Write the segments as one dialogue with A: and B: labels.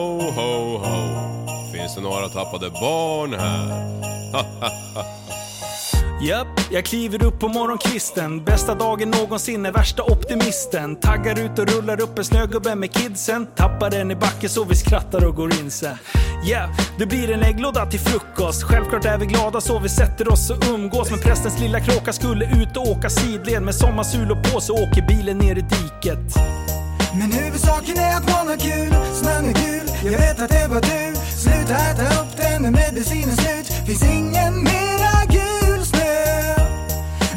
A: ho, ho. Finns det några tappade barn här?
B: Japp, jag kliver upp på morgonkvisten. Bästa dagen någonsin är värsta optimisten. Taggar ut och rullar upp en snögubbe med kidsen. Tappar den i backen så vi skrattar och går in sen. Yeah, det blir en ägglåda till frukost. Självklart är vi glada så vi sätter oss och umgås. Men prästens lilla kråka skulle ut och åka sidled. Med sommarsulor på så åker bilen ner i diket.
C: Men huvudsaken är att man har kul, snön är gul, jag vet att det var du Sluta äta upp den när medicinen slut, finns ingen mera gul snö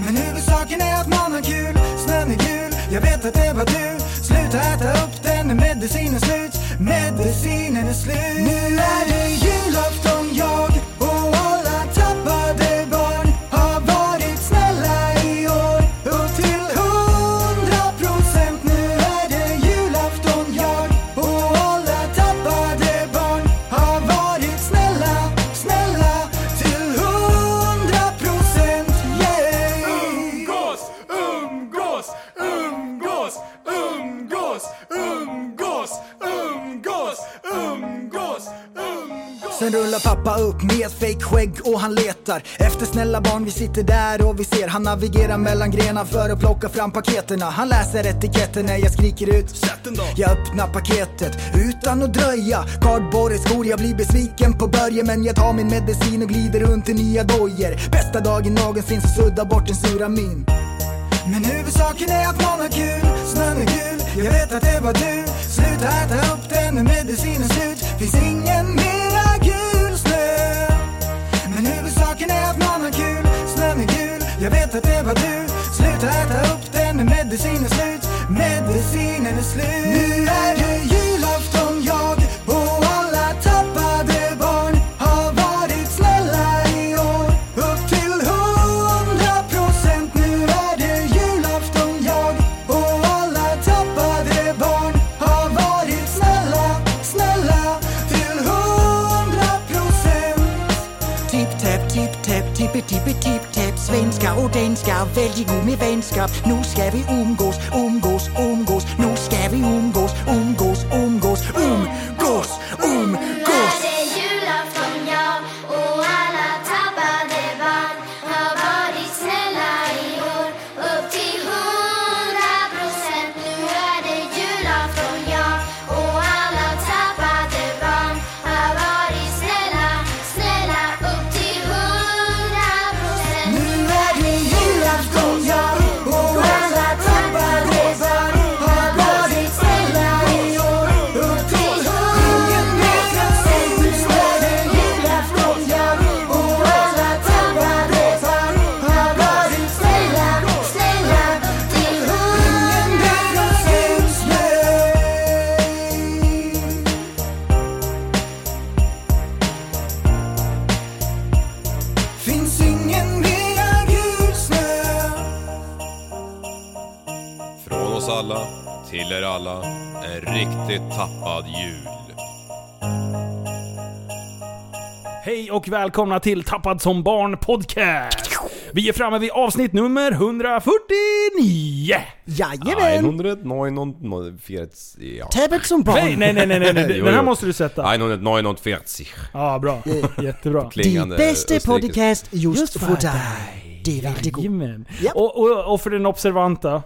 C: Men huvudsaken är att man har kul, snön är gul, jag vet att det var du Sluta äta upp den när medicinen är slut, medicinen är slut Nu är det julafton jag och alla tappade barn har varit snälla i år och till hundra procent nu är det julafton jag och alla tappade barn har varit snälla, snälla till hundra procent yeah!
D: Umgås, umgås, umgås, umgås, umgås, umgås, umgås, umgås.
C: Sen rullar pappa upp med ett fake skägg och han letar efter snälla barn. Vi sitter där och vi ser. Han navigerar mellan grenar för att plocka fram paketerna. Han läser etiketten när jag skriker ut.
B: Sätt den då!
C: Jag öppnar paketet utan att dröja. Cardboard är skor, jag blir besviken på Börje. Men jag tar min medicin och glider runt till nya dojer. Bästa dagen någonsin så sudda bort den sura min. Men huvudsaken är att man har kul, snön är gul Jag vet att det var du Sluta äta upp den när medicinen är slut Finns ingen mera gul snö Men huvudsaken är att man har kul, snön är gul Jag vet att det var du Sluta äta upp den när medicinen är slut Medicinen är slut Nu är det julafton jag och alla tappade barn har varit snälla i år upp till hundra procent Nu är det julafton jag och alla tappade barn har varit snälla, snälla till hundra procent
E: Tip-tap, tip-tap, tippe-tippe, tip-tap Svenska och danska, väldigt god med vänskap Nu ska vi umgås, umgås, umgås Nu ska vi umgås, umgås, umgås Umgås, umgås
F: Nu är det julafton jag och alla tappade barn har varit snälla i år upp till hundra procent. Nu är det julafton jag och alla tappade barn har varit snälla, snälla upp till hundra procent.
C: Nu är det julafton jag och alla tappade barn har varit snälla i år upp till ingen mer kan se Nu är det julafton jag och alla tappade barn har varit snälla, snälla
F: Upp till
C: ingen mer kan se snö Finns ingen mera gul snö
A: Från oss alla, till er alla, en riktigt tappad jul.
B: Hej och välkomna till Tappad som barn podcast! Vi är framme vid avsnitt nummer 149!
E: Jajamän!
A: 100, 940, ja.
E: Tappet som
B: Nej,
E: barn
B: nej, nej, nej, nej, nej.
A: Jo,
B: den här
A: jo.
B: måste du sätta.
A: 149.
B: Ja, bra. Jättebra.
E: Din
A: Klingande
E: bästa
A: österrikiska.
E: podcast just för
B: Just för
E: dig Det är väldigt god
B: Jajamän.
E: Japp.
B: Och, och, och för den observanta,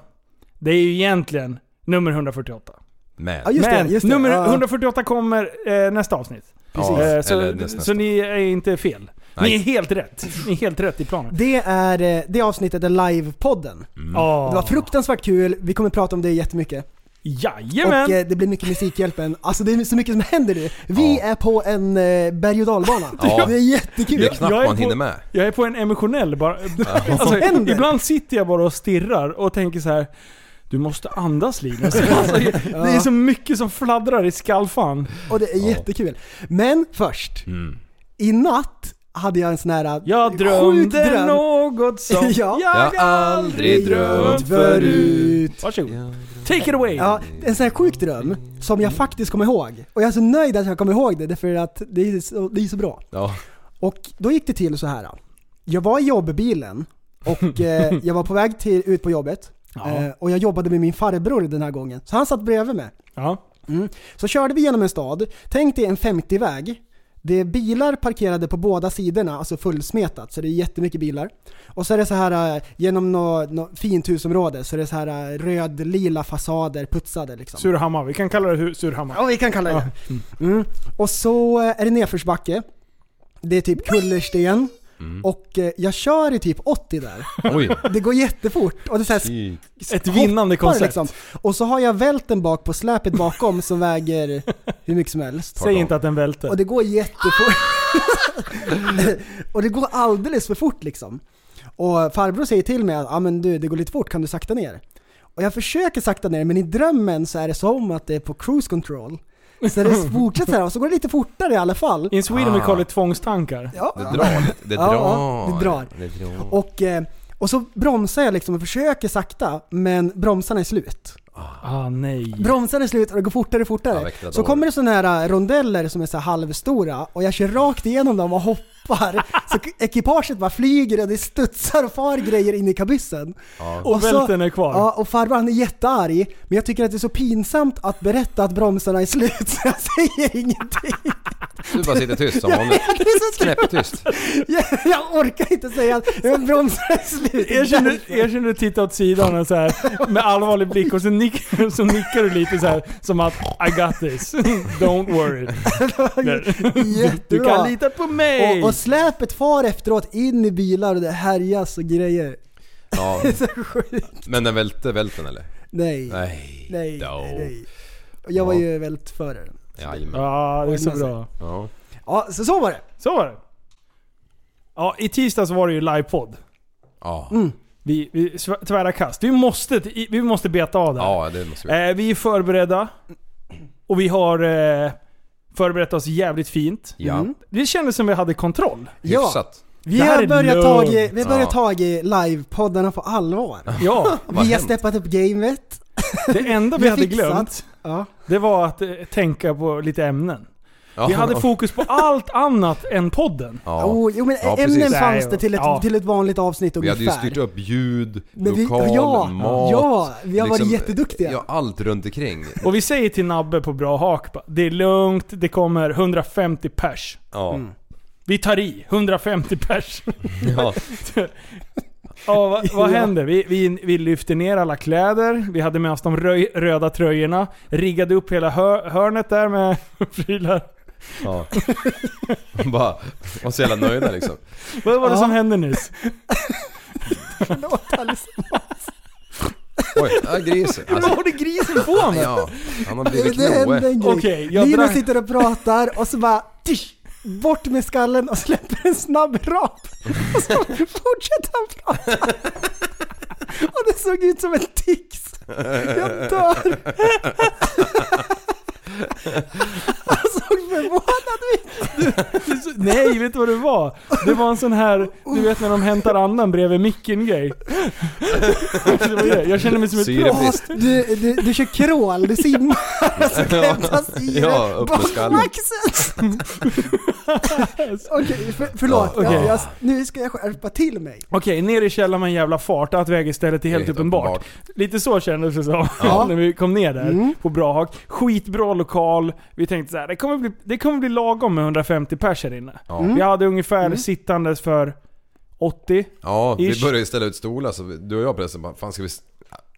B: det är ju egentligen nummer 148.
A: Men.
E: Ja, just det,
B: Men
E: just det.
B: nummer
E: Ja.
B: 148 kommer eh, nästa avsnitt.
A: Ja,
B: Eh,
A: eller
B: så,
A: nästan.
B: så ni är inte fel. Ni
A: Nej.
B: är helt rätt. Ni är helt rätt i planen.
G: Det är eh, det avsnittet är livepodden.
E: Mm.
B: Ja.
G: Det var fruktansvärt kul, vi kommer prata om det jättemycket.
B: Jajamän!
G: Och eh, det blir mycket Musikhjälpen. Alltså det är så mycket som händer nu. Vi
A: Ja.
G: är på en eh, berg och dalbana.
A: Ja.
G: Det är jättekul.
A: Det är knappt
B: jag är
A: man
B: på-
A: hinner med.
B: Jag är på en emotionell bara. Alltså,
G: händer?
B: ibland sitter jag bara och stirrar och tänker så här. Du måste andas Linus. Alltså, det är så mycket som fladdrar i skallfan.
G: Och det är jättekul. Men först, i natt hade jag en sån här eh,
B: Jag
G: sjuk
B: drömde
G: dröm.
B: något som
G: Ja.
B: jag aldrig drömt förut. Varsågod. Take it away.
G: Ja, en sån här sjuk dröm som jag faktiskt kommer ihåg. Och jag är så nöjd att jag kommer ihåg det, därför att det är så, det är så bra.
A: Ja.
G: Och då gick det till så här. Jag var i jobbbilen och eh, jag var på väg till, ut på jobbet.
B: Ja.
G: Eh, och jag jobbade med min farbror den här gången. Så han satt bredvid mig.
B: Ja.
G: Mm. Så körde vi genom en stad. Tänk dig en 50-väg. Det är bilar parkerade på båda sidorna, alltså fullsmetat, så det är jättemycket bilar. Och så är det så här eh, genom något nå fint husområde, så är det så här eh, röd-lila fasader putsade liksom.
B: Surhammar, vi kan kalla det hu- Surhammar.
G: Ja, vi kan kalla det det. Mm. Och så eh, är det nedförsbacke. Det är typ kullersten.
B: Mm.
G: Och eh, jag kör i typ 80 där.
A: Oj.
G: Det går jättefort. Och det är så här sk-
A: Shit.
G: sk-
B: Ett vinnande
G: hoppar
B: koncept.
G: Och så har jag välten bak på släpet bakom som väger hur mycket som helst.
B: Säg inte att den välter.
G: Och det går jättefort. och det går alldeles för fort liksom. Och farbror säger till mig att ah, men du, det går lite fort, kan du sakta ner? Och jag försöker sakta ner men i drömmen så är det som att det är på cruise control. Så det fortsätter så här och så går det lite fortare i alla fall.
B: In Sweden we call it tvångstankar.
G: Ja.
A: Det drar lite. Det
G: Ja,
A: drar.
G: ja, det drar. Och, eh, och så bromsar jag liksom och försöker sakta men bromsarna är slut.
B: Ah nej.
G: Bromsarna är slut och det går fortare och
A: Ja,
G: fortare.
A: väckta
G: så
A: dåre.
G: kommer det sådana här äh, rondeller som är så här halvstora och jag kör rakt igenom dem och hoppar. så k- ekipaget bara flyger och det studsar och far grejer in i kabyssen.
B: Och välten är kvar.
G: Ja, och farbror han är jättearg. Men jag tycker att det är så pinsamt att berätta att bromsarna är slut så jag säger ingenting.
A: Du bara sitter tyst som vanligt.
G: Det är så skumt.
A: Knäpptyst.
G: Jag, jag orkar inte säga att ja, men bromsarna är slut.
B: Erkänn du, erkänn du tittar åt sidan och så här, med allvarlig blick och så, nick, så nickar du lite så här som att I got this. Don't worry. Där. Du
G: Jättebra.
B: kan lita på mig!
G: och, och släpet far efteråt in i bilar och det härjas och grejer.
A: Ja.
G: Det är så sjukt.
A: Men den välte välten eller?
G: Nej. Nej.
A: Nej.
G: Nej.
A: Då.
G: nej. Och Jag var
A: Ja.
G: ju väldigt för den.
A: Jajamän.
B: Ja, det är så bra.
A: Ja.
G: Ja, så, så var det.
B: Så var det. Ja, i tisdags var det ju livepodd.
A: Ja.
G: Mm.
B: Vi, vi, sv- tvära kast. Vi måste, vi måste beta av det här.
A: ja, det måste vi.
B: Eh, vi är förberedda. Och vi har eh, förberett oss jävligt fint.
A: Ja.
B: Det kändes som vi hade kontroll.
G: mm. Ja.
A: Hyfsat.
G: Vi
B: Det här
G: har
B: är
G: börjat
B: lugnt.
G: ta i, vi har börjat
A: Ja.
G: ta i livepoddarna på allvar.
B: Ja,
A: Vad har
G: Vi har
A: hänt?
G: steppat upp gamet.
B: det enda vi
G: Vi
B: hade
G: fixat.
B: glömt,
G: Ja.
B: det var att eh, tänka på lite ämnen.
A: Ja.
B: Vi hade fokus på allt annat än podden.
A: Ja.
G: Oh, jo men
A: Ja,
G: ämnen
A: precis.
G: fanns det till ett,
B: Ja.
G: till ett vanligt avsnitt
A: Vi
G: ungefär.
A: hade ju styrt upp ljud,
G: Men vi-
A: lokal,
G: ja,
A: mat. liksom,
G: ja, vi har varit jätteduktiga.
A: Ja, allt runt omkring.
B: Och vi säger till Nabbe på Bra Hak, bara, det är lugnt, det kommer 150 pers.
A: Ja.
G: Mm.
B: Vi tar i, 150 pers.
A: ja.
B: Ja, vad, vad
G: Ja.
B: hände? Vi, vi, vi lyfte ner alla kläder, vi hade med oss de röj, röda tröjorna, riggade upp hela hör, hörnet där med prylar.
A: ja. Bara, var så jävla nöjda liksom.
B: Vad var det
G: Ja.
B: som hände nyss?
G: Förlåt Alice.
A: Oj, ja, grisen.
B: Vad
A: Alltså,
B: var det grisen på mig?
A: ja, han har blivit
G: Det hände
A: knoe.
G: en grej.
B: Okej, jag
G: Linus
B: drack-
G: sitter och pratar och så bara tisch, bort med skallen och släpper en snabb rap. Och så fortsätter han prata. Och det såg ut som en tics. Jag dör. Han såg förvånad ut.
B: Alltså, Nej, vet du vad det var? Det var en sån här, du vet när de hämtar andan bredvid micken grej. Det var det. Jag kände mig som ett
A: Syre-
B: proffs.
G: Åh, Du, du, du kör crawl, du simmar och så klämtas i
A: Ja, upp med skallen.
G: axeln. Okej, för, förlåt.
A: Ja.
G: Jag,
A: Okej.
G: jag, nu ska jag skärpa till mig.
B: Okej, ner i källaren med en jävla fart. Allt väger istället är
A: Det är
B: helt,
A: helt
B: uppenbart.
A: uppenbart. Mm.
B: Lite så kändes det som
G: Ja.
B: när vi kom ner där på Brahak. Skitbra lokal. Vi tänkte så här, det kommer bli, det kommer bli lagom med 150 pers här inne.
A: Ja. Mm.
B: Vi hade ungefär sittandes för 80.
A: Ja, vi
B: Ish.
A: började ju ställa ut stolar
H: alltså,
A: så vi- du och jag pressen bara, fan ska vi... s-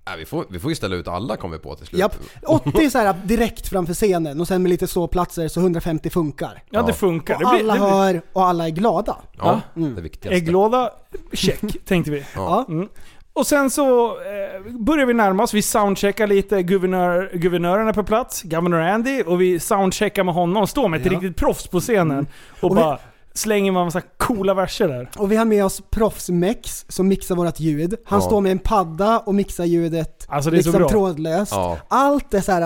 A: Nej, vi, får, vi får ju ställa ut alla kom vi på
B: typ.
A: till slut.
G: Japp. 80 så här direkt framför scenen och sen med lite ståplatser så 150 funkar.
B: Ja, det
A: Ja.
B: funkar.
G: Och
B: Det blir,
G: alla
B: det blir,
G: hör och alla är glada.
A: Ja,
B: Mm.
A: det viktigaste.
B: ägglåda, check, tänkte vi.
G: Ja.
B: Mm. Och sen så eh, börjar vi närma oss. Vi soundcheckar lite. Guvernör, guvernören är på plats, Governor Andy. Och vi soundcheckar med honom. Står med ett
G: Ja. Mm.
B: riktigt proffs på scenen. Och,
G: Och vi-
B: bara slänger man massa coola verser där.
G: Och vi har med oss proffs Mex som mixar vårt ljud. Han
A: Ja.
G: står med en padda och mixar ljudet liksom
B: Alltså, det är så bra.
G: trådlöst.
A: Ja.
G: Allt är så här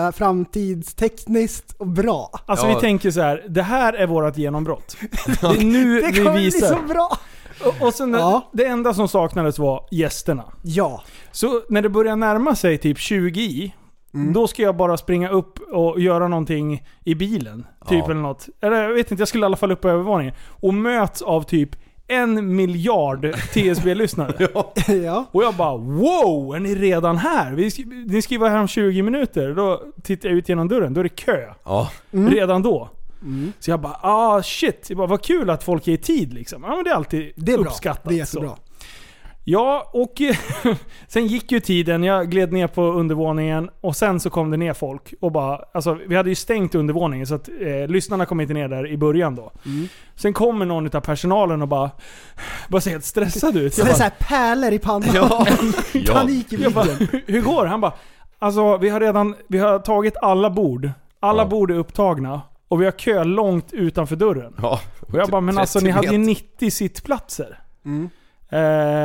G: framtidstekniskt och bra.
B: Alltså
A: Ja.
B: vi tänker så här, det här är vårt genombrott. Det är nu
G: Det
B: vi
G: kommer bli så
B: visar.
G: bra!
B: Och, och sen,
G: Ja.
B: det enda som saknades var gästerna.
G: Ja,
B: Så när det börjar närma sig typ 20 i,
G: Mm.
B: då ska jag bara springa upp och göra någonting i bilen. Typ
A: Ja.
B: eller något. Eller jag vet inte, jag skulle i alla fall upp på övervåningen. Och möts av typ en miljard TSB-lyssnare.
G: ja.
B: Och jag bara wow, är ni redan här? Vi, sk- ni skriver här om 20 minuter. Då tittar jag ut genom dörren, då är det kö.
H: Ja.
G: Mm.
B: Redan då. Så jag bara ah shit, jag bara, vad kul att folk är i tid liksom. Ja men det är alltid
G: Det är bra.
B: uppskattat.
G: Det är jättebra.
B: Så. Ja och eh, sen gick ju tiden, jag gled ner på undervåningen och sen så kom det ner folk och bara, alltså vi hade ju stängt undervåningen så att eh, lyssnarna kom inte ner där i början då. Sen kommer någon utav personalen och bara, bara ser helt stressad ut.
G: Så
B: Jag
G: det är
B: bara,
G: såhär pärlor i pannan.
H: Ja.
G: Panik i
B: jag bara,
G: blicken.
B: hur går det? Han bara, alltså vi har redan vi har tagit alla bord. Alla
H: Ja.
B: bord är upptagna. Och vi har kö långt utanför dörren.
H: ja.
B: Och jag bara, men
G: Typ
B: alltså ni
H: 30
B: hade ju
H: meter.
B: 90 sittplatser.
G: Mm.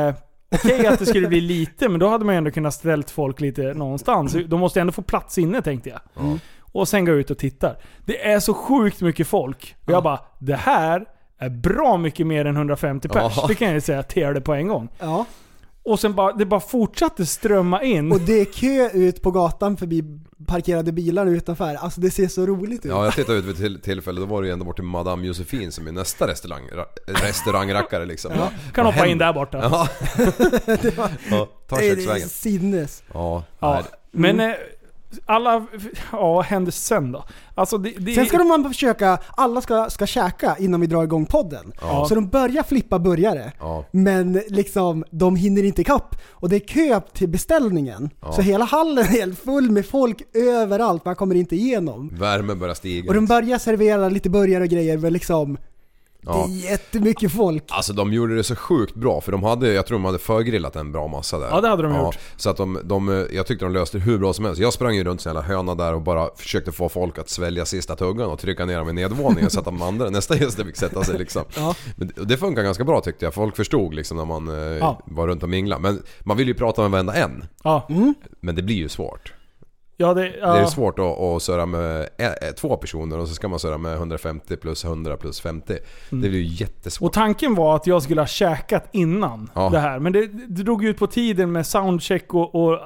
B: Eh, Okej att det skulle bli lite, men då hade man ju ändå kunnat ställt folk lite någonstans.
G: Mm.
B: De måste ändå få plats inne tänkte jag. Och sen går jag ut och tittar. Det är så sjukt mycket folk. Och jag bara, det här är bra mycket mer än 150 pers.
H: Ja.
B: Det kan jag ju säga till det på en gång.
G: Ja.
B: Och sen bara, det bara fortsatte strömma in.
G: Och det är kö ut på gatan förbi parkerade bilar utanför. Alltså det ser så roligt ut.
H: Ja, jag tittade ut vid till tillfälle, då var det ju ända bort till Madame Josefin som är nästa restaurang, ra, restaurangrackare liksom. Ja.
B: Kan hoppa in där borta. Ja.
H: Ja. ja. Tar
G: Nej, det är
H: köksvägen.
G: sinnes.
H: Ja. nej,
B: Men
G: Mm.
B: eh, alla... Ja, hände sen då? Alltså det... det
G: Sen ska de man försöka, alla ska, ska käka innan vi drar igång podden.
B: Ja.
G: Så de börjar flippa burgare.
H: Ja.
G: Men liksom, de hinner inte ikapp. Och det är kö till beställningen. Så hela hallen är helt full med folk överallt, man kommer inte igenom.
H: Värmen börjar stiga.
G: Och de börjar servera lite burgare och grejer, men liksom, det
H: ja.
G: är jättemycket folk.
H: Alltså de gjorde det så sjukt bra för de hade, jag tror de hade förgrillat en bra massa där.
B: Ja, det hade de gjort.
H: Så att de, de, jag tyckte de löste det hur bra som helst. Jag sprang ju runt som en jävla höna där och bara försökte få folk att svälja sista tuggan och trycka ner dem i nedvåningen så att de andra, nästa gäster fick sätta sig liksom. Men det- det funkar ganska bra tyckte jag. Folk förstod liksom när man eh,
B: Ja.
H: var runt och minglade. Men man vill ju prata med varenda en.
B: Ja,
G: Mm.
H: Men det blir ju svårt.
B: ja det... Ja.
H: Det är svårt att, att söra med eh, eh, två personer och så ska man söra med 150 plus 100 plus 50. Det blir ju jättesvårt.
B: Mm. Och tanken var att jag skulle ha käkat innan
H: Ja.
B: det här. Men det, det drog ut på tiden med soundcheck och, och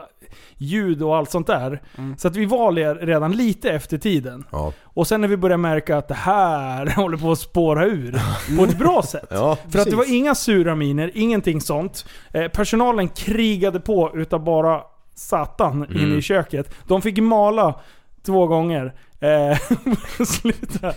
B: ljud och allt sånt där.
H: Mm.
B: Så att vi var le- redan lite efter tiden.
H: Ja.
B: Och sen när vi började märka att det här håller på att spåra ur på ett bra sätt.
H: Mm. Ja,
B: För att det var inga sura miner, ingenting sånt. Eh, personalen krigade på utav bara satan
H: Mm.
B: inne i köket. De fick mala två gånger. Eh, sluta.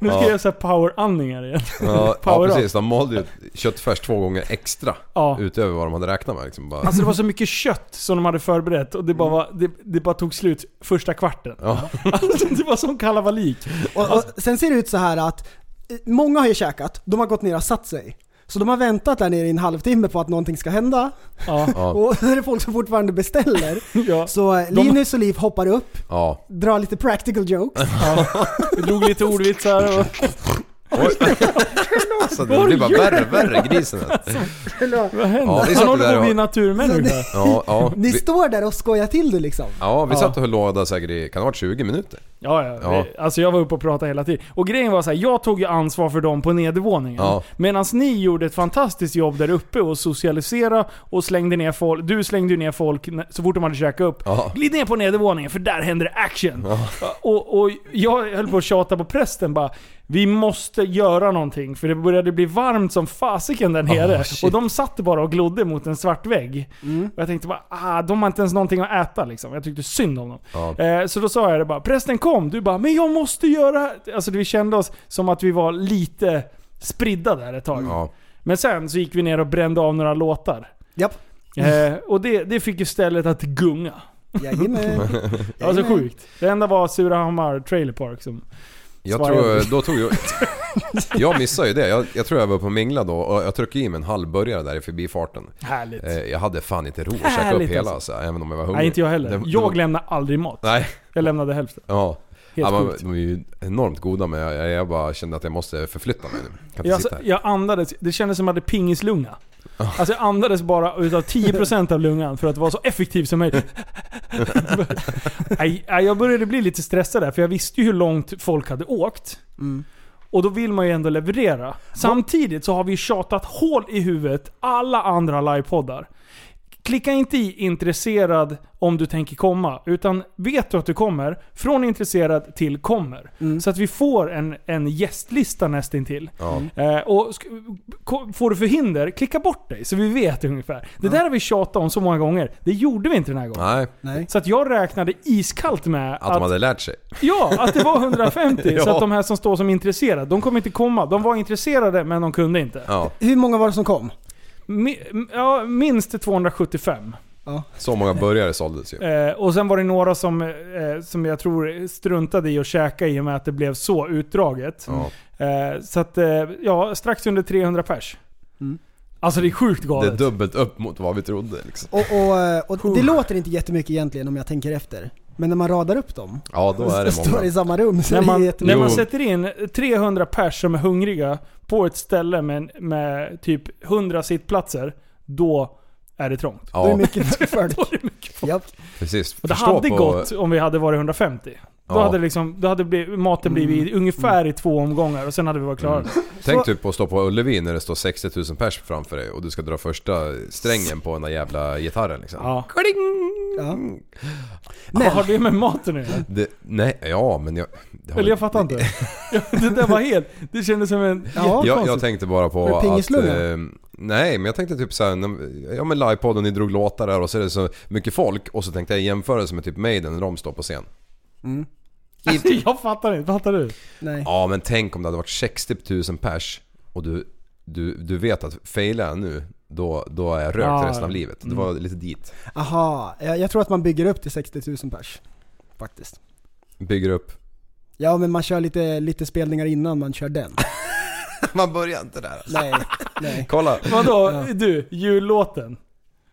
B: Nu ska
H: Ja.
B: jag göra så här power-andningar igen.
H: Ja, ja
B: Power up.
H: precis, de malde ju köttfärs två gånger extra
B: Ja.
H: utöver vad de hade räknat med. Liksom bara,
B: Alltså det var så mycket kött som de hade förberett och det bara, var, det, det bara tog slut första kvarten.
H: Mm. ja,
B: Alltså det var sån kalabalik.
G: Och, och sen ser det ut så här att eh, många har ju käkat, de har gått ner och satt sig. Så de har väntat där nere i en halvtimme på att någonting ska hända.
B: Ja.
H: ja,
G: Och då är det folk som fortfarande beställer.
B: Ja.
G: Så eh,
B: De-
G: Linus och Liv hoppar upp,
H: ja.
G: drar lite practical jokes.
B: Vi drog lite ordvitsar och...
H: Så Alltså, det blir bara värre och värre grisen. här.
B: Vad händer?
H: Ja, vi satt
B: Han håller
H: där
B: på att
H: och-
B: bli naturmänniska.
H: Ja, ja.
G: Ni
H: Vi,
G: står där och skojar till det liksom.
H: ja, vi
B: Ja.
H: satt och höll låda säkert i, kan det ha varit 20 minuter?
B: Ja, ja.
H: Ja.
B: Det- Alltså jag var uppe och pratade hela tiden. Och grejen var så här, jag tog ju ansvar för dem på nedervåningen.
H: Ja.
B: Medan ni gjorde ett fantastiskt jobb där uppe och socialisera och slängde ner folk. Du slängde ju ner folk när- så fort de hade käkat upp.
H: Ja.
B: Glid ner på nedervåningen för där händer det action. Och, och jag höll på att tjata på prästen bara. Vi måste göra någonting för det började bli varmt som fasiken
H: Ah,
B: där nere. och de satt bara och glodde mot en svart vägg.
H: Mm.
B: Och jag tänkte bara, ah, de har inte ens någonting att äta liksom. Jag tyckte synd om dem.
H: Ja.
B: Eh, så då sa jag det bara, prästen kom. Du bara, men jag måste göra... Alltså vi kände oss som att vi var lite spridda där ett tag.
H: Ja,
B: Men sen så gick vi ner och brände av några låtar.
G: Japp.
B: Eh, och det, det fick ju stället att gunga.
G: Jajamän.
B: Det var så sjukt. Det enda var Surahammar Trailer Park som...
H: jag
B: Svara.
H: tror, då tog jag... Jag missade ju det. Jag, jag tror jag var uppe och minglade då och jag tryckte i mig en halv burgare där i förbifarten.
B: Härligt.
H: Eh, Jag hade fan inte ro att käka upp
B: Härligt,
H: hela
B: alltså.
H: alltså, även om jag var hungrig.
B: Nej, inte jag heller.
H: Det- det var-
B: jag lämnar aldrig mat.
H: Nej,
B: Jag lämnade hälften.
H: Ja.
B: Helt
H: ja man,
B: sjukt.
H: de är ju enormt goda men jag, jag, jag bara kände att jag måste förflytta mig nu. Kan inte
B: Jag,
H: sitta här.
B: jag andades, det kändes som att jag hade pingislunga. Alltså jag andades bara utav 10% av lungan för att vara så effektiv som möjligt. Nej, nej, jag började bli lite stressad där för jag visste ju hur långt folk hade åkt. Och då vill man ju ändå leverera. Samtidigt så har vi tjatat hål i huvudet alla andra livepoddar. Klicka inte i intresserad om du tänker komma, utan vet du att du kommer, från intresserad till kommer. Så att vi får en, en gästlista nästintill.
H: Ja.
B: Eh, och sk- ko- får du förhinder, klicka bort dig så vi vet ungefär. Det där har vi tjatat om så många gånger. Det gjorde vi inte den här gången.
H: Nej,
G: Nej.
B: Så att jag räknade iskallt med
H: att de hade lärt sig.
B: Ja, att det var 150. Så
H: Ja.
B: att de här som står som intresserade, de kommer inte komma. De var intresserade men de kunde inte.
H: Ja,
G: Hur många var det som kom?
B: Mi- m- ja, minst 275.
H: så många burgare såldes ju.
B: Eh, och sen var det några som, eh, som jag tror struntade i att käka i och med att det blev så utdraget.
H: Ja.
B: Eh, så att, eh, ja, strax under 300 pers. Alltså det är sjukt
H: Mm. Det är
B: galet.
H: dubbelt upp mot vad vi trodde liksom.
G: Och, eh, och, och det låter inte jättemycket egentligen om jag tänker efter. Men när man radar upp dem,
H: Ja, då är
G: och
H: det
G: står i
H: många.
G: samma rum, så
B: när,
G: det är
B: man,
G: jättemycket.
B: när man
H: Jo.
B: sätter in 300 pers som är hungriga på ett ställe med, med typ 100 sittplatser, då är det trångt.
G: Då är det
H: Ja,
G: mycket folk.
B: Då är det mycket folk.
G: Japp.
H: precis.
B: Och det
H: Förstå
B: hade
H: på-
B: gått om vi hade varit 150. Då
H: Ja.
B: hade, liksom, då hade blivit, maten blivit
G: Mm.
B: ungefär i två omgångar och sen hade vi varit klara.
H: Tänk
G: Så-
H: typ på att stå på Ullevi när det står 60 000 pers framför dig och du ska dra första strängen på den där jävla gitarren liksom.
B: Ja.
G: Ja.
B: Men. Vad har det med maten nu?
H: Det, nej, ja men jag... det har-
B: Eller jag fattar inte. Ja, det där var helt... Det kändes som en...
G: Ja,
H: jag, jag
G: konstigt.
H: tänkte bara på
G: Var det
H: att...
G: pingislunga?
H: Eh, nej, men jag tänkte typ såhär, när- ja men livepodden, ni drog låtar där och så är det så mycket folk och så tänkte jag i jämförelse med typ Maiden när de står på scen.
G: Mm.
B: Jag fattar inte. Fattar du?
G: Nej.
H: Ja men tänk om det hade varit 60 000 pers och du, du, du vet att failar jag nu, då, då är jag rökt
B: Ja.
H: resten av livet. Det
G: Mm.
H: var lite dit.
G: Aha, jag, jag tror att man bygger upp till 60 000 pers. Faktiskt.
H: Bygger upp.
G: Ja men man kör lite, lite spelningar innan man kör den.
H: Man börjar inte där. alltså.
G: Nej, nej.
H: Kolla.
B: Vadå? Du, jullåten.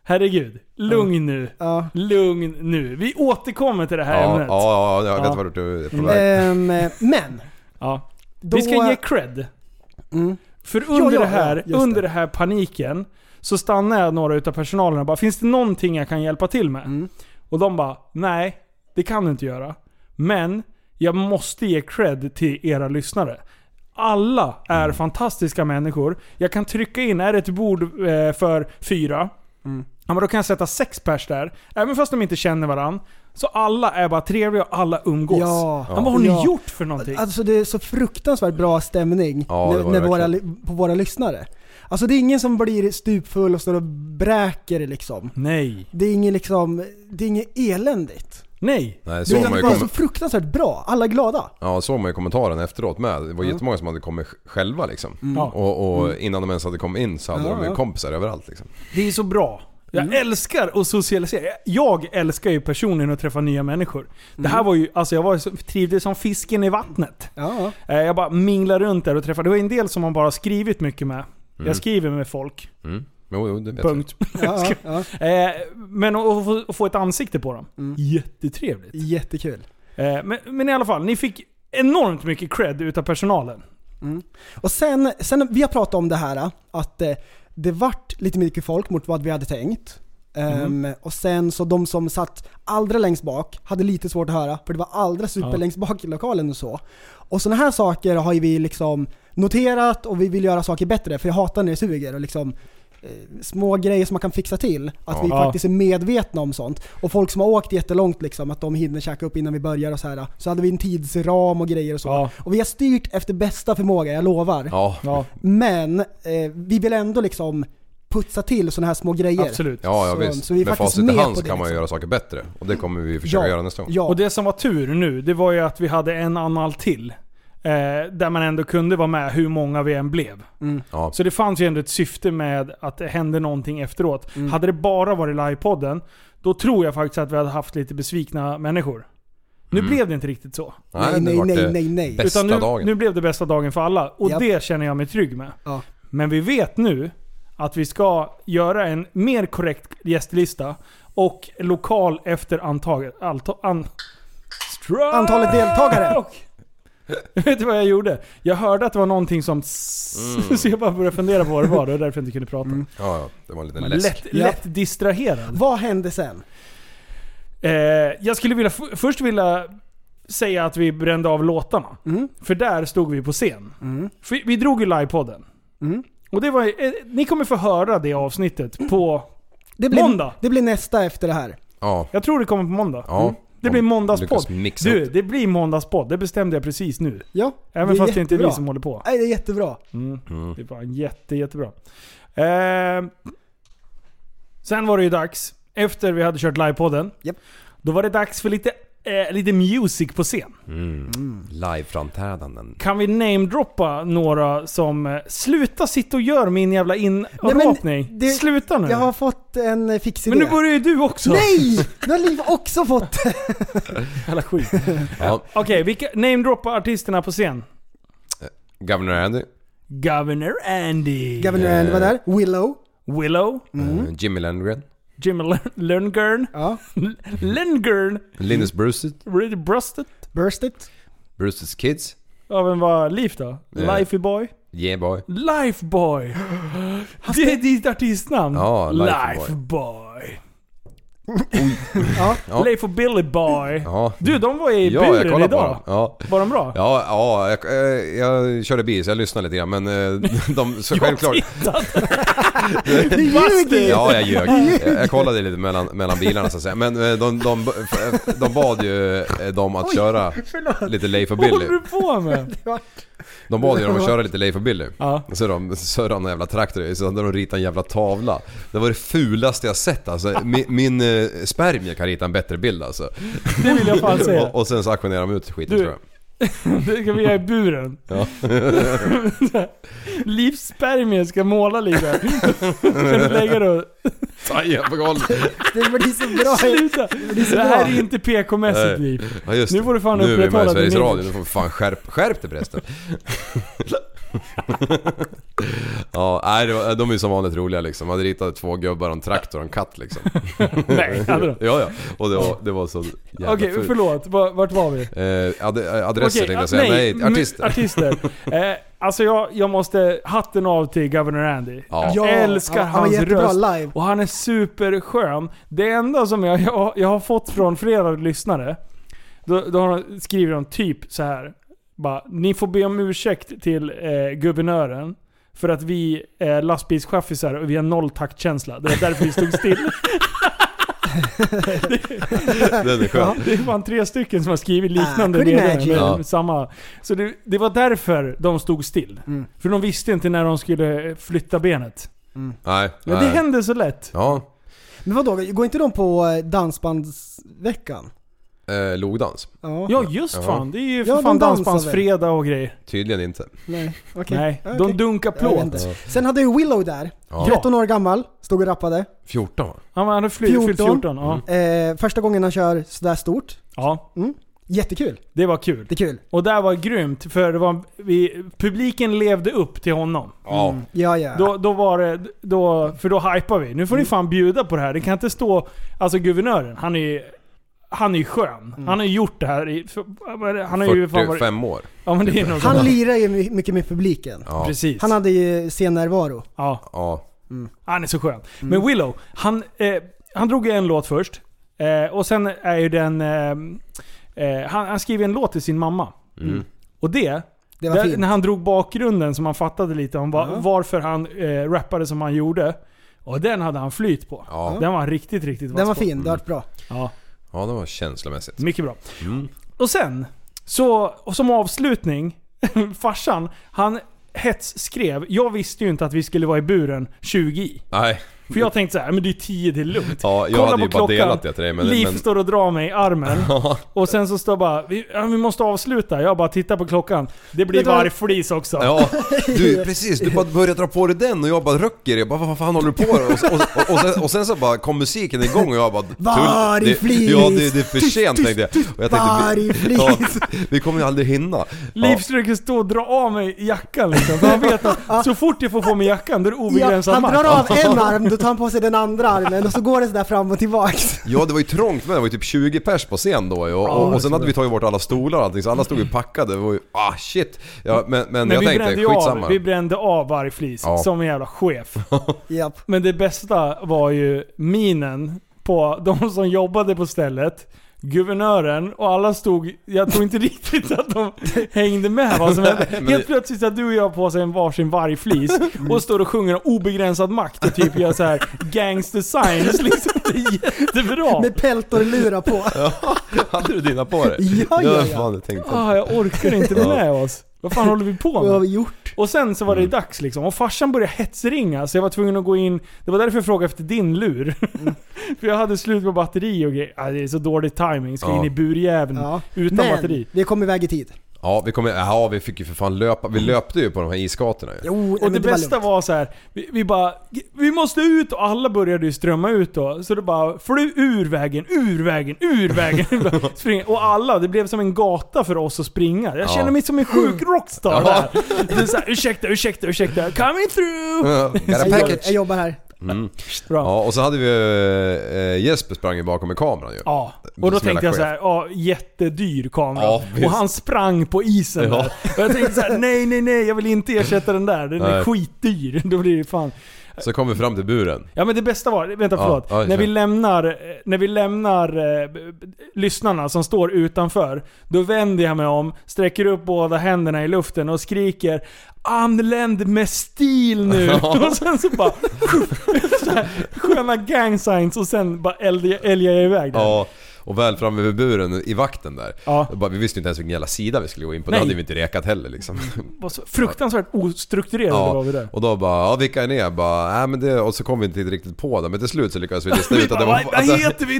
B: Herregud. Lugn nu.
G: Ja.
B: Lugn nu. Vi återkommer till det
H: Ja,
B: här
H: ja,
B: ämnet. Ja.
H: ja, jag vet
B: Ja.
H: vart du är på väg.
G: Ehm, men, då...
B: Vi ska ge cred.
G: Mm.
B: För under,
G: ja,
B: det här,
G: ja, just
B: under
G: det.
B: det här paniken så stannar jag några utav personalen och bara Finns det någonting jag kan hjälpa till med?
G: Mm.
B: Och de bara Nej, det kan du inte göra. Men jag måste ge cred till era lyssnare. Alla är
G: Mm.
B: fantastiska människor. Jag kan trycka in, är det ett bord eh, för fyra?
G: Mm.
B: Ja, men då kan jag sätta sex pers där. Även fast de inte känner varandra. Så alla är bara trevliga och alla umgås.
G: Ja.
B: Men vad har ni
G: Ja.
B: gjort för någonting?
G: Alltså det är så fruktansvärt bra stämning
H: Ja, det
G: när,
H: var
G: när
H: det
G: våra,
H: verkligen.
G: li- på våra lyssnare. Alltså det är ingen som blir stupfull och står och bräker liksom.
B: Nej.
G: Det är inget liksom, det är inget eländigt.
B: Nej.
H: Nej,
G: Det
H: så
G: är
H: har man ju
G: bara
H: kommit...
G: så fruktansvärt bra, alla är glada.
H: Ja, såg man ju kommentaren efteråt med. Det var jättemånga som hade kommit sj- själva liksom.
B: Ja.
H: Och, och innan de ens hade kommit in så hade
G: Mm. Ja,
H: de ju
G: ja.
H: kompisar överallt liksom.
B: Det är så bra. Jag älskar att socialisera. Jag älskar ju personligen att träffa nya människor. Det här var ju, alltså jag var så, trivdes som fisken i vattnet.
G: Ja,
B: Eh, Jag bara minglar runt där och träffar. Det var en del som man bara har skrivit mycket med. Jag skriver med folk.
H: Mm. Jo, jo, det vet
B: Punkt.
G: ja, ja.
B: Eh, Men att- att få- att få ett ansikte på dem. Jättetrevligt.
G: Jättekul.
B: Eh, Men, men i alla fall, ni fick enormt mycket cred utav personalen.
G: Och sen, sen, vi har pratat om det här att eh, det vart lite mycket folk mot vad vi hade tänkt. Ehm,
B: Mm.
G: och sen så de som satt allra längst bak hade lite svårt att höra för det var allra super
B: Ja.
G: längst bak i lokalen och så. Och sådana här saker har ju vi liksom noterat och vi vill göra saker bättre för jag hatar när det suger och liksom eh, små grejer som man kan fixa till. Att vi
B: Ja.
G: faktiskt är medvetna om sånt. Och folk som har åkt jättelångt liksom, att de hinner käka upp innan vi börjar och så här. Så hade vi en tidsram och grejer och så.
B: Ja.
G: Och vi har styrt efter bästa förmåga, jag lovar.
H: Ja. Ja,
B: Ja,
G: Men eh, vi vill ändå liksom putsa till sådana här små grejer.
B: absolut.
H: ja
G: Så-
H: visst.
G: så vi är
H: Med
G: faktiskt
H: facit
G: med
H: i
G: på
H: hand
G: det,
H: så kan man ju
G: liksom.
H: göra saker bättre. Och det kommer vi försöka göra nästa gång.
G: Ja.
B: Och det som var tur nu, det var ju att vi hade en anal till. Eh, där man ändå kunde vara med hur många vi än blev.
G: Mm.
H: Ja.
B: Så det fanns ju ändå ett syfte med att det hände någonting efteråt.
G: Mm.
B: Hade det bara varit livepodden, då tror jag faktiskt att vi hade haft lite besvikna människor. Nu
G: Mm.
B: blev det inte riktigt så.
G: Nej,
H: det
G: nej,
H: vart
G: nej,
H: det
G: nej, nej.
H: Bästa
B: Utan nu,
H: dagen.
B: nu blev det bästa dagen för alla. Och
G: Japp.
B: det känner jag mig trygg med.
G: Ja.
B: Men vi vet nu att vi ska göra en mer korrekt gästlista och lokal efter antaget. Alta, an, Stroke!
G: Antalet deltagare.
B: Vet du vad jag gjorde? Jag hörde att det var någonting som... s- Så jag bara började fundera på vad det var. Det var därför jag inte kunde prata.
H: Ja, ja, det var en liten
B: Mm. Men
H: läsk.
B: Lätt, lätt distraherad.
G: Vad hände sen?
B: Eh, jag skulle vilja, f- först vilja säga att vi brände av låtarna. För där stod vi på scen. För vi Mm. drog ju livepodden. Och det var, ju- eh, ni kommer få höra det avsnittet på
G: Det blir,
B: Måndag.
G: Det blir nästa efter det här.
H: Ja.
B: Jag tror det kommer på måndag. Mm.
H: Ja.
G: Mm.
B: Det blir
H: Om
B: måndagspodd.
H: lyckas mixa
B: Du,
H: upp.
B: det blir måndagspodd. Det bestämde jag precis nu.
G: Ja,
B: Även
G: är
B: fast det inte är vi
G: jättebra.
B: som håller på.
G: Nej, det är jättebra.
B: Mm. Det var jätte, jättebra. Eh, sen var det ju dags, efter vi hade kört livepodden.
G: Japp.
B: Då var det dags för lite, eh, lite music på scen.
H: Mm. Liveframträdanden.
B: Kan vi namedroppa några som... Eh, sluta sitta och gör min jävla inramning.
G: det-
B: Sluta nu.
G: Jag har fått en eh, fix idé.
B: Men nu börjar ju du också.
G: Nej! Nu har Liv också fått
B: Jävla skit.
H: Ja.
B: Okej, vilka namedroppa artisterna på scen.
H: Governor Andy.
B: Governor Andy.
G: Governor Andy var där. Willow.
B: Willow.
G: Mm.
H: eh, Jimmy Landgren.
B: Jimmy Lern- Lerngren.
G: Ja.
B: Lerngren.
H: Linus Bruce's,
B: Really brusted.
G: Burst it.
H: Bruce's Kids.
B: Ja, vem var Leif då?
H: Eh.
B: Lifey boy?
H: Yeah boy.
B: Lifeboy! Det är ditt artistnamn.
H: Ja, Lifeboy.
B: Lifeboy.
G: Ja.
H: Ja.
B: Leif och Billy boy.
H: Ja.
B: Du, de var i
H: Ja, jag
B: buren
H: kollar på
B: idag.
H: dem. Ja.
B: Var de bra?
H: Ja, ja jag, eh, jag körde bil så jag lyssnade lite grann men eh, de, så självklart...
B: Du ljuger!
H: Ja, jag ljög. Jag, jag kollade lite mellan, mellan bilarna så att säga. Men eh, de, de, de bad ju eh, dem att köra lite Leif och
B: Vad
H: Billy.
B: håller du på med?
H: De bad ju dem att köra lite Leif och Billy.
B: Ja.
H: Så de sörjade en jävla traktor i, så hade de ritat en jävla tavla. Det var det fulaste jag sett alltså. Min, min eh, spermie kan rita en bättre bild alltså.
B: Det vill jag fan säga.
H: Och, och sen så auktionerade de ut skiten
B: Du-
H: tror jag.
B: Det ska vi göra i buren.
H: Ja.
B: Livspermien ska måla lite. Ska du lägga det och-
H: Tajen på golvet.
G: Det blir så bra.
B: Sluta! Det här är inte PK-mässigt Liv.
H: Ja, just
B: Nu
H: det.
B: får du fan
H: Nu är vi med
B: upprätthålla
H: i Sveriges
B: din
H: Radio,
B: image.
H: nu får vi fan skärp, skärp dig förresten. ja, nej, det var- de är ju som vanligt roliga liksom. Man hade ritat två gubbar och en traktor och en katt liksom.
B: Nej, hade de.
H: Ja, ja. Och det var, det var så jävla
B: Okej,
H: fult.
B: förlåt. Va- Vart var vi?
H: Eh, ad, adresser
B: Okej,
H: tänkte
B: ah,
H: jag säga. Nej,
B: men-
H: artister.
B: artister. eh, alltså jag, jag måste... Hatten av till Governor Andy.
H: Ja.
B: Jag älskar
G: ja, han var
B: hans
G: jättebra
B: röst.
G: live.
B: Och han är superskön. Det enda som jag, jag, jag har fått från flera lyssnare, då, då har de, skriver de typ så här. Bara, ni får be om ursäkt till eh, guvernören. För att vi är lastbilschaffisar och vi har noll taktkänsla. Det är därför vi stod still.
H: Den är skön.
B: Det är fan tre stycken som har skrivit liknande
G: Ah, could
B: ledare
G: imagine.
B: med
H: Ja.
B: samma. Så det, det var därför de stod still.
G: Mm.
B: För de visste inte när de skulle flytta benet.
H: Nej,
B: Men det
H: nej.
B: hände så lätt.
H: Ja,
G: Men vadå, går inte de på eh, dansbandsveckan?
H: eh, logdans.
G: Ja.
B: Ja just
H: Ja.
B: fan. Det är ju för
G: Ja, de
B: fan
G: dansade.
B: dansbandsfredag och grejer.
H: Tydligen inte.
G: Nej, okej.
B: Nej,
G: Ja, okej.
B: de dunkar
G: Jag vet
B: plåt.
G: inte. Sen hade ju Willow där.
H: Ja.
G: 13 år gammal. Stod och rappade.
H: 14 va?
B: Han hade fly- fyllt
G: 14.
B: 14. Ja.
G: Eh, första gången han kör sådär stort.
B: ja,
G: Jättekul.
B: det var kul.
G: Det är kul.
B: Och där var grymt för det var, vi, publiken levde upp till honom.
H: Ja.
B: Mm.
G: Ja, ja.
B: Då, då var det, då, för då hypar vi. Nu får
G: Mm.
B: ni fan bjuda på det här. Det kan inte stå... Alltså guvernören, han är ju... Han är ju skön.
G: Mm.
B: Han har ju gjort det här i... för- Han har ju fan varit...
H: 45 år.
B: Ja men det är något
G: han
B: sånt.
G: lirar ju my- mycket med publiken.
H: Ja.
B: Precis.
G: Han hade ju scennärvaro.
B: Ja,
H: Ja.
B: han är så skön.
G: Mm.
B: Men Willow, han, eh, han drog ju en låt först. Eh, och sen är ju den... Eh, eh, han, han skrev en låt till sin mamma. Och det...
G: Det var
B: där-
G: fint.
B: när han drog bakgrunden som han fattade lite om va,
G: Ja.
B: varför han eh, rappade som han gjorde. Och den hade han flyt på.
H: Ja.
B: Den var riktigt, riktigt vass
G: Den var
B: på.
G: fin, det vart bra.
B: Ja,
H: ja, det var känslomässigt.
B: mycket bra.
H: Mm.
B: Och sen, så, och som avslutning, farsan, han hetsskrev. Jag visste ju inte att vi skulle vara i buren 20 i.
H: Nej.
B: För jag tänkte så här, men det är 10, det är lugnt.
H: Ja, jag
B: Kolla
H: hade
B: på
H: ju bara delat det till dig men...
B: Liv
H: men
B: står och drar mig i armen. och sen så står bara, vi, ja, vi måste avsluta. Jag bara tittar på klockan. Det blir
G: Vet du vad-
B: vargflis också.
H: Ja, du precis. Du bara började dra på dig den och jag bara röcker. Jag bara vad fan håller du på med? Och, och, och, och, sen, och sen så bara kom musiken igång och jag bara... tull-
G: Vargflis!
H: det- Ja, det, det är för sent tänkte jag. Och jag tänkte, vi,
G: Vargflis!
H: ja, vi kommer ju aldrig hinna.
B: Liv försöker stå och dra av mig jackan liksom. För han vet att så fort jag får på mig jackan, då är det
G: Ja,
B: obegränsad
G: han
B: makt.
G: drar av en arm, då tar han på sig den andra armen och så går det sådär fram och tillbaks.
H: Ja, det var ju trångt med. Det var ju typ 20 pers på scen då ju. och, och, och sen hade vi tagit bort alla stolar och allting så alla stod ju packade. Det var ju... Ah shit! Ja, men, men,
B: Men
H: jag
B: vi
H: tänkte
B: brände, ju
H: skitsamma.
B: av, vi brände av vargflis
H: Ja.
B: som en jävla chef.
G: Japp.
B: Men det bästa var ju minen på de som jobbade på stället. guvernören och alla stod, jag tror inte riktigt att de hängde med vad som hände.
H: men
B: Helt
H: det-
B: plötsligt så har du och jag på sig en varsin vargflis och står och sjunger om obegränsad makt och typ gör så här gangster signs liksom. Det är jättebra.
G: Med peltorlura på.
H: Hade du dina på dig?
G: Ja, ja,
H: Det var
G: ja.
H: fan jag tänkte.
B: Ah, jag orkar inte
H: Ja.
B: med oss. Vad fan håller vi på
G: Vad har
B: med?
G: vi gjort?
B: Och sen så var det dags liksom. Och farsan började hetsringa så jag var tvungen att gå in. Det var därför jag frågade efter din lur. För jag hade slut på batteri och grejer. Ah, det är så dålig timing. Ska
H: Ja.
B: in i burjäveln
G: Ja.
B: Mm. utan
G: Men
B: batteri.
G: det kom iväg i tid.
H: Ja, vi kommer, ja, vi fick ju för fan löpa. Vi löpte ju på de här isgatorna ju.
G: Jo, nej,
B: Och
G: men
B: det,
G: var
B: bästa
G: lugnt.
B: var, så här, vi, vi bara Vi måste ut och alla började ju strömma ut då. Så det bara flög ur vägen, ur vägen, ur vägen. Vi bara springer. och alla, det blev som en gata för oss att springa. Jag
H: Ja.
B: känner mig som en sjuk rockstar
H: Ja.
B: där. Det är så här, ursäkta, ursäkta, ursäkta. Coming through!
H: Ja, Got a
G: jag, jobbar, jag
H: package. Mm.
G: jobbar här.
B: Bra.
H: Ja, och så hade vi eh, eh, Jesper sprang ju bakom med kameran ju.
B: Ja, och då
H: Som hela
B: tänkte jag
H: chef.
B: så här, ja, jättedyr kamera.
H: Ja, visst.
B: och han sprang på isen
H: Ja.
B: där. Och jag tänkte så här, nej, nej, nej, jag vill inte ersätta den där. Den är
H: Nej.
B: skitdyr. Då blir det fan...
H: Så kom vi fram till buren.
B: Ja men det bästa var, vänta
H: Ja,
B: förlåt.
H: ja,
B: när, vi
H: kör.
B: lämnar, eh, när vi lämnar eh, b- b- lyssnarna som står utanför, då vänder jag mig om, sträcker upp båda händerna i luften och skriker Anländ med stil nu!
H: Ja.
B: Och sen så bara... så här, sköna gang signs och sen bara älgar älgar jag iväg där.
H: Ja, och väl framme vid buren i vakten där.
B: Ja.
H: Bara, Vi visste ju inte ens vilken jävla sida vi skulle gå in på.
B: Nej.
H: Då hade vi inte rekat heller liksom.
B: Var så fruktansvärt ostrukturerade var vi där.
H: och då bara, ja vilka är ni? Jag bara, nej men det, och så kom vi inte riktigt på det. Men till slut så lyckades vi lista
B: Vi
H: ut att det
B: bara,
H: var... alltså-
B: vad, vad heter vi?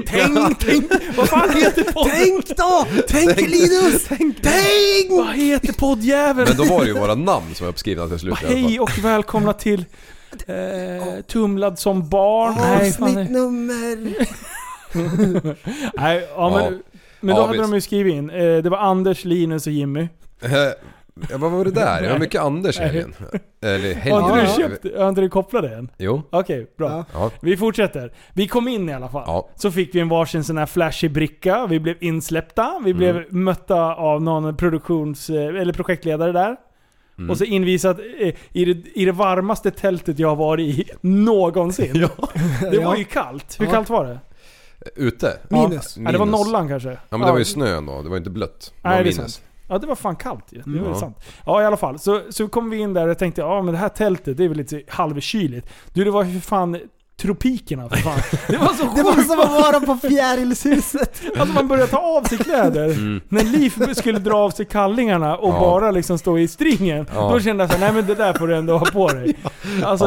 B: Tänk, tänk! Vad fan heter podden?
G: Tänk då! Tänk Linus! Tänk!
B: Vad heter poddjäveln?
H: men då var det ju våra namn som var uppskrivna till slut i alla fall.
B: Hej och välkomna till eh, Tumlad som barn. Nej, fan, nej.
G: Avsnittnummer...
B: nej ja, men,
H: Ja.
B: men då
H: Ja,
B: hade
H: visst.
B: de ju skrivit in. Eh, det var Anders, Linus och Jimmy.
H: Eh, Ja, vad var det där? Det var mycket Anders i
B: Nej.
H: helgen. Eller helgen. Ja,
B: Har inte du köpt, har inte du kopplat det än?
H: Jo.
B: Okej, bra.
G: Ja.
H: Ja.
B: Vi fortsätter. Vi kom in i alla fall.
H: Ja.
B: Så fick vi en varsin sån här flashig bricka. Vi blev insläppta.
H: Mm.
B: Vi blev mötta av någon produktions... eh, eller projektledare där.
H: Mm.
B: Och så invisat eh, i det, i det varmaste tältet jag har varit i någonsin. Det var ju kallt. Hur
G: Ja.
B: kallt var det?
H: Ute?
B: Ja.
G: Minus.
B: Ja, det var
H: Minus.
B: nollan kanske.
H: Ja men det var ju snö ändå, det var inte blött. Det
B: Nej,
H: var
B: det är
H: minus.
B: Ja, det var fan kallt ju. Det var ju
H: Ja.
B: sant. Ja, i alla fall. Så, så kom vi in där och tänkte, ja men det här tältet, det är väl lite halvkyligt. Du, det var ju för fan tropikerna för fan. Det var så
G: Det var
B: sjukt.
G: som att vara på Fjärilshuset.
B: Alltså man började ta av sig kläder. När Liv skulle dra av sig kallingarna och
H: Mm. Ja.
B: bara liksom stå i stringen.
H: Ja.
B: Då kände jag såhär, nej men det där får du ändå ha på dig. Alltså,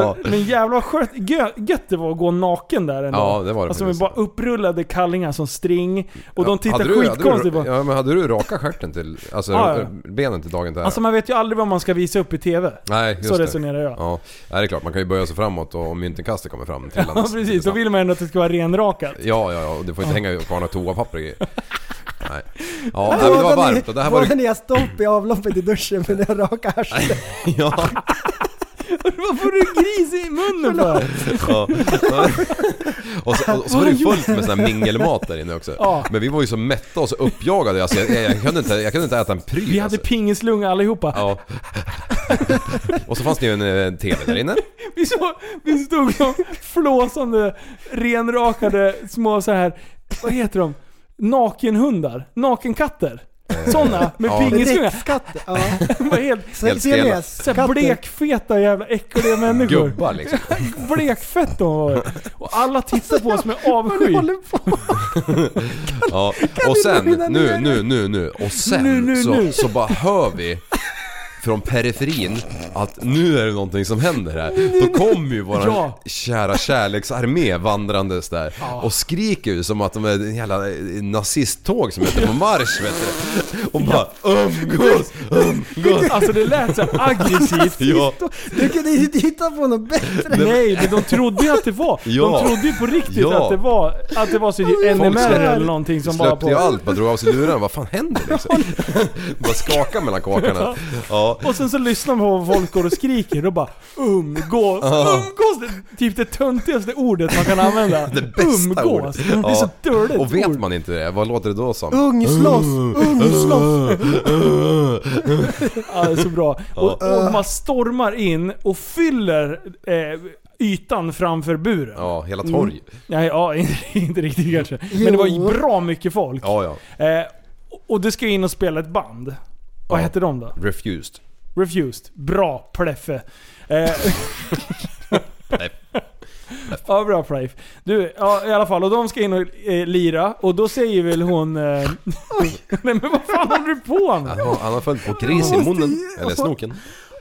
H: Ja.
B: men jävla vad skött, gö, gött det var att gå naken där ändå.
H: Ja, det var det
B: Alltså med
H: faktiskt.
B: bara upprullade kallingar som string. Och de tittade
H: Hade du- hade du-
B: skitkonstigt på
H: Ja men hade du raka stjärten till, alltså
B: Ja, ja.
H: benen till dagen där?
B: Alltså man vet ju aldrig vad man ska visa upp i TV.
H: Nej, just
B: Så
H: det.
B: resonerar jag. Ja,
H: Ja, Nej, det är klart man kan ju böja sig framåt och om myntinkastet kommer fram till
B: precis. Då vill man ändå att det ska vara renrakat.
H: Ja, ja, ja, och du får inte hänga kvar några toapapper i. Nej. Ja, nej,
G: Alltså,
H: men det var
G: ni-
H: varmt och det här var
G: var
H: det...
G: när jag stopp i avloppet i duschen med den raka arslet.
H: Ja,
B: Vad får du gris i munnen för?
H: ja. Och så, och så var det ju fullt med sån här mingelmat där inne också.
B: Ja.
H: Men vi var ju så mätta och så uppjagade. Alltså, jag, jag, kunde inte, jag kunde inte äta en pryl.
B: Vi hade
H: alltså.
B: pingislunga allihopa.
H: Ja. Och så fanns det ju en, eh, TV där inne.
B: Vi, så, vi stod som flåsande, renrakade små så här. vad heter de? Nakenhundar? Nakenkatter? Såna med
H: ja.
B: pingislunga.
G: Rättskatt. Ja.
B: Vad helt...
G: Sen
H: Helt
G: ser ni
H: stela.
G: oss?
B: Så här
G: Katten.
B: blekfeta jävla äckliga människor.
H: Gubbar liksom.
B: Blekfett de var. Och alla tittade på oss med avsky.
H: Ja. Och
G: ni
H: sen,
G: lugna ner
H: nu,
G: er?
H: nu, nu, nu. Och sen
B: Nu, nu,
H: så,
B: nu.
H: så bara hör vi från periferin att nu är det någonting som händer här. Då kommer ju våran
B: Ja.
H: kära kärleksarmé vandrandes där och skriker ju som att de är en jävla eh, nazisttåg som är ute på marsch vet du. Och bara umgås, umgås.
B: Alltså det lät så här aggressivt.
H: Ja,
G: Du kunde ju inte hitta på något bättre.
B: Nej, men de trodde ju att det var.
H: Ja.
B: De trodde ju på riktigt
H: Ja.
B: att det var, att det var så NMR
H: släppte-
B: eller någonting som var
H: släppte ju
B: på.
H: allt, bara drog av sig lurarna. Vad fan händer liksom? bara skaka mellan kakarna. Ja.
B: Och sen så lyssnar man på vad folk går och skriker och bara umgås, umgås! Det är typ det töntigaste ordet man kan använda.
H: Det bästa
B: umgås.
H: ordet.
B: Det är så dåligt
H: Och vet
B: ord.
H: man inte det, vad låter det då som?
G: Ungslåss, ungslåss.
B: Ja, det är så bra. Och, och man stormar in och fyller eh, ytan framför buren.
H: Ja, hela
B: Mm.
H: torg.
B: Nej, ja, inte, inte riktigt kanske. Men det var ju bra mycket folk.
H: Ja, ja.
B: Eh, och du ska ju in och spela ett band. Vad
H: Ja.
B: hette de då?
H: Refused.
B: Refused. Bra pleffe. Eh, ja, bra pleff. Du, ja, i alla fall. Och de ska in och eh, lira. Och då säger väl hon... Eh, nej men vad fan håller du på med?
H: Han har, han har följt på gris i munnen. Eller snoken.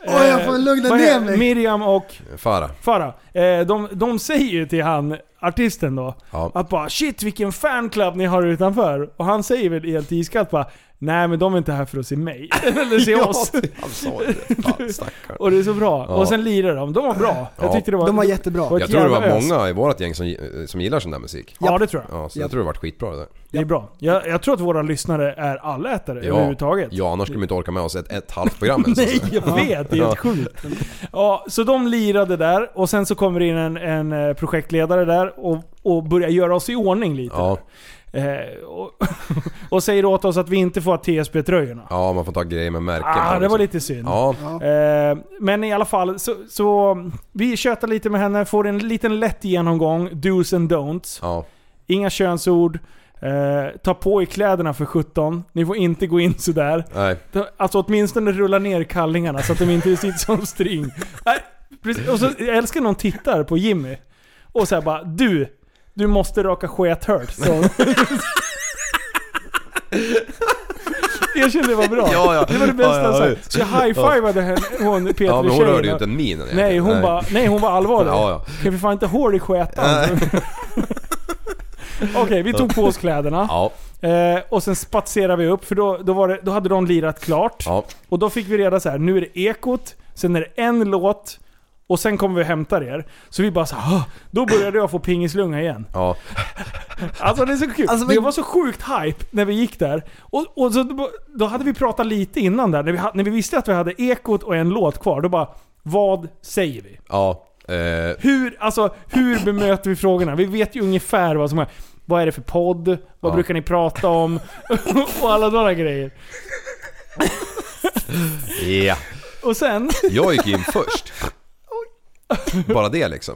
B: Oj,
G: jag får lugna
B: Eh, Vad
G: ner
B: heter-
G: mig.
B: Miriam och
H: Fara.
B: Farah. Eh, de, de säger ju till han, artisten då,
H: Ja.
B: att bara 'Shit vilken fanclub ni har utanför' Och han säger väl helt iskallt bara 'Nej men de är inte här för att se mig, eller se oss'
H: typ. Han sa ju det. Fan, stackarn.
B: Och det är så bra.
H: Ja.
B: Och sen lirar de. De var bra. Jag
H: Ja.
B: tyckte det var...
G: De var jättebra.
B: Vad-
H: Jag tror det var
B: jävla ös.
H: många i vårt gäng som, eh, som gillar sån där musik.
B: Ja det tror jag.
H: Ja, så jag tror det vart skitbra det där.
B: Det är bra. Jag, jag tror att våra lyssnare är allätare
H: Ja,
B: överhuvudtaget.
H: ja annars skulle de inte orka med oss ett, ett halvt program ens.
B: Nej jag vet, det är
H: Alltså. Ja.
B: helt sjukt. Ja, så de lirade där och sen så kommer det in en, en eh, projektledare där och, och börjar göra oss i ordning lite.
H: Ja,
B: Eh, och, och säger åt oss att vi inte får ha TSB-tröjorna.
H: ja, man får ta grejer med märken.
B: ah,
H: på,
B: det
H: liksom.
B: var lite synd.
H: Ja,
B: Eh, men i alla fall, så, så vi tjötar lite med henne, får en liten lätt genomgång, do's and don'ts.
H: ja.
B: Inga könsord. Eh, ta på er kläderna för 17. Ni får inte gå in sådär.
H: Nej.
B: Ta- Alltså åtminstone rulla ner kallingarna så att de inte sitter som string. Nej, precis. Och så, jag älskar när någon tittar på Jimmy och säger bara du, du måste raka skethört. Så. Jag kände det var bra.
H: Ja, ja.
B: Det var det bästa
H: Ja, ja,
B: han sagt.
H: visst.
B: Så jag high-fivade henne, hon Petri
H: Ja, men hon
B: tjejen.
H: rörde ju inte minen
B: Nej hon, Bara, nej, hon var allvarlig.
H: Ja, ja.
B: Kan vi fan inte ha hår i sketan? Okej, vi tog på oss kläderna.
H: Ja,
B: Eh, och sen spatserade vi upp, för då, då, var det, då hade de lirat klart.
H: ja.
B: Och då fick vi reda så här, nu är det ekot, sen är det en låt, och sen kommer vi och hämtar er. Så vi bara så här, "Ah." då började jag få pingislunga igen.
H: ja.
B: Alltså det är så kul.
G: Alltså, men-
B: Det var så sjukt hype när vi gick där. Och, och så, då hade vi pratat lite innan där, när vi, ha- när vi visste att vi hade ekot och en låt kvar. Då bara, vad säger vi?
H: ja. Eh,
B: Hur, alltså, hur bemöter vi frågorna? Vi vet ju ungefär vad som är. Vad är det för podd? Vad
H: Ja.
B: brukar ni prata om? och alla sådana grejer.
H: ja.
B: Och sen...
H: Jag gick in först. Bara det liksom.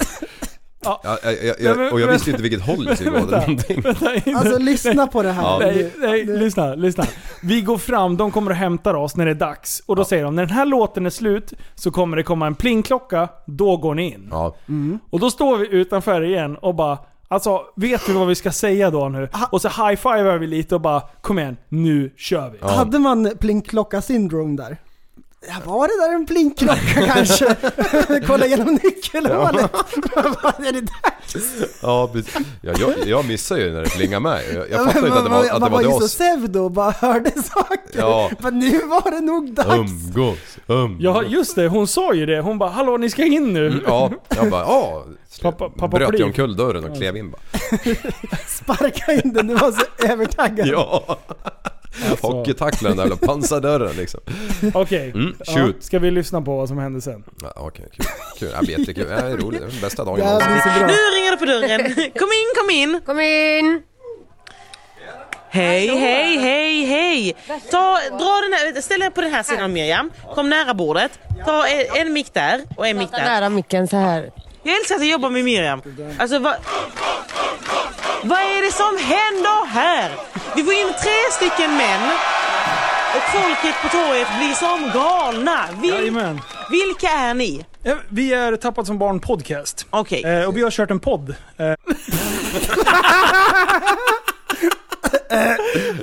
B: Ja.
H: Ja, jag, jag,
B: Nej, men-
H: jag, och jag visste ju inte vilket håll det skulle gå. eller
B: Vänta,
H: någonting.
B: vänta, inte-
G: Alltså lyssna på det här.
H: Ja.
B: Nej, nej, lyssna, lyssna. Vi går fram, de kommer och hämtar oss när det är dags. Och då säger de, när den här låten är slut så kommer det komma en plingklocka, då går ni in.
H: Ja,
B: Och då står vi utanför igen och bara Alltså, vet vi vad vi ska säga då nu? Och så high-fivar vi lite och bara Kom igen, nu kör vi.
G: Hade man plinkklocka syndrom där? Ja, var det där en plinkklocka kanske? Kolla genom nyckelhålet. Vad är det där?
H: ja precis. Ja, jag, jag missade ju när det plingade med. Jag, jag
G: Ja,
H: fattade
G: men
H: ju inte att det
G: man-
H: var, att det
G: man
H: var
G: var
H: till
G: ju så
H: oss.
G: pseudo och bara hörde saker.
H: Ja.
G: Men nu var det nog dags.
H: Umgås, um- umgås.
B: Ja just det, hon sa ju det. Hon bara 'Hallå ni ska in nu'
H: Ja, jag bara ja.
B: Pappa- pappa
H: bröt
B: Pli.
H: jag omkull dörren och klev in bara.
G: Sparka in den, du var så övertaggad.
H: Ja. Hockeytackla den där jävla pansardörren liksom.
B: Okej,
H: Mm,
B: ja,
H: shoot.
B: ska vi lyssna på vad som hände sen?
H: Ja, Okej, kul. kul. Det här blir jättekul. Det här är roligt. Det är den bästa dagen
G: Det här
H: någonsin.
G: blir så bra.
I: Nu ringer det på dörren. Kom in, kom in.
J: Kom in!
I: Hej, hej, hej, hej. Ta, dra den här, ställ dig på den här sidan Miriam. Kom nära bordet. Ta en, en mick där och en mick
J: Prata
I: där.
J: nära micken så här.
I: Jag älskar att jag jobbar med Miriam. Alltså vad... Vad är det som händer här? Vi får in tre stycken män. Och folket på torget blir som galna. Vil,
B: Jajamän.
I: vilka är ni?
B: Eh, Vi är Tappat som barn podcast.
I: Okej.
B: Eh, och vi har kört en podd. Eh.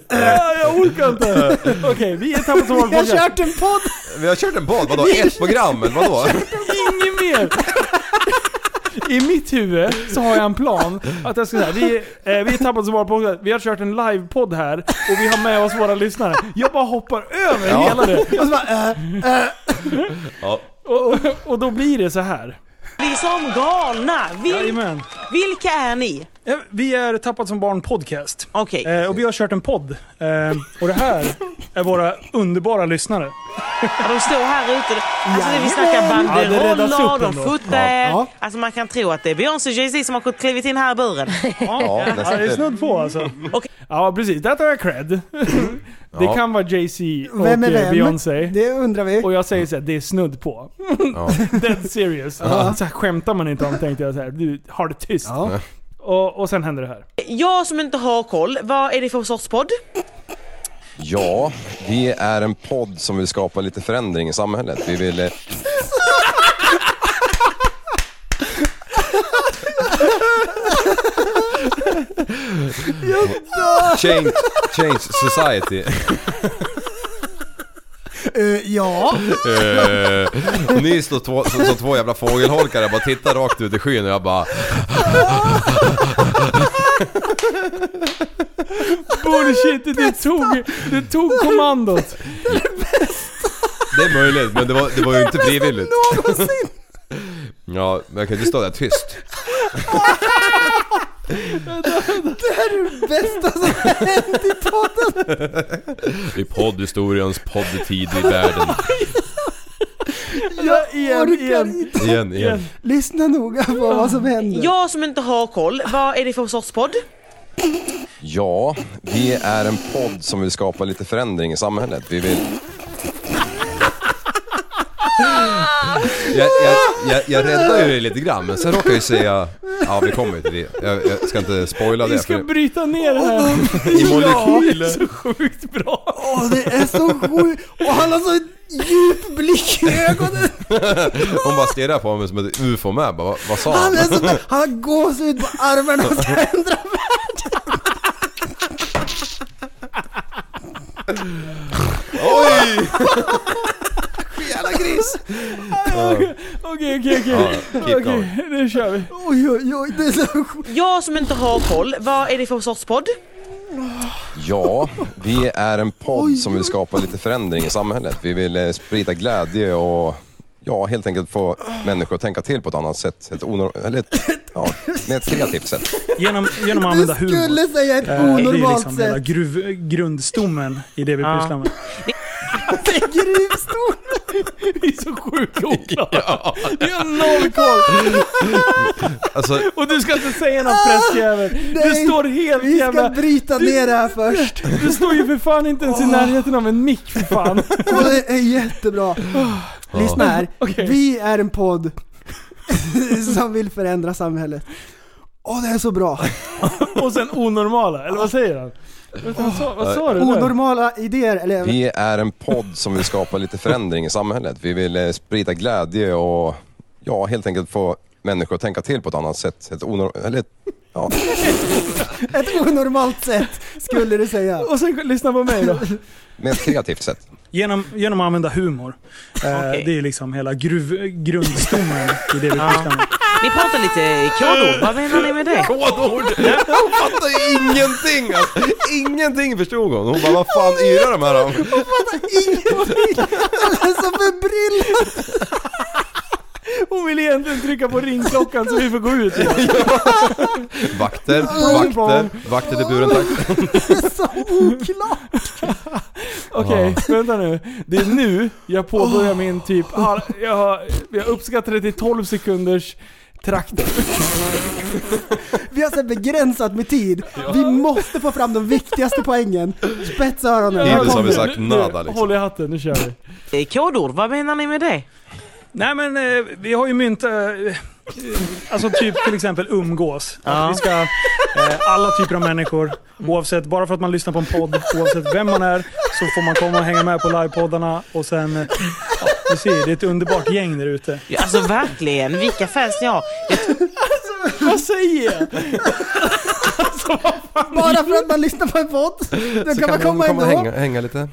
B: Ja, Ah, jag orkar inte. Okej, vi är Tappat som barn
G: Jag har
B: podcast.
G: kört en podd!
H: Vi har kört en bad, vadå? Ett program eller vadå?
B: Inget mer! I mitt huvud så har jag en plan att jag ska säga, vi, eh, vi är tappat som på vi har kört en livepodd här och vi har med oss våra lyssnare. Jag bara hoppar över hela det.
G: Och så bara, äh,
H: Ja.
B: Och, och, och då blir det så här.
I: Blir som galna. Vil,
B: Jajamän.
I: vilka är ni?
B: Eh, Vi är Tappat som barn podcast.
I: Okej.
B: Eh, och vi har kört en podd. Eh, och det här är våra underbara lyssnare.
I: Ja, de står här ute. Alltså det vi snackar
B: Jajamän. Ja, det räddas
I: banderoller,
B: upp
I: de
B: ändå.
I: fotar er.
G: Ja.
I: Alltså man kan tro att det är Beyoncé och Jay-Z som har klivit in här i buren.
H: Ja,
B: Ja, det är
H: nästan.
B: snudd på alltså.
I: Okej.
B: Ja, precis. Där tar jag cred. Det
H: Ja.
B: kan vara Jay-Z och
G: Vem är
B: eh,
G: vem?
B: Beyoncé.
G: Det undrar vi.
B: Och jag säger såhär, det är snudd på.
H: Ja.
B: Dead serious. Så här skämtar man inte om tänkte jag såhär, du har det tyst.
G: Ja.
B: Och, och sen händer det här.
I: Jag som inte har koll, vad är det för sorts podd?
H: Ja, vi är en podd som vill skapa lite förändring i samhället. Vi vill... eh, Change, change society.
G: Eh, ja.
H: Eh, och ni står två, som, som två jävla fågelholkar och bara tittar rakt ut i skyn och jag bara...
B: Bullshit, det tog, det tog kommandot.
H: Det är möjligt, men det var, det var ju inte frivilligt.
G: Någonsin.
H: Ja, men jag kan ju inte stå där tyst.
G: Det här är det bästa som har hänt i podden.
H: I poddhistoriens poddtid i världen.
B: Ja, igen,
G: Orkar
B: igen.
G: inte.
H: Igen, igen.
G: Lyssna noga på vad som händer.
I: Jag som inte har koll, vad är det för sorts podd?
H: Ja, vi är en podd som vill skapa lite förändring i samhället. Vi vill... Jag, jag, jag, jag räddar ju det lite grann, men sen råkar jag ju säga... Ja, vi kommer ju till det. Jag, jag ska inte spoila
B: Vi
H: det.
B: ska
H: För
B: bryta ner det här.
H: I molekyler.
B: så sjukt bra.
G: Åh, det är så sjukt. Och han har så djup blick i ögonen.
H: Hon bara stirrar på mig som ett ufo med. Bara, vad, vad sa
G: Han
H: han?
G: är så, han har gåshud på armarna och ska ändra världen.
H: Oj!
G: Jävla gris.
B: Okej, okej,
H: Ja,
B: okej.
H: keep going.
B: Okej, nu kör vi.
G: Oj, oj, oj. Det är så sjukt.
I: Jag som inte har koll, vad är det för sorts podd?
H: Ja, vi är en podd som vill skapa lite förändring i samhället. Vi vill eh, sprida glädje och ja, helt enkelt få människor att tänka till på ett annat sätt. Ett onor- eller ett, ja, med ett kreativt sätt.
B: Genom, genom att
G: Du
B: använda humor.
G: skulle säga ett
B: Eh, Det är ju
G: onormalt
B: liksom hela
G: sätt.
B: gruv, grundstommen i det vi
I: Ja.
B: pysslar med.
G: Gruvstor.
B: Vi är så sjukt oklara. Vi har noll koll.
H: Alltså,
B: Och du ska inte säga något prästjävel. Du
G: nej.
B: står helt
G: Vi ska
B: jävla...
G: bryta ner det här först.
B: Du står ju för fan inte ens i närheten av en mick för fan.
G: Och det är jättebra. Lyssna här.
B: Okej.
G: Vi är en podd som vill förändra samhället. Åh, det är så bra.
B: Och sen onormala, eller vad säger han? Vad sa- Vad sa du? där?
G: Onormala idéer, eller
H: vi är en podd som vill skapa lite förändring i samhället. Vi vill eh, sprida glädje och ja, helt enkelt få människor att tänka till på ett annat sätt. Ett onor- eller ett, ja.
G: ett onormalt sätt skulle du säga.
B: Och sen lyssna på mig då.
H: med ett kreativt sätt.
B: Genom, genom att använda humor. Eh,
I: Okej.
B: Det är liksom hela gruv, grundstommen i det vi pysslar med.
I: Ni pratar lite kodord, vad menar ni med det?
H: Kodord! Hon fattar ju ingenting! Alltså. Ingenting förstod hon. Hon bara, vad fan yrar de här om?
G: Eller så förbryllad.
B: Hon vill egentligen trycka på ringklockan så vi får gå ut. igen.
H: Vakter, vakter, vakter till buren tack.
G: Så oklart.
B: Okej, vänta nu. Det är nu jag påbörjar min typ... har- Jag, har- jag uppskattar det till 12 sekunders traktor.
G: Vi har så här begränsat med tid. Vi måste få fram de viktigaste poängen. Spetsa öronen. Här
H: Hittills har vi
G: kommer.
H: sagt
B: Nu-
H: nada
B: nu-
H: liksom.
B: Håll i hatten, nu kör vi.
I: Eh, Kodord, vad menar ni med det?
B: Nej men eh, vi har ju myntat, eh, eh, alltså typ till exempel umgås.
I: Ja.
B: Att vi ska, eh, alla typer av människor, oavsett, bara för att man lyssnar på en podd, oavsett vem man är, så får man komma och hänga med på livepoddarna och sen, eh, ja, du ser, det är ett underbart gäng där ute.
I: Ja, Alltså verkligen, vilka fans ni har.
B: Vad säger jag?
G: Bara för att man lyssnar på en podd. Då kan man komma ändå.
H: hänga, hänga lite.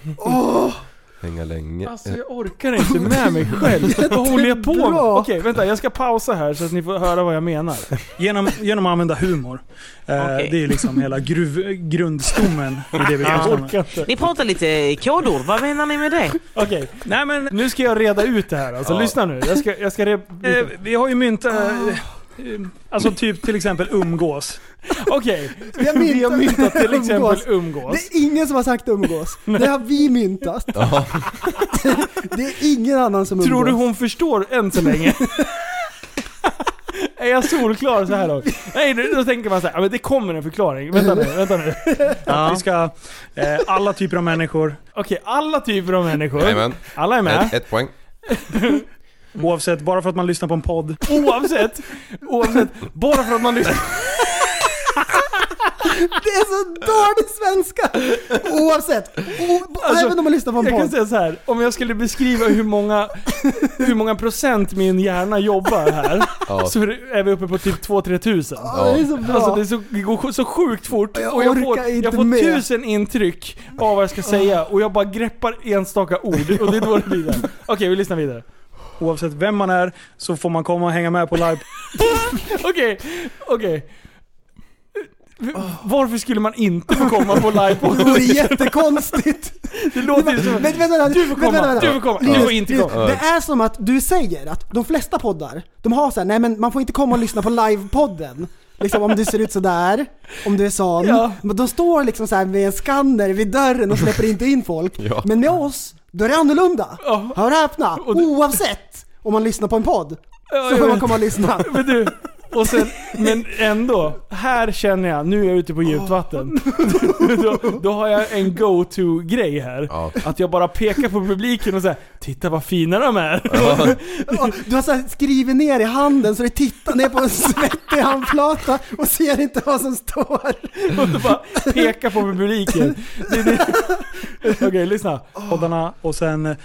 H: Hänga länge.
B: Alltså jag orkar inte med mig själv. Vad håller jag på med?
G: Jättebra.
B: Okej, vänta. Jag ska pausa här så att ni får höra vad jag menar. Genom, genom att använda humor. Eh,
I: Okej.
B: Det är liksom hela gruv, grundstommen i det vi pysslar med.
I: Ni pratar lite kodord, vad menar ni med det?
B: Okej, nej men nu ska jag reda ut det här alltså. Lyssna nu. Jag ska, jag ska re- eh, Vi har ju myntat, eh, eh, Alltså typ till exempel umgås. Okej, vi har
G: myntat
B: myntat till exempel
G: umgås.
B: umgås.
G: Det är ingen som har sagt umgås. Det har vi myntat. det är ingen annan som umgås.
B: Tror du hon förstår än så länge? Är jag solklar så här då? Nej, nu- då tänker man så här, "Ja, men det kommer en förklaring. Vänta nu, vänta nu.
I: Ja.
B: Vi ska, eh, alla typer av människor. Okej, alla typer av människor.
H: Jajamän.
B: Alla är med.
H: Ett, ett poäng.
B: Oavsett, bara för att man lyssnar på en podd. Oavsett, oavsett, bara för att man lyssnar.
G: Det är så dålig svenska! Oavsett. O,
B: Alltså,
G: även om man lyssnar på en
B: Jag kan
G: podd.
B: säga så här, om jag skulle beskriva hur många, hur många procent min hjärna jobbar här,
H: Ja.
B: så är det- är vi uppe på typ 2-3 tusen.
G: Ja, det är så bra.
B: Alltså det, är så, det går så sjukt fort
G: Jag
B: och jag får,
G: orkar inte
B: jag får
G: med.
B: tusen intryck av vad jag ska säga och jag bara greppar enstaka ord och det är då det blir det. Okej, vi lyssnar vidare. Oavsett vem man är så får man komma och hänga med på live. Okej, okej. Eh, Varför skulle man inte få komma på live?
G: Det vore jättekonstigt.
B: Det låter ju som...
G: Vänta, vänta,
B: Du får komma, du får komma, du får inte komma.
G: Det är som att du säger att de flesta poddar, de har så här, nej men man får inte komma och lyssna på livepodden. Liksom om du ser ut sådär, om du är sån.
B: Ja.
G: Men de står liksom så här med en skanner vid dörren och släpper inte in folk.
H: Ja.
G: Men med oss, då är det annorlunda.
B: Ja.
G: Hör och häpna,
B: det-
G: oavsett om man lyssnar på en podd.
B: Ja,
G: Så
B: jag
G: får man
B: vet.
G: komma och lyssna.
B: Men du, och sen, men ändå. Här känner jag, nu är jag ute på djupt vatten. Då, då har jag en go-to-grej här.
H: Ja.
B: Att jag bara pekar på publiken och säger Titta vad fina de är.
G: Ja, Du har så här skrivit ner i handen så du tittar ner på en svettig handflata och ser inte vad som står.
B: Och så bara pekar på publiken. Det, är det. Okej, lyssna. Poddarna och sen...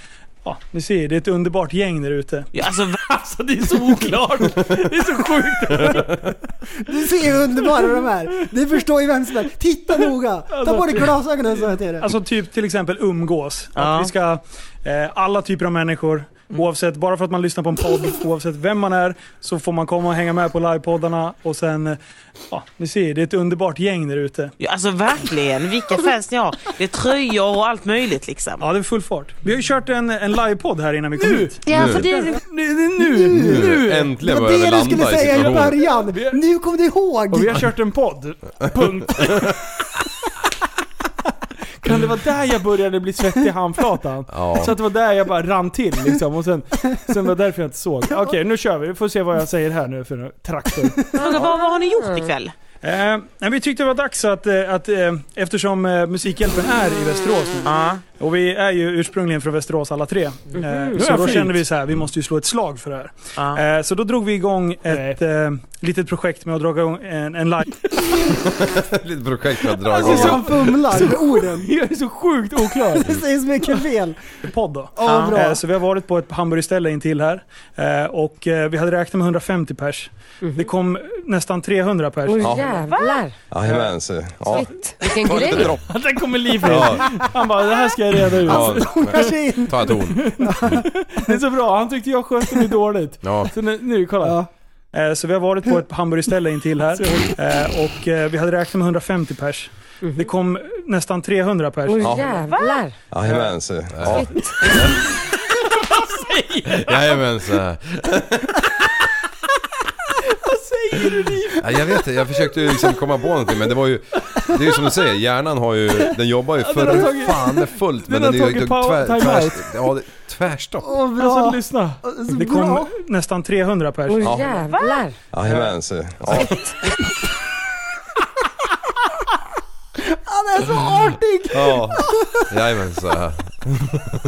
B: Ja, ni ser, det är ett underbart gäng där ute.
I: Ja, Alltså,
B: Alltså det är så oklart. Det är så sjukt.
G: Du ser hur underbara de är. Du förstår ju vem som helst. Titta noga. Ta på dig glasögonen så jag till det.
B: Alltså typ till exempel umgås.
I: Ja.
B: Att vi ska, eh, alla typer av människor, oavsett, bara för att man lyssnar på en podd, oavsett vem man är, så får man komma och hänga med på livepoddarna och sen, eh, ja, ni ser, det är ett underbart gäng där ute.
I: ja, alltså verkligen, vilka fans ni har. Det är tröjor och allt möjligt liksom.
B: Ja, det är full fart. Vi har ju kört en, en livepodd här innan vi kom hit.
F: Ja, för det,
B: Nu! nu,
G: Det
H: Äntligen
G: var
H: börjar vi
G: det du skulle
H: landa i
G: säga i
H: situationen.
G: början. Nu kom du ihåg.
B: Och vi har kört en podd. Punkt. Kan det vara där jag började bli svettig i handflatan?
H: Ja.
B: Så att det var där jag bara rann till liksom. Och sen, sen var det därför jag inte såg. Okej, nu kör vi. Vi får se vad jag säger här nu för en traktor.
I: Fråga, vad, vad har ni gjort ikväll?
B: Eh, nej, vi tyckte det var dags att, eh, att eh, eftersom eh, Musikhjälpen är i Västerås nu,
I: Ja.
B: och vi är ju ursprungligen från Västerås alla tre. Eh, så då
I: Ja, fint.
B: kände vi så här, vi måste ju slå ett slag för det här.
I: Ja.
B: Eh, Så då drog vi igång ett eh, litet projekt med att dra igång en, en live.
H: Lite projekt för att dra
G: Det är
H: igång.
G: Alltså, så han fumlar med orden.
B: Jag är så sjukt oklar.
G: Det säger så mycket fel.
B: Podd då.
G: Ja, bra.
B: Eh, Så vi har varit på ett hamburgerställe intill här eh, och eh, vi hade räknat med 150 pers. Det kom nästan 300 pers.
J: Åh jävlar!
H: Jajamän, så. Ja.
J: Shit, vilken
H: Ta lite
J: grej!
H: dropp.
B: Där kommer liv in.
H: Ja,
B: Han bara det här ska jag reda ut.
H: ja.
G: Kanske inte.
H: Ta en ton.
B: Det är så bra. Han tyckte jag skötte mig dåligt.
H: Ja.
B: Så nu, nu kolla.
G: Ja.
B: Eh, Så vi har varit på ett hamburgerställe intill här eh, och eh, vi hade räknat med 150 pers. Det kom nästan 300 pers.
J: Åh
H: Ja.
J: jävlar!
H: Jajamän, så. Ja. Jajamän, så. Vad säger du ja, Jag vet inte, jag försökte ju liksom komma på någonting men det var ju... Det är ju som du säger, hjärnan har ju... Den jobbar ju
B: den har
H: för
B: tagit-
H: fan är fullt men
B: den
H: den,
B: har
H: är ju...
B: tagit pau- time-out.
H: ja, det, tvärstopp.
G: Åh
B: Alltså
G: bra.
B: lyssna.
G: Så
B: Det kom
G: bra.
B: nästan 300 pers.
J: Åh jävlar!
H: Jajamän, så. Ja.
G: Han är så artig.
H: Ja. Jajamän, så.
B: Jag orkar inte.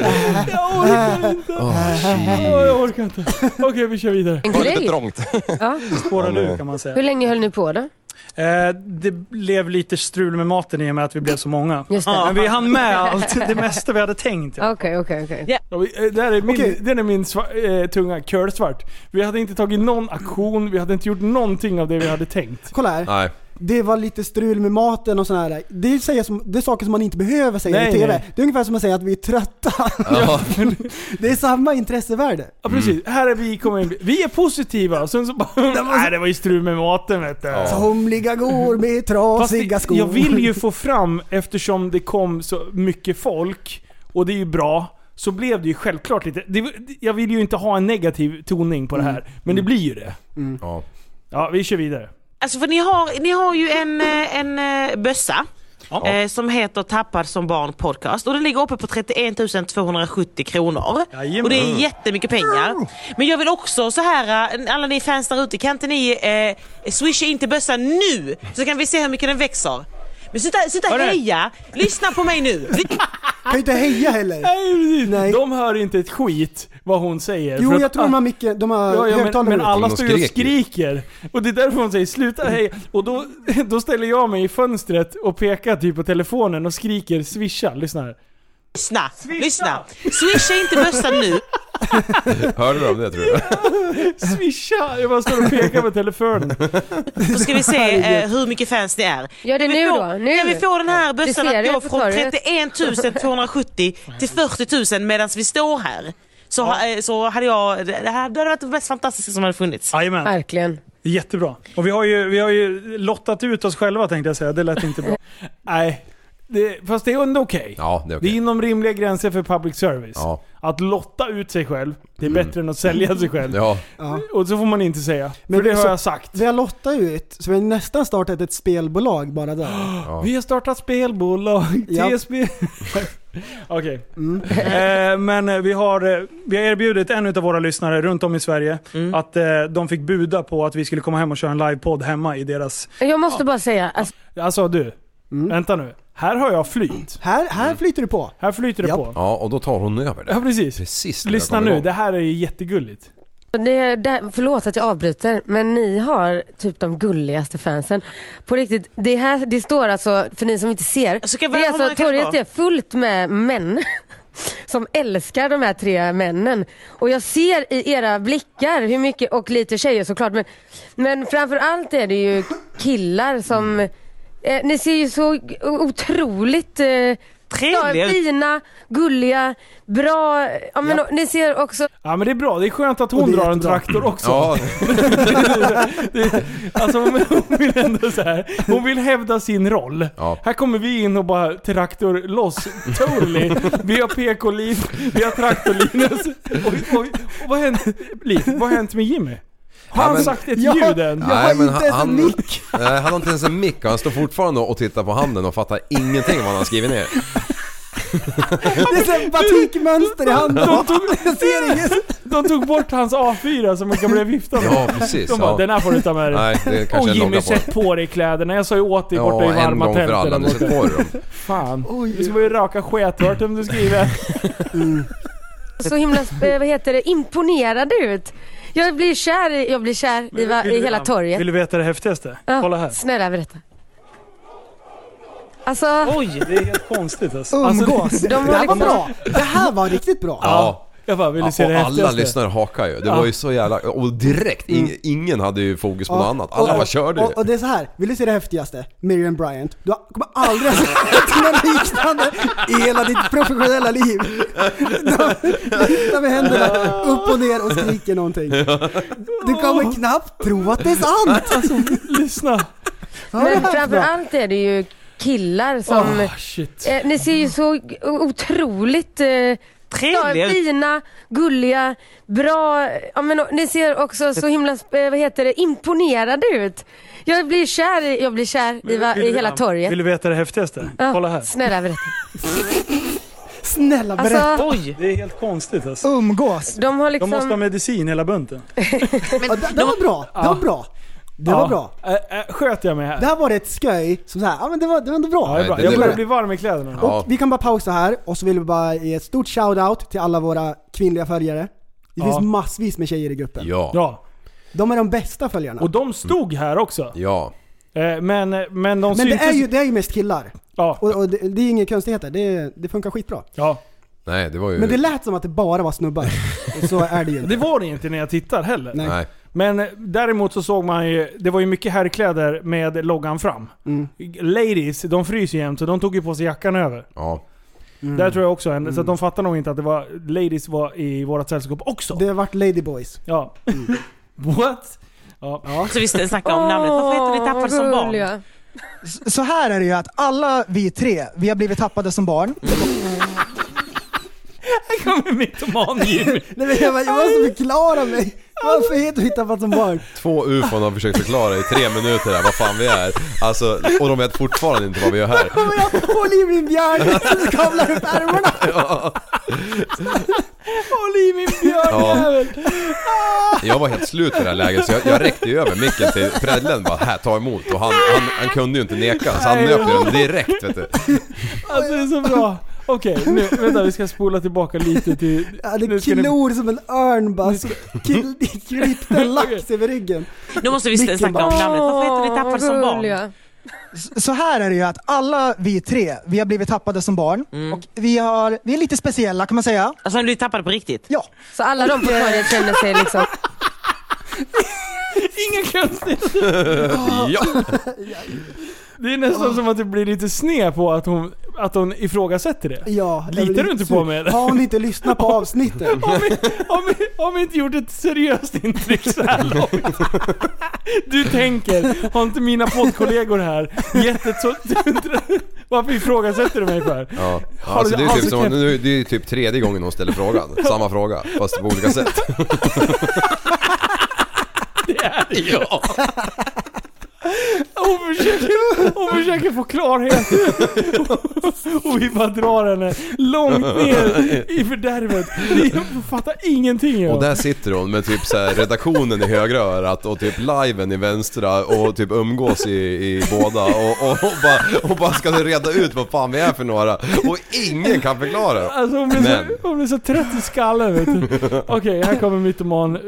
H: Åh, shit.
B: Åh, Jag orkar inte. Okej, vi kör vidare.
J: En
H: Det var lite
J: grej!
H: trångt.
J: Ja.
B: Spårar du kan man säga.
J: Hur länge höll ni på då?
B: Eh, det blev lite strul med maten i och med att vi blev så många.
J: Just det.
B: Men vi hann med allt, det mesta vi hade tänkt.
J: Okej, okej, okej.
B: Ja, vi- eh, där är min,
G: Okej.
B: Den är min sva, eh, tunga curlsvart. Vi hade inte tagit någon aktion, vi hade inte gjort någonting av det vi hade tänkt.
G: Kolla här.
H: Nej.
G: Det var lite strul med maten och sådär. där. Det är, säger som, det är saker som man inte behöver säga
B: Nej,
G: i TV.
B: nej.
G: Det är ungefär som att säga att vi är trötta.
H: Ja.
G: Det är samma intressevärde.
B: Ja precis, här är vi kommer in. Vi är positiva och sen så bara... Nej det var ju strul med maten vet du.
G: Somliga går med
B: Fast
G: trasiga
B: det,
G: skor.
B: jag vill ju få fram, eftersom det kom så mycket folk, och det är ju bra, så blev det ju självklart lite... Det, jag vill ju inte ha en negativ toning på det här,
G: Mm.
B: men det blir ju det.
H: Ja.
B: Ja, vi kör vidare.
I: Alltså för ni har, ni har ju en, eh, en eh, bössa. Eh, som heter Tappad som barn podcast och den ligger uppe på 31 270 kronor.
B: Jajamän.
I: Och det är jättemycket pengar. Men jag vill också så här, eh, alla ni fans där ute, kan inte ni eh, swisha in till bössan nu? Så kan vi se hur mycket den växer. Men sluta, sluta
B: Hörru.
I: heja! Lyssna på mig nu!
G: Kan ju inte heja heller. Nej.
B: De hör inte ett skit vad hon säger. för
G: Jo,
B: att-
G: jag tror de har mycket, de har
B: Ja, ja, men,
G: högtalare.
B: men alla
H: De
B: står ju och
H: skrek ju.
B: skriker. Och det är därför hon säger 'sluta hej' Och då, då ställer jag mig i fönstret och pekar typ på telefonen och skriker 'swisha' Lyssna här.
I: Lyssna! Lyssna! Swisha inte bössan nu!
H: Hörde du om det tror jag?
B: Swisha! Jag bara står och pekar på telefonen.
I: Så ska vi se eh, hur mycket fans det är.
J: Gör det
I: Kan vi
J: nu
I: få-
J: då, nu.
I: Kan vi få den här
J: Du ser
I: bössan att
J: det
I: gå
J: på
I: från
J: torget.
I: 31 270 till 40 000 medan vi står här? Så, ha- eh, så hade jag, det här det hade varit det mest fantastiska som hade funnits.
B: Jajamän.
J: Verkligen.
B: Jättebra. Och vi har, ju, vi har ju lottat ut oss själva tänkte jag säga, det lät inte bra. Nej, det, fast det är ändå okej.
H: Ja, det är
B: Det är
H: okej.
B: inom rimliga gränser för public service.
H: Ja.
B: Att lotta ut sig själv, det är bättre än att sälja sig själv.
H: Ja.
B: Och så får man inte säga.
G: Men
B: för det
G: så-
B: har jag sagt.
G: Vi har lottat ut, så vi har nästan startat ett spelbolag bara där.
B: Vi har startat spelbolag,
G: Ja.
B: TSB. Okej. Eh, men eh, vi har, eh, vi har erbjudit en av våra lyssnare runt om i Sverige att eh, de fick buda på att vi skulle komma hem och köra en livepodd hemma i deras...
J: Jag måste bara säga, alltså,
B: Alltså du, vänta nu. Här har jag flyt.
G: Här, här flyter det på.
B: Här flyter det
G: Japp.
B: på.
H: ja, och då tar hon över
B: Ja
H: det.
B: precis.
H: Precis när jag
B: Lyssna
H: kom
B: nu,
H: igång.
B: det här är ju jättegulligt.
J: det, det, förlåt att jag avbryter, men ni har typ de gulligaste fansen. På riktigt, det här, det står alltså, för ni som inte ser,
I: Alltså, kan-
J: det
I: hur
J: är alltså,
I: många kan det
J: torget
I: vara?
J: är fullt med män. Som älskar de här tre männen. Och jag ser i era blickar hur mycket, och lite tjejer såklart, men, men framförallt är det ju killar som, eh, ni ser ju så otroligt eh,
I: Trevliga ut.
J: fina, gulliga, bra, ja, men, och, ni ser också
B: Ja men det är bra, det är skönt att
G: Och
B: hon
G: det är
B: drar en
G: jättebra.
B: traktor också.
H: Ja,
B: Det, alltså hon, hon vill ändå så här. hon vill hävda sin roll.
H: Ja.
B: Här kommer vi in och bara traktor loss, totally. Vi har PK-Liv, vi har traktor-Linus. Och, och, och vad hänt, Liv, vad har hänt med Jimmy? Har
H: Ja,
B: han
H: men-
B: sagt ett
G: Ja.
B: ljud än?
G: Jag har inte ens en mick.
H: Nej, han har inte ens en mick och han står fortfarande och tittar på handen och fattar ingenting vad han har skrivit ner.
G: Det är såhär batikmönster i handen.
B: De tog,
G: Jag ser inget.
B: de tog bort hans A4 som man kan bli viftad med.
H: Ja, precis.
B: De bara,
H: ja.
B: den här får du ta med dig.
H: Nej, det
B: Och
H: kanske är en
B: Jimmy,
H: logga på.
B: sätt på dig kläderna. Jag sa ju åt dig borta i
H: Ja, en
B: varma
H: gång för
B: tältet.
H: alla.
B: där
H: Nu sätt
B: borta.
H: på dig dem.
B: Fan. Du ska vara ju raka sketvart om du skriver.
J: så himla, eh, vad heter det, imponerade ut. Jag blir kär, i- jag blir kär i, va, i hela torget.
B: Vill du veta det häftigaste?
J: Ja,
B: Kolla här.
J: Snälla berätta. Alltså,
B: Oj, det är helt konstigt alltså.
G: Umgås.
B: Alltså,
G: det
J: de
G: här
J: var
G: var
J: liksom,
G: bra. Det här var riktigt bra.
H: Ja.
B: jag bara ville
H: Ja,
B: se
H: och
B: det
H: alla
B: häftigaste. Mm.
H: lyssnare hakar ju. Det var ju så jävla... Och direkt, ing, ingen hade ju fokus på något annat. Alla bara körde ju.
G: och, och det är så här. vill du se det häftigaste? Miriam Bryant. Du har- kommer aldrig ha sett något liknande i hela ditt professionella liv. De viftar med händerna upp och ner och skriker någonting. Du kommer knappt tro att det är sant.
B: Alltså, lyssna.
G: Ja, det
J: men
G: här är bra.
J: framförallt är det ju killar som,
B: Ah, shit.
J: eh, ni ser ju så o- otroligt eh,
I: Trevliga ut.
J: fina, gulliga, bra, ja, men, och, ni ser också så himla, eh, vad heter det, imponerade ut. Jag blir kär, i- jag blir kär i, va, i hela torget.
B: Vill du veta det häftigaste?
J: Ja,
B: Kolla här.
J: Snälla berätta.
G: Snälla berätta.
J: Alltså,
I: Oj!
B: Det är helt konstigt alltså.
G: Umgås.
J: de har
B: De
J: liksom...
B: måste ha medicin hela bunten.
G: Ja, det, det var bra. Det var bra. Det var bra.
B: Äh, sköt jag mig här?
G: Det här var ett sköj som så här, ja men det var, det var ändå bra.
B: Ja, det är
H: Nej,
B: bra.
H: det-
B: jag
H: det-
B: börjar bli varm i kläderna.
H: Ja.
G: Och vi kan bara pausa här och så vill vi bara ge ett stort shout-out till alla våra kvinnliga följare. Det
B: Ja.
G: finns massvis med tjejer i gruppen.
H: Ja.
B: Ja,
G: De är de bästa följarna.
B: och de stod här också.
H: Ja.
B: Eh, Men, men de
G: Men det
B: syntes-
G: är, ju, det är ju mest killar.
B: Ja,
G: Och, och det, det är inga konstigheter, det, det funkar skitbra.
B: ja.
H: Nej, det var ju...
G: Men det lät som att det bara var snubbar. Och så är det ju
B: Det
G: inte.
B: var det inte när jag tittar heller.
G: Nej.
H: Nej.
B: Men eh, däremot så såg man ju, det var ju mycket herrkläder med loggan fram.
G: Mm.
B: Ladies, de fryser jämt så de tog ju på sig jackan över.
H: Ja.
G: Mm.
B: Där tror jag också en, så att de fattar nog inte att det var ladies var i vårat sällskap också.
G: Det har varit ladyboys.
B: Ja.
G: Mm.
B: What? Ja.
I: Så vi snackade om namnet. Varför heter ni Tappad som barn?
J: gulliga.
K: Så här är det ju att alla vi tre, vi har blivit tappade som barn.
B: kommer mytoman-Jimmy.
G: Nej men jag, bara, jag måste förklara mig. Varför heter vi Tappat som barn?
H: Två ufon har försökt förklara i tre minuter här vad fan vi är. Alltså, och de vet fortfarande inte vad vi gör här.
G: Kommer jag håller i min björn som kavlar upp ärmarna?
B: Håll i min björnjävel.
H: Jag var helt slut i det här läget så jag, jag räckte ju över micken till Predlen bara här, ta emot. Och han, han, han kunde ju inte neka så han nöp ju den direkt vet du.
B: Alltså det är så bra. Okej, nu, vänta vi ska spola tillbaka lite till...
G: Ja, det
B: nu ska ni-
G: klor som en örn bara. Så Alltså, kill, klippte en lax över ryggen.
I: Nu måste vi
G: Micken
I: snacka om
G: bara-
I: namnet. Varför heter ni
J: Åh,
I: Tappad
J: vad
I: som barn?
J: gulliga.
E: Så här är det ju att alla vi tre, vi har blivit tappade som barn. Och vi, har, vi är lite speciella kan man säga.
I: Alltså Mm. har ni blivit tappade på riktigt?
E: Ja.
J: Så alla de på torget känner sig liksom...
B: Inga konstigheter.
H: Ja.
B: Det är nästan som att det blir lite sned på att hon, att hon ifrågasätter det.
G: Ja, jag
B: Litar
G: blir
B: du inte
G: sur.
B: på mig, eller?
G: Har hon inte lyssnat på avsnitten?
B: Har vi, har, vi, har vi inte gjort ett seriöst intryck så här långt? Du tänker, har inte mina poddkollegor här gett ett så... Varför ifrågasätter du mig för?
H: Ja.
B: Har
H: Alltså, det,
B: du-
H: är
B: har
H: ju
B: du
H: typ som,
B: träff-
H: nu, det är ju typ tredje gången hon ställer frågan. Samma fråga fast på olika sätt.
B: Det är det ju. Hon försöker, hon försöker få klarhet. Och vi bara drar henne långt ner i fördärvet. Vi fattar ingenting.
H: Och
B: jag.
H: där sitter hon med typ så här redaktionen i högra örat och typ liven i vänstra och typ umgås i, i båda och, och, och, bara, och bara ska reda ut vad fan vi är för några och ingen kan förklara det.
B: Alltså hon blir,
H: Men-
B: så, hon blir så trött i skallen vet du. Okej, här kommer mytoman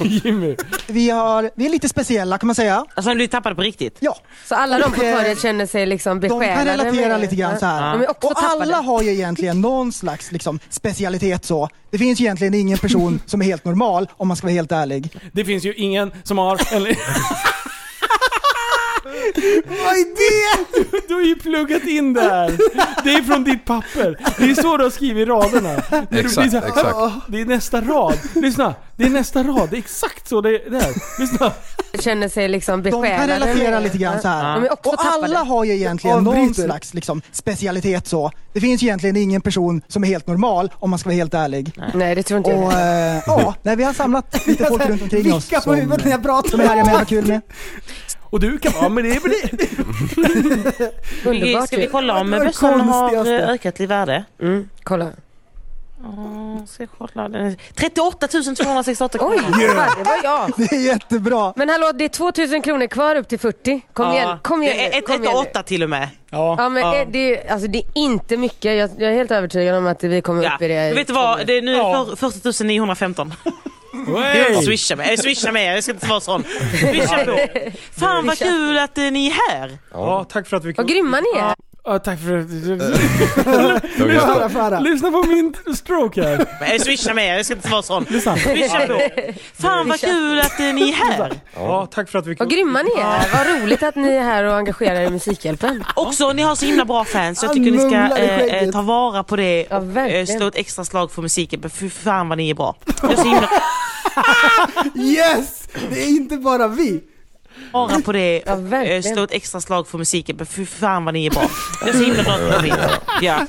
B: Jimmy.
E: Vi, har, vi är lite speciella kan man säga.
I: Alltså har ni blivit tappade på riktigt?
E: Ja.
J: Så alla de på torget känner sig liksom
E: Eh, De
J: besjälade
E: kan relatera
J: med-
E: lite grann så här.
J: De är också
E: Och
J: tappade.
E: alla har ju egentligen någon slags liksom, specialitet så. Det finns ju egentligen ingen person som är helt normal om man ska vara helt ärlig.
B: Det finns ju ingen som har en...
G: Vad är det?
B: Du har ju pluggat in det här. Det är från ditt papper. Det är så du har skrivit raderna. Det är-
H: Exakt,
B: det är så här, "Ah,
H: exakt.
B: Det är nästa rad. Lyssna. Det är nästa rad. Det är exakt så det är. Där. Lyssna.
J: känner sig liksom
E: De
J: besjälade.
E: kan relatera
J: med-
E: lite grann så
J: Ja.
E: här.
J: De är också
E: Och
J: tappade.
E: alla har ju egentligen någon
G: Avbryter.
E: slags liksom, specialitet så. Det finns ju egentligen ingen person som är helt normal om man ska vara helt ärlig.
J: Nej, det tror inte jag.
E: Och eh, ja, nej, vi har samlat lite folk runt omkring oss
G: Vicka på
E: som,
G: huvudet när jag pratar
E: som
G: med
E: är här med och har
G: henne.
E: kul med.
B: Och du kan vara med det. är väl det.
J: Underbart
I: Ska vi
J: ju.
I: kolla om
G: Det var det
I: bössan har
G: konstigaste.
I: eh, ökat i värde?
J: Mm, kolla.
I: Ja, Ska jag kolla den? 38 268
J: Oj,
I: kronor.
J: fan, det var jag.
E: Det är jättebra.
J: Men hallå, det är 2000 kronor kvar upp till 40. Kom igen, kom igen,
I: Det är
J: nu,
I: ett-
J: kom
I: ett
J: igen
I: och
J: nu.
I: åtta till och med.
J: Ja men eh, Det, är, alltså, det är inte mycket. Jag, jag är helt övertygad om att vi kommer
I: Ja.
J: upp i det.
I: Men Vet du vad, det är nu
B: Ja.
I: för- 40 915.
B: Hey.
I: Swisha mig, eller swisha mig, jag ska inte vara sån. Swisha på. Fan vad kul att eh, ni är här.
B: Ja, tack för att vi
J: Vad grymma ni är.
B: Ja, tack för att...
H: De kan stå-
G: Föra, föra.
B: Lyssna på min stroke här.
I: Eller swisha mig, jag ska inte vara sån.
B: Lyssna.
I: Swisha på. Fan vad kul att eh, ni är här.
B: Ja, tack för att vi
J: Vad grymma ni är. Vad roligt att ni är här och engagerar er i Musikhjälpen.
I: Också, ni har så himla bra fans. Jag
G: Han
I: tycker ni ska
G: mumlar i
I: eh,
G: skägget.
I: eh, ta vara på det
J: Ja,
I: och eh,
J: verkligen.
I: slå ett extra slag för musiken. För fan vad ni är bra. Jag är så himla
G: Yes! Det är inte bara vi.
I: vara på det
J: Ja,
I: och eh,
J: verkligen.
I: slå ett extra slag för musiken. Men fy fan vad ni är bra. Jag är så himla glad att ni är med. ja.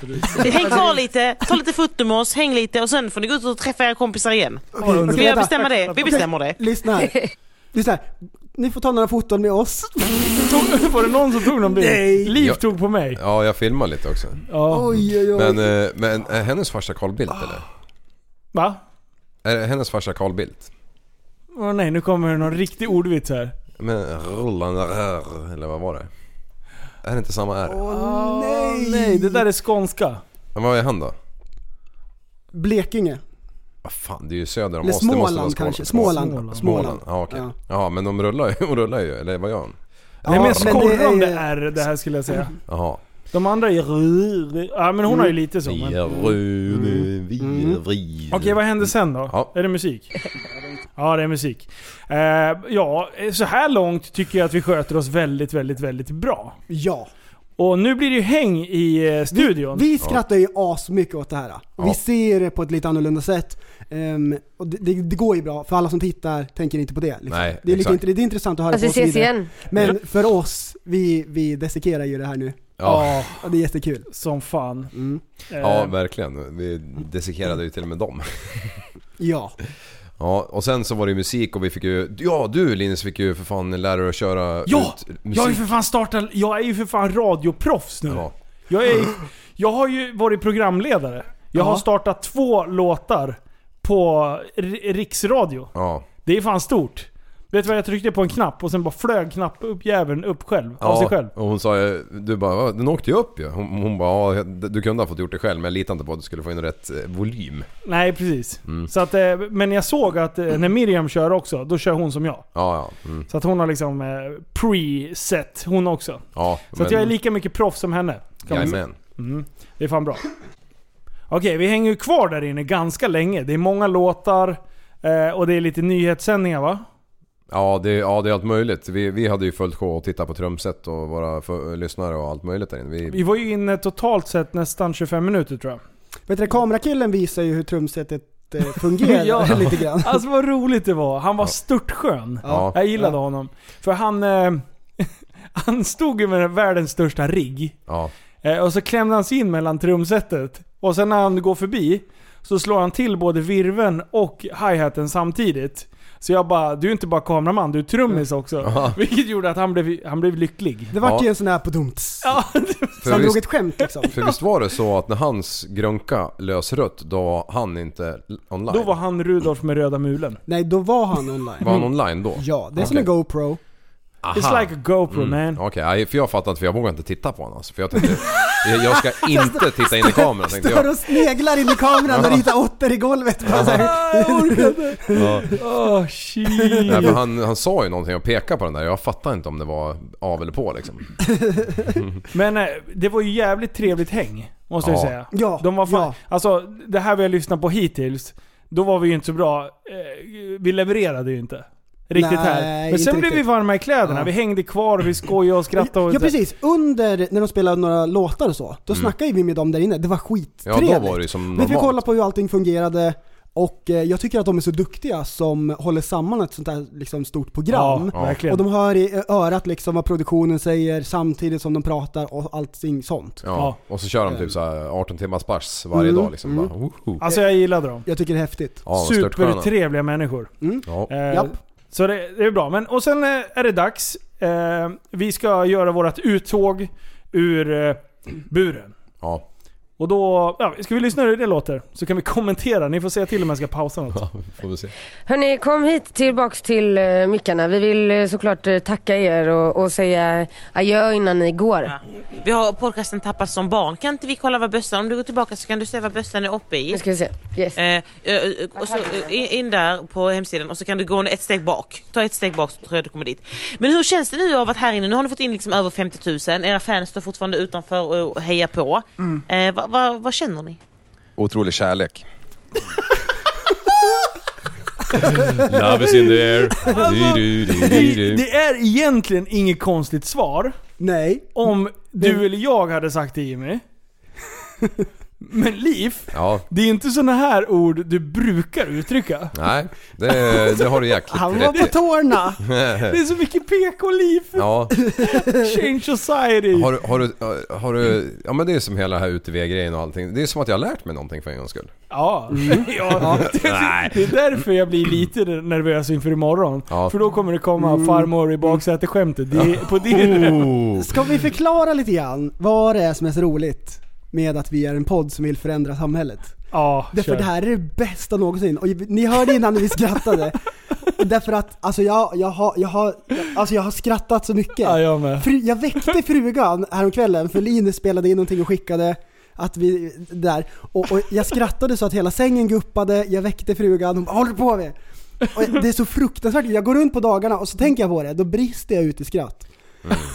I: Häng kvar lite, ta lite foto med oss, häng lite och sen får ni gå ut och träffa era kompisar igen.
G: Okej,
I: Ska jag
G: vänta.
I: bestämma det? Vi bestämmer det.
G: Lyssna här. Lyssna här. Ni får ta några foton med oss.
B: Tog, var det någon som tog någon bild?
G: Nej.
B: Liv
H: Ja.
B: tog på mig.
H: Ja, jag filmar lite också.
B: Ja.
G: Oj, oj, oj.
H: Men, eh, men är hennes farsa Carl Bildt eller?
B: Va?
H: Är det hennes farsa Carl Bildt?
B: Åh nej, nu kommer det någon riktig ordvits här.
H: Men rullande rör, eller vad var det? Är det inte samma R?
G: Åh, nej.
B: Nej, det där är skånska.
H: Men vad är han då?
G: Blekinge.
H: Vad fan, det är ju söder om
G: Eller
H: oss. Det måste vara
G: Småland
H: Skåne.
G: kanske. Småland.
B: Småland.
G: Småland.
H: Småland, ja okej.
G: Ja.
H: Jaha, men de rullar ju, hon rullar ju, eller vad gör hon?
B: Nej men jag
G: men det
B: skorrar om det
G: är-
B: är det här skulle jag säga.
H: Jaha.
B: De andra är rr- Ja men hon har ju lite så. Men... Mm.
H: Ja, röd, vi, vrid.
B: Okej, vad händer sen då?
H: Ja.
B: Är det musik? Ja, det är musik. Eh, ja, så här långt tycker jag att vi sköter oss väldigt, väldigt, väldigt bra.
G: Ja.
B: Och nu blir det ju häng i eh, studion.
G: Vi skrattar ju asmycket åt det här. Och
H: Ja.
G: Vi ser det på ett lite annorlunda sätt. Ehm, och det, det, det går ju bra, för alla som tittar tänker inte på det. Liksom.
H: Nej,
G: det, är lite,
H: exakt.
G: inter- det är intressant att höra
J: Alltså,
G: på och så
J: vi ses
G: vidare.
J: igen.
G: Men för oss, vi, vi dissekerar ju det här nu.
H: Ja,
B: Ja,
G: Ja, det är jättekul.
B: som fan. Eh,
H: ja verkligen. Vi dissekerade ju till och med dem.
G: Ja.
H: Ja, och sen så var det ju musik och vi fick ju... Ja, du Linus fick ju för fan lära dig att köra
B: ja!
H: ut musik.
B: Jag är ju för fan startat, jag är ju för fan radioproffs nu.
H: Ja.
B: Jag, är, jag har ju varit programledare. Jag har
G: Ja.
B: startat två låtar på R- Riksradio.
H: Ja.
B: Det är fan stort. Vet du vad jag tryckte på en knapp och sen bara flög knapp upp jäveln upp själv. Av sig själv.
H: Och hon sa ju- du bara "Va? den åkte ju upp ju. Hon, hon bara ja, du kunde ha fått gjort det själv men jag litar inte på att du skulle få in rätt eh, volym.
B: Nej precis.
H: Mm.
B: Så att, eh, men jag såg att eh, när Miriam kör också, då kör hon som jag.
H: Ja, ja. Mm.
B: Så att hon har liksom eh, preset hon också.
H: ja
B: Så att jag är lika mycket proffs som henne. Kan man säga.
H: Jajamän.
B: Det är fan bra. Okej, vi hänger ju kvar där inne ganska länge. Det är många låtar eh, och det är lite nyhetssändningar va?
H: Ja det, ja, det är allt möjligt. Vi, vi hade ju följt show och tittat på trumset och våra för, lyssnare och allt möjligt där inne. Vi,
B: Vi var ju inne totalt sett nästan 25 minuter tror jag.
G: Vet du, kamerakillen visar ju hur trumsetet eh, fungerar
B: Ja.
G: lite grann.
B: Alltså vad roligt det var. Han var störtskön.
H: ja.
B: Jag gillade honom. För han... Eh, han stod ju med världens största rigg.
H: ja.
B: Eh, och så klämde han sig in mellan trumsetet. Och sen när han går förbi så slår han till både virven och hi-haten samtidigt. Så jag bara, du är inte bara kameraman, du är trummis också. Vilket gjorde att han blev, han blev lycklig.
G: Det vart
H: Ja.
G: ju en sån här på dumts.
B: Ja,
G: Så han
H: För
G: drog
H: visst-
G: ett skämt liksom.
H: För visst var det så att när hans grönka lös rött, då var han inte online?
B: då var han Rudolf med röda mulen.
G: Nej, då var han online.
H: Var han online då?
G: Ja, det är som en
H: Okej.
G: GoPro.
B: It's like a GoPro man.
H: Okej, nej, för jag fattar inte för jag vågar inte titta på honom alltså, För jag tänkte, jag jag ska inte titta in i kameran tänkte
G: Står
H: jag.
G: och sneglar in i kameran och ritar åttor i golvet. Alltså, Bara så här.
B: Åh, Oh, shit.
H: Nej, för han, han sa ju någonting och pekade på den där, jag fattar inte om det var av eller på liksom.
B: Men eh, det var ju jävligt trevligt häng, måste jag
H: Ja.
B: säga.
G: Ja,
B: De var fan,
G: ja.
B: Alltså, det här vi har lyssnat på hittills, då var vi ju inte så bra. Eh, Vi levererade ju inte. Riktigt
G: Nej,
B: här. Men
G: inte
B: sen blev vi
G: riktigt.
B: varma i kläderna.
G: Ja.
B: Vi hängde kvar, vi skojade och skrattade. Och
G: Ja precis, under när de spelade några låtar och så, då snackade ju vi med dem där inne. Det var
H: Mm. Ja,
G: skittrevligt.
H: då var det ju som
G: Vi fick
H: normalt.
G: kolla på hur allting fungerade och eh, jag tycker att de är så duktiga som håller samman ett sånt här liksom, stort
B: Ja,
G: program.
B: verkligen.
G: Och de hör i örat liksom vad produktionen säger samtidigt som de pratar och allting sånt.
H: Ja. Och så kör de typ så här 18 timmars pass varje
G: Mm,
H: dag liksom. Bara, woho.
B: Alltså jag gillade dem.
G: Jag tycker det är häftigt.
H: Ja, vad störtsköna.
B: Supertrevliga människor.
H: Ja.
B: Eh,
G: Japp.
B: Så det, det är bra. Men, och sen eh, är det dags. Eh, vi ska göra vårt uttåg ur eh, buren.
H: Ja.
B: Och då, ja, ska vi lyssna hur det låter? Så kan vi kommentera, ni får säga till om jag ska pausa något.
H: ja, får vi se.
J: Hörni, kom hit tillbaks till uh, mickarna. Vi vill eh, såklart eh, tacka er och, och säga adjö innan ni går.
I: Ja. Vi har podcasten Tappas som barn. Kan inte vi kolla vad bössan, om du går tillbaka så kan du se vad bössan är uppe i.
J: Nu ska vi se. Yes.
I: Eh, eh, eh, och så, eh, in- in där på hemsidan och så kan du gå ett steg bak. Ta ett steg bak så tror jag du kommer dit. Men hur känns det nu av att här inne, nu har ni fått in liksom över 50 000, era fans står fortfarande utanför och hejar på.
G: Mm.
I: Eh, vad, vad, vad känner ni?
K: Otrolig kärlek.
H: Love is in the air.
G: Alltså,
H: Du, du, du, du, du.
B: Det är egentligen inget konstigt svar
G: Nej. Mm.
B: om du eller jag hade sagt det Jimmy. Men Liv,
H: Ja,
B: det är inte såna här ord du brukar uttrycka.
H: nej. Det, det har du jäkligt
G: Han var
H: rätt
G: på
H: i.
G: tårna!
B: Det är så mycket PK-liv.
H: Ja,
B: Change society.
H: har, du- har, du, har du... Ja men det är som hela här UTV-grejen och allting. Det är som att jag har lärt mig någonting för en gångs skull.
B: Ja. ja. Det, det är därför jag blir lite nervös inför imorgon.
H: Ja.
B: För då kommer det komma
G: Mm.
B: farmor i baksätet-skämtet. Det är på din...
H: Oh.
G: Ska vi förklara lite grann vad det är som är så roligt med att vi är en podd som vill förändra samhället?
B: Ja,
G: Därför
B: kör.
G: det här är det bästa någonsin. Och ni hörde innan när vi skrattade. Därför att alltså jag, jag, har, jag, har, alltså jag har skrattat så mycket.
B: Ja, jag med.
G: Fru, jag väckte frugan häromkvällen för Linus spelade in någonting och skickade att vi, där. Och, och jag skrattade så att hela sängen guppade, jag väckte frugan, hon bara håller du på med? Och det är så fruktansvärt, jag går runt på dagarna och så tänker jag på det, då brister jag ut i skratt.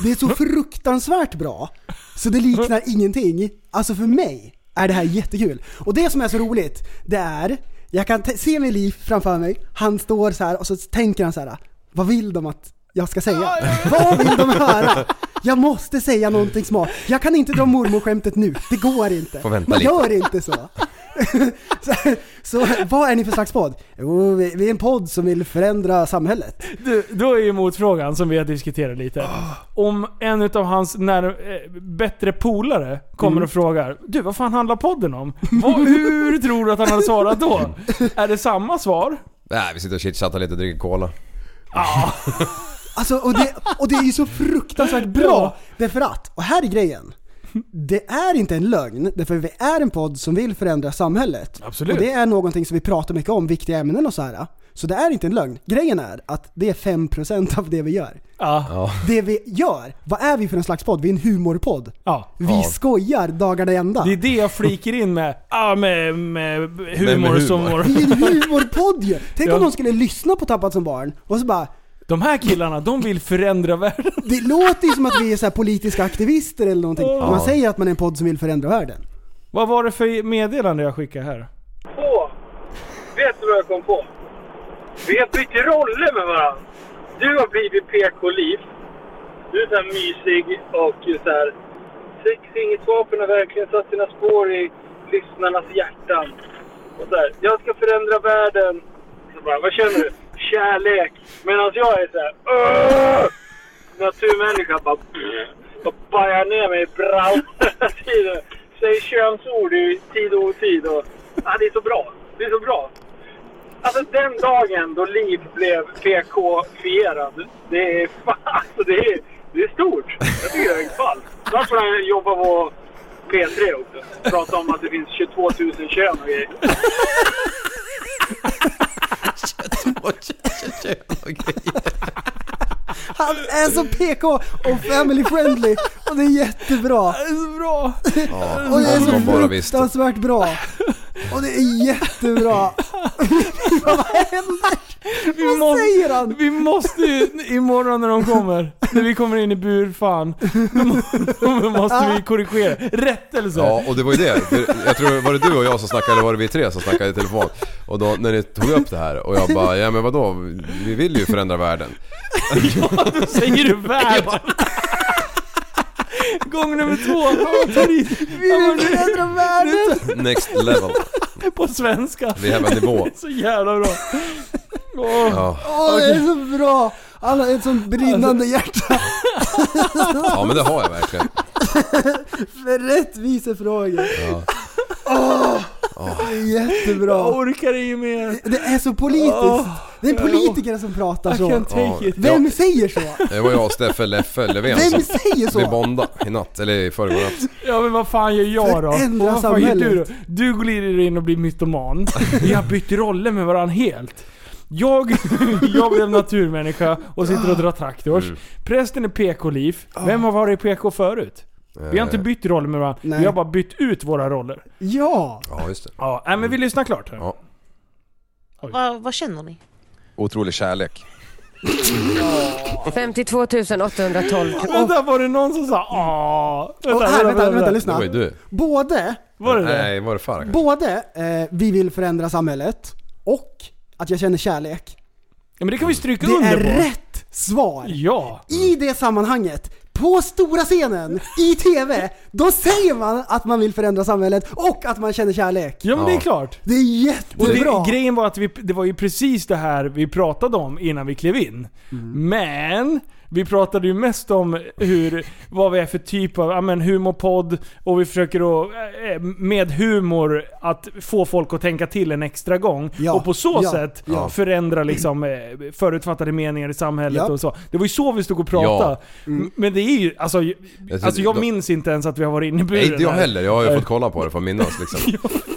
G: Det är så fruktansvärt bra, så det liknar ingenting. Alltså för mig är det här jättekul. Och det som är så roligt, det är, jag kan te- se min liv framför mig, han står så här och så tänker han så här. vad vill de att jag ska säga? Vad vill de höra? Jag måste säga någonting smart. Jag kan inte dra mormorskämtet nu, det går inte.
H: Får vänta
G: Man
H: lite.
G: gör inte så. Så vad är ni för slags podd? Jo, vi vi är en podd som vill förändra samhället.
B: Du, då är ju motfrågan som vi har diskuterat lite. Om en utav hans när, eh, bättre polare kommer och frågar Du, vad fan handlar podden om? Vad, hur tror du att han hade svarat då? Är det samma svar?
H: Nej, vi sitter och chitchattar lite och dricker cola.
G: Alltså, och, det, och det är ju så fruktansvärt bra.
B: Ja.
G: Därför att, och här är grejen. Det är inte en lögn, därför vi är en podd som vill förändra samhället.
B: Absolut.
G: Och det är någonting som vi pratar mycket om, viktiga ämnen och så här. Så det är inte en lögn. Grejen är att det är 5% av det vi gör.
B: Ja.
G: Det vi gör, vad är vi för en slags podd? Vi är en humorpodd.
B: ja.
G: Vi skojar dagarna i ända.
B: Det är det jag fliker in med. Ja, med, med humor
H: humor.
B: och humor.
G: Vi är en humorpodd ju! Tänk
B: Ja.
G: om de skulle lyssna på Tappat som barn och så bara
B: De här killarna, de vill förändra världen.
G: Det låter ju som att vi är så här politiska aktivister eller någonting. Man säger att man är en podd som vill förändra världen.
B: Vad var det för meddelande jag skickade här?
K: på. Vet du vad jag kom på? Vi har bytt roller med varandra. Du har blivit PK-liv. Du är så här mysig och så här... Sex är inget vapen har verkligen satt sina spår i lyssnarnas hjärtan. Och så här, jag ska förändra världen. Så bara, vad känner du? Kärlek. Medan jag är så här... "Åh!" Naturmänniska bara... Och bajar ner mig i brall hela tiden. Säger könsord i tid och otid. Och, ah, det är så bra. Det är så bra. Alltså den dagen då Liv blev PK-fierad. Det är fan, alltså det är, det är stort. Jag tycker det är ballt. Snart får han jobba på P3 också. Prata om att det finns 22 000 kön och grejer.
G: Han är så PK och family friendly och det är jättebra.
B: Det är så bra!
G: Och det är
H: Om
G: så
H: man bara visste.
G: fruktansvärt bra. Och det är jättebra. Vad händer? Vad
B: må-
G: säger han?
B: Vi måste ju, imorgon när de kommer, när vi kommer in i bur, fan. Då må- Då måste vi korrigera. Rättelse!
H: Ja, och det var ju det. För Jag tror, var det du och jag som snackade, eller var det vi tre som snackade i telefon? Och då när ni tog upp det här och jag bara, ja men vadå, vi vill ju förändra världen.
B: Då säger du världen! Gång nummer två, Ja, tar i- Ja, men nu-
G: Förändra världen.
H: Next level.
B: på svenska.
H: Vi har en nivå.
B: Så jävla bra. Åh.
H: Ja.
G: Åh, det är så bra. Han har ett sånt
B: Alltså-
G: brinnande hjärta
H: ja, men det har jag verkligen.
G: för rättvisefrågor.
H: Ja.
G: Det är jättebra.
B: Jag orkar ju mer.
G: Det är så politiskt.
B: Åh,
G: det är
B: ja.
G: politiker som pratar
B: I can
G: så.
B: take it.
G: Vem säger så?
H: Det var jag och Steffe Leffe Löfven
G: Vem
H: som
G: säger
H: vi
G: så?
H: bondade i natt, eller i förrgår natt.
B: Ja men vad fan gör jag då?
G: Förändra
B: Och vad fan gör du då?
G: samhället.
B: Du glider in och blir mytoman. Vi har bytt roller med varandra helt. Jag, jag blev naturmänniska och sitter och drar traktors.
H: Mm.
B: Prästen är PK-liv. Vem har varit PK förut? Vi har
H: Eh,
B: inte bytt roller med varandra.
G: Nej.
B: Vi har bara bytt ut våra roller.
G: Ja!
H: Ja, just det.
B: Ja, nej, men vi lyssnar klart här.
H: Mm. Ja.
I: Vad, vad känner ni?
H: Otrolig kärlek.
I: Eh.
J: 52 812
B: Vänta, var det någon som sa "Ah, åh?
G: Och här, vänta, vänta,
H: Det
G: lyssna.
H: var ju du.
G: Både,
B: Var det det?
H: Nej, var det Farah kanske?
G: både eh, vi vill förändra samhället och att jag känner kärlek.
B: Ja, men det kan vi stryka
G: Det
B: under
G: är
B: på.
G: rätt svar.
B: Ja.
G: I det sammanhanget, på stora scenen, i TV, då säger man att man vill förändra samhället och att man känner kärlek.
B: Ja men det är
H: Ja.
B: klart.
G: Det är
B: Och det,
G: jättebra.
B: grejen var att vi, det var ju precis det här vi pratade om innan vi klev in.
G: Mm.
B: Men vi pratade ju mest om hur, vad vi är för typ av ja, men humorpodd och vi försöker att, eh, med humor att få folk att tänka till en extra gång.
G: Ja,
B: Och på så
G: ja,
B: sätt
G: ja.
B: förändra liksom, eh, förutfattade meningar i samhället
G: Ja. Mm.
B: och så. Det var ju så vi stod och pratade. Men det är ju, alltså, jag,
H: tycker-
B: alltså jag
H: då-
B: minns inte ens att vi har varit inne i buren.
H: Nej, inte jag
B: här.
H: heller. Jag har ju
B: Nej.
H: fått kolla på det för att minnas liksom.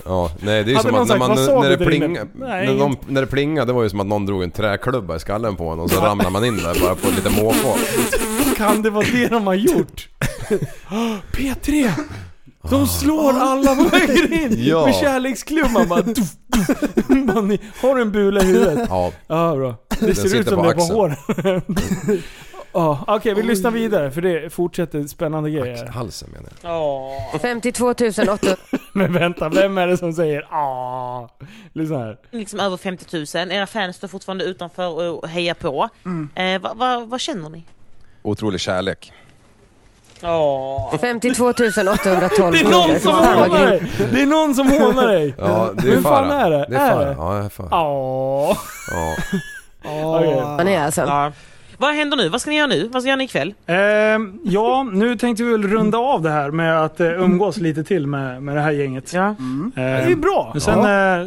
H: Ja, nej det är ju
B: Hade
H: som
B: någon
H: att när,
B: sagt,
H: man,
B: "Vad sa
H: när,
B: du
H: det
B: där inne?"
H: plinga,
B: Nej,
H: när, de,
B: inget.
H: när det plingade, det var ju som att någon drog en träklubba i skallen på en och så ramlade man in där bara på lite måfå.
B: Kan det vara det de har gjort? P3! De slår alla på vägen in
H: Ah. Ja.
B: med kärleksklumman bara, tuff, tuff. bara ni, Har du en bula i huvudet?
H: Ja,
B: Ja bra. Det ser ut
H: sitter
B: som
H: på
B: det på
H: axeln.
B: håret. Ja, Okej, vi lyssnar vidare för det fortsätter spännande grejer.
H: halsen menar jag.
J: 52 800
B: Men vänta, vem är det som säger ah? Lyssna här.
I: Liksom över 50 000, era fans står fortfarande utanför
G: Mm.
I: och hejar på. Eh, vad, vad, vad känner ni?
H: Otrolig kärlek.
I: Åh.
J: 52 812
L: Det är någon som
J: Fan, vad
L: hånar
J: grymt.
L: dig! Det är någon som hånar dig!
H: Ja, det är
L: Hur fan
H: Farah.
L: är det?
H: Det
L: Är
H: är Farah.
L: det?
H: Ja, det är Farah.
L: Ja.
H: Ja.
L: Okej.
J: Han är alltså.
I: Ja. Vad händer nu? Vad ska ni göra nu? Vad ska ni göra ikväll?
L: Ehm, ja, nu tänkte vi väl runda av det här med att eh, umgås lite till med, med det här gänget.
I: Ja.
L: det är ju bra. Men sen,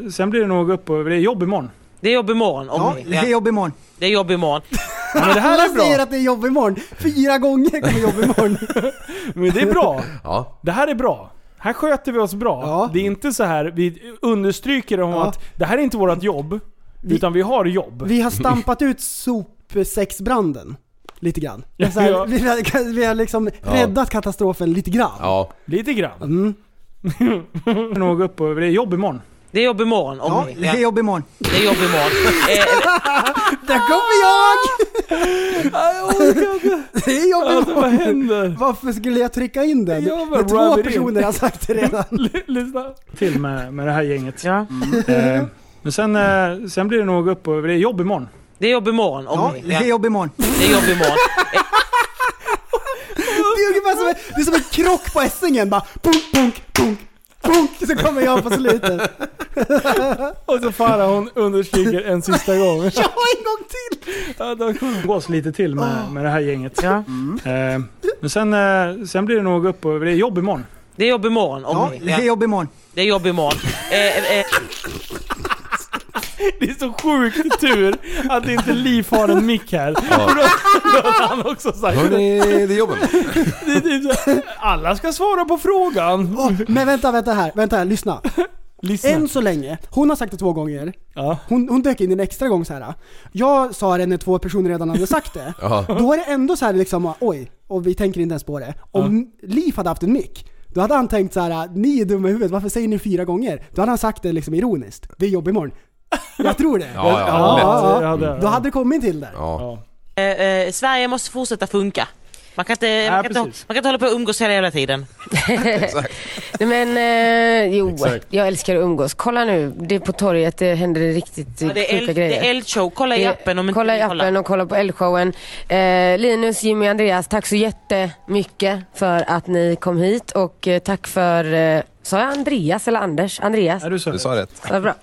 L: eh, sen blir det nog upp och, det är jobb imorgon.
I: Det är jobb imorgon.
G: Ja,
I: Om,
G: det är jobb imorgon.
I: det är jobb imorgon.
L: Men det här
G: Alla
L: är
G: säger
L: bra.
G: att det är jobb imorgon. Fyra gånger kommer jobb imorgon.
L: Men det är bra.
H: ja.
L: Det här är bra. Här sköter vi oss bra.
G: Ja.
L: Det är inte så här, vi understryker om
G: Ja.
L: att det här är inte vårt jobb,
G: Vi-
L: utan vi har jobb.
G: Vi har stampat ut sopsäcksbranden. Lite grann. Men Så här,
L: Ja.
G: vi, har, vi har liksom räddat katastrofen lite grann.
H: ja.
L: Lite grann.
G: Mm.
L: Det är nog upp och, det är jobb imorgon.
I: Det är jobb imorgon. Om,
G: Ja, det är jobb imorgon.
I: det är jobb imorgon. Eh,
G: Där kommer jag! Det är jobb
L: Alltså vad
G: imorgon.
L: händer?
G: Varför skulle jag trycka in den?
L: Jag bara
G: När
L: rub
G: två
L: it in.
G: personer har sagt det redan.
L: Lyssna. Till med, med det här gänget.
I: ja.
L: Ehm, Men sen, eh, sen blir det nog upp och, det är jobb imorgon.
I: Det är jobb imorgon. Om,
G: Ja, det är jobb imorgon.
I: det är jobb imorgon.
G: Det är ungefär som, en- det är som en krock på Essingen bara. Punk, punk, punk, punk. Så kommer jag på slutet.
L: Och så Farah hon understryker en sista gång.
G: Ja, en gång till!
L: Ja, då gås lite till med, med det här gänget.
I: Ja.
L: Ehm, Men sen, eh, sen blir det nog upp och, det är jobb imorgon.
I: Det är jobb imorgon. Om,
G: Ja, det är jobb imorgon.
I: det är jobb imorgon. Eh, eh,
L: Det är så sjukt tur att inte Liv har en mick här. För då, då hade han också sagt det.
H: Hörni, det är jobben.
L: det, det så- alla ska svara på frågan.
G: Åh, men vänta, vänta här, vänta här, lyssna.
L: Lyssna.
G: Än så länge, hon har sagt det två gånger.
L: Ja.
G: Hon, hon dök in en extra gång så här. Jag sa det när två personer redan hade sagt det.
H: Ja.
G: Då är det ändå så här liksom, oj, och vi tänker inte ens på det. Om Liv hade haft en mick, då hade han tänkt så här: ni är dumma i huvudet, varför säger ni fyra gånger? Då hade han sagt det liksom ironiskt. Det är jobb imorgon. Jag tror det.
H: Ja, ja,
L: ja,
G: ja.
L: ja, det-
G: Då hade det kommit till det.
H: Ja.
I: eh, eh, Sverige måste fortsätta funka. Man kan, inte, man, kan inte,
L: precis.
I: man kan inte hålla på och umgås hela jävla tiden.
J: Nej, men eh, jo,
H: Exakt.
J: jag älskar att umgås. Kolla nu, det är på torget, det händer riktigt
I: Ja, det, är
J: sjuka
I: eld,
J: grejer.
I: det är eldshow. Kolla i
J: Det-
I: appen om inte
J: Eh, kolla i
I: ni
J: appen
I: kollar.
J: och kolla på eldshowen. Eh, Linus, Jimmy, Andreas, tack så jättemycket för att ni kom hit och eh, tack för, eh, sa jag Andreas eller Anders? Andreas,
L: Ja, du sa
H: Du
L: det.
H: sa rätt.
J: vad bra.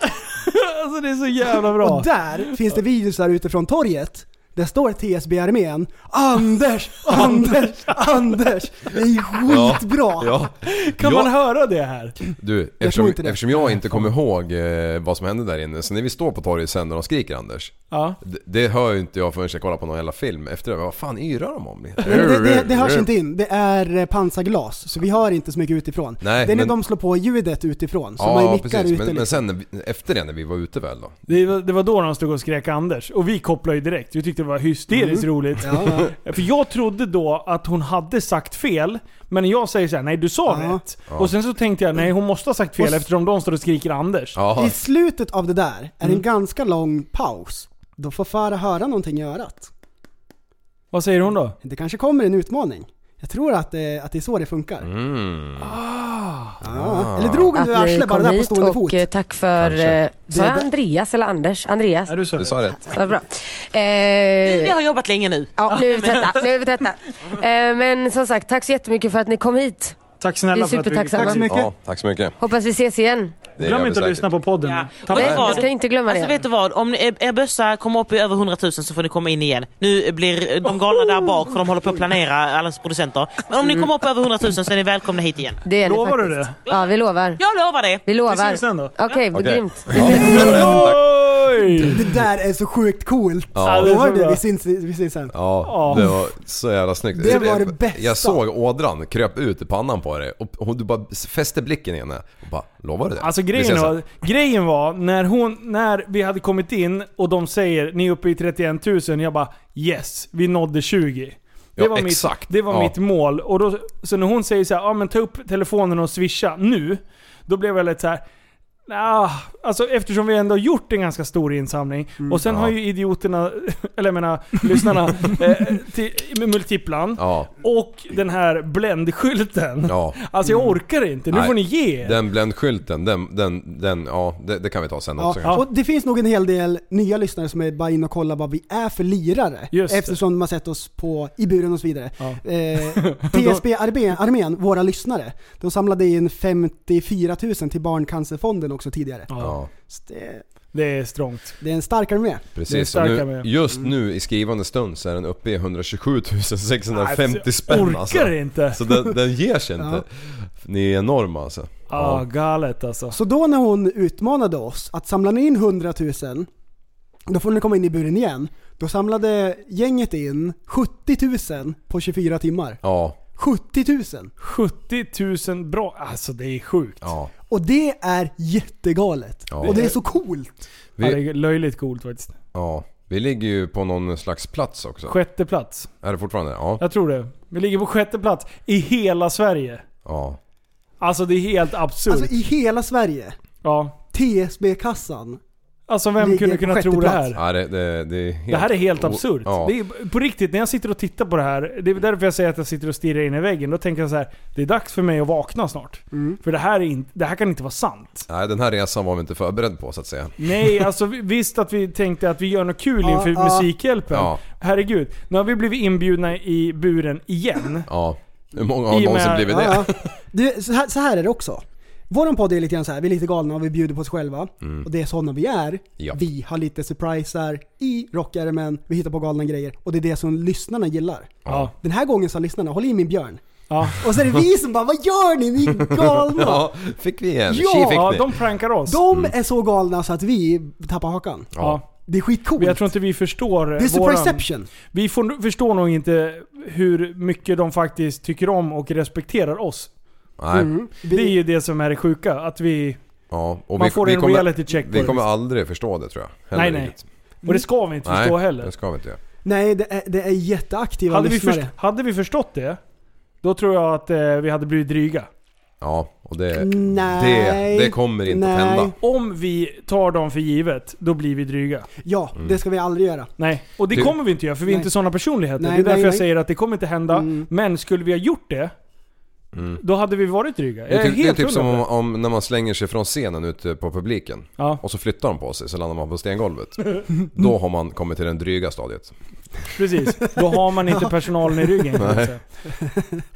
L: Alltså det är så jävla bra.
G: Och där finns det videos där ute från torget. Där står TSB-armén. Anders, Anders, Anders. Det är skitbra.
H: Ja.
L: Kan
H: Ja.
L: man höra det här?
H: Du,
G: tror
H: eftersom
G: inte
H: jag,
G: det.
H: eftersom jag inte kommer ihåg eh, vad som hände där inne, så när vi står på torget sen när de skriker Anders,
L: Ja.
H: det, det hör ju inte jag förrän jag kollar på någon jävla film efter det. Vad fan yrar de om?
G: Men det, det, det hörs inte in. Det är eh, pansarglas, så vi hör inte så mycket utifrån.
H: Nej,
G: det är när
H: men-
G: de slår på ljudet utifrån, så man
H: Ja,
G: mickar
H: precis.
G: ute
H: Men, men
G: liksom.
H: sen när vi, efter det när vi var ute väl då?
L: Det var, det var då de stod och skrek Anders. Och vi kopplade ju direkt. Vi tyckte det var hysteriskt roligt.
G: Ja,
L: För jag trodde då att hon hade sagt fel, men jag säger så här: nej du sa
G: Ja.
L: rätt. Och sen så tänkte jag, nej hon måste ha sagt fel
G: Och s-
L: eftersom de står och skriker Anders.
G: ja. I
H: Ja, Mm.
G: slutet av det där är en ganska lång paus. Då får Farah höra någonting i örat.
L: Vad säger hon då?
G: Det kanske kommer en utmaning. Jag tror att det, att det är så det funkar.
H: Mm.
G: Ah.
H: Ah.
G: Ja. Eller drog hon
J: Att
G: ur arslet bara där på stående
J: och
G: fot?
J: eh, tack för,
H: Kanske.
J: eh, sa jag
G: Det-
J: Andreas eller Anders? Andreas,
L: Nej, du sa
H: du
L: det.
H: sa rätt.
J: vad bra.
I: Vi
J: Eh,
I: har jobbat länge nu.
J: ja, nu är vi trötta, nu är vi trötta. Eh, men som sagt, tack så jättemycket för att ni kom hit.
L: Tack
J: Vi är
L: snälla för att du
J: supertacksamma. Tack så mycket.
H: Ja, tack så mycket.
J: Hoppas vi ses igen.
H: Det gör
L: Glöm
H: vi
L: inte att
H: säkert.
L: lyssna på podden.
I: Ja.
L: Tappa-
I: Och det var-
J: Jag ska inte glömma
I: Alltså
J: det.
I: vet du vad? Om ni- er bössa kommer upp i över 100 000 så får ni komma in igen. Nu blir de galna där bak för de håller på att planera alla producenter. Men om
J: Mm.
I: ni kommer upp över 100 000 så är ni välkomna hit igen.
J: det är ni
L: Lovar du
J: faktiskt.
L: det?
J: Ja, vi lovar.
I: Jag lovar det!
J: Vi lovar.
L: Vi ses sen då.
J: Okej,
H: Okej.
J: grymt.
L: Oj!
G: Det där är så sjukt coolt!
L: Ja, det är så
G: Hör du?
L: bra.
G: Vi syns, vi syns sen.
H: Ja, det var så jävla snyggt.
G: Det var det bästa.
H: Jag såg ådran kröp ut i pannan på dig och, och du bara fäste blicken i henne och bara lovar du det?
L: Alltså
H: Vi ses
L: grejen
H: sen."
L: var, grejen var när, hon, när vi hade kommit in och de säger ni är uppe i 31 000. Jag bara yes, vi nådde 20. Det
H: Ja,
L: var,
H: exakt.
L: mitt, det var
H: Ja.
L: mitt mål. Och då, så när hon säger så här, ah, men ta upp telefonen och swisha nu. Då blev jag lite så här. Nja, alltså eftersom vi ändå har gjort en ganska stor insamling. och sen
H: Mm. Ja.
L: har ju idioterna, eller jag menar lyssnarna, eh, till, med multiplan.
H: Ja,
L: Och den här bländskylten.
H: ja. Mm.
L: Alltså jag orkar inte, nu
H: Nej.
L: får ni ge er.
H: Den bländskylten, den, den, den, ja det, det kan vi ta sen också
G: Ja.
H: kanske.
G: Och det finns nog en hel del nya lyssnare som är bara in och kollar vad vi är för lirare.
L: Just det.
G: eftersom de har sett oss på, i buren och så vidare.
L: Ja.
G: Eh, TSB-armén, våra lyssnare, de samlade in 54 000 till Barncancerfonden också tidigare.
L: Ja,
H: Ja,
G: Så det,
L: det är strångt.
G: det är en stark armé.
L: Det är
H: precis. Och nu,
L: starka med.
H: just nu i skrivande stund så är den uppe i 127
L: Nej,
H: 650
L: jag
H: spänn
L: orkar
H: alltså.
L: inte.
H: Så den, den ger sig
G: Ja.
H: inte. Ni är enorma alltså.
L: Ja, galet alltså.
G: Så då när hon utmanade oss att samla in 100 000, då får ni komma in i buren igen. Då samlade gänget in 70 000 på 24 timmar.
H: Ja,
G: 70 000!
L: 70 000 bra. Alltså det är sjukt. Ja.
H: ja.
G: Och det är jättegalet.
H: Ja.
G: Och det är så coolt.
H: Vi,
L: det är löjligt coolt faktiskt.
H: ja. vi ligger ju på någon slags plats också.
L: Sjätte plats.
H: Är det fortfarande? Ja.
L: Jag tror det. Vi ligger på sjätte plats i hela Sverige.
H: ja.
L: Alltså det är helt absurt.
G: Alltså i hela Sverige.
L: ja.
G: TSB-kassan.
L: Alltså vem
G: ligger
L: kunde kunna
G: sjätte
L: tro det
G: plats.
L: här?
H: ja det, det, det, är helt,
L: Det här är helt
H: o-
L: absurt.
H: Ja.
L: Det är, på riktigt, när jag sitter och tittar på det här, det är därför jag säger att jag sitter och stirrar in i väggen. Då tänker jag så här: det är dags för mig att vakna snart. För det här, är in, det här kan inte vara sant.
H: Nej, den här resan var vi inte förberedd på så att säga.
L: Nej, alltså vi- visst att vi tänkte att vi gör något kul
G: Ja,
L: inför
G: ja.
L: Musikhjälpen.
H: Ja.
L: Herregud. Nu har vi blivit inbjudna i buren igen.
H: Ja. Hur många
L: I och
H: har
L: med-
H: någonsin blivit det?
G: Ja, ja. Du, så, här, så här är det också. Våran podd är lite grann så här. vi är lite galna och vi bjuder på oss själva.
L: Mm.
G: Och det är sådana vi är.
H: Ja.
G: Vi har lite surpriser i rockärmen, vi hittar på galna grejer. Och det är det som lyssnarna gillar.
L: Ja.
G: Den här gången sa lyssnarna, håll i min björn.
L: Ja.
G: Och så är det vi som bara, vad gör ni? Ni är galna!
H: Ja, fick vi en.
G: Ja,
H: Tji fick
L: Ja,
H: ni.
L: de prankar oss.
G: De är så galna så att vi tappar hakan.
L: Mm. Ja.
G: Det är skitcoolt.
L: Men Jag tror inte vi förstår eh,
G: det är
L: våran-
G: surpriseception.
L: Vi får, förstår nog inte hur mycket de faktiskt tycker om och respekterar oss.
H: Nej.
G: Mm. Vi-
L: Det är ju det som är det sjuka. Att vi...
H: Ja, och
L: Mm. Man
H: vi,
L: får
H: vi
L: en
H: kommer,
L: reality check på
H: Vi
L: det,
H: kommer
L: liksom.
H: aldrig förstå det tror jag. Heller
L: Nej, nej.
H: riktigt.
L: Och det ska vi inte förstå
H: Nej,
L: heller.
H: det ska vi inte.
G: Nej, det är, det är jätteaktiva
L: Hade vi,
G: lyssnare.
L: först, hade vi förstått det, då tror jag att eh, vi hade blivit dryga.
H: Ja, och det,
G: Nej.
H: det, det kommer inte
G: Nej.
H: att hända.
L: Om vi tar dem för givet, då blir vi dryga.
G: Ja,
H: Mm.
G: det ska vi aldrig göra.
L: Nej, och det
H: Du-
L: kommer vi inte göra för vi är
G: Nej.
L: inte sådana personligheter.
G: Nej,
L: det är därför
G: nej,
L: jag
G: nej.
L: säger att det kommer inte hända.
G: Mm.
L: Men skulle vi ha gjort det, då hade vi varit dryga.
H: Mm. Det
L: Jag
H: är,
L: är
H: typ, det är
L: helt
H: typ som
L: hundra på
H: om,
L: det.
H: om när man slänger sig från scenen ute på publiken.
L: Ja.
H: Och så flyttar de på sig, så landar man på stengolvet. Då har man kommit till den dryga stadiet.
L: Precis. Då har man inte personalen i ryggen. kan jag säga.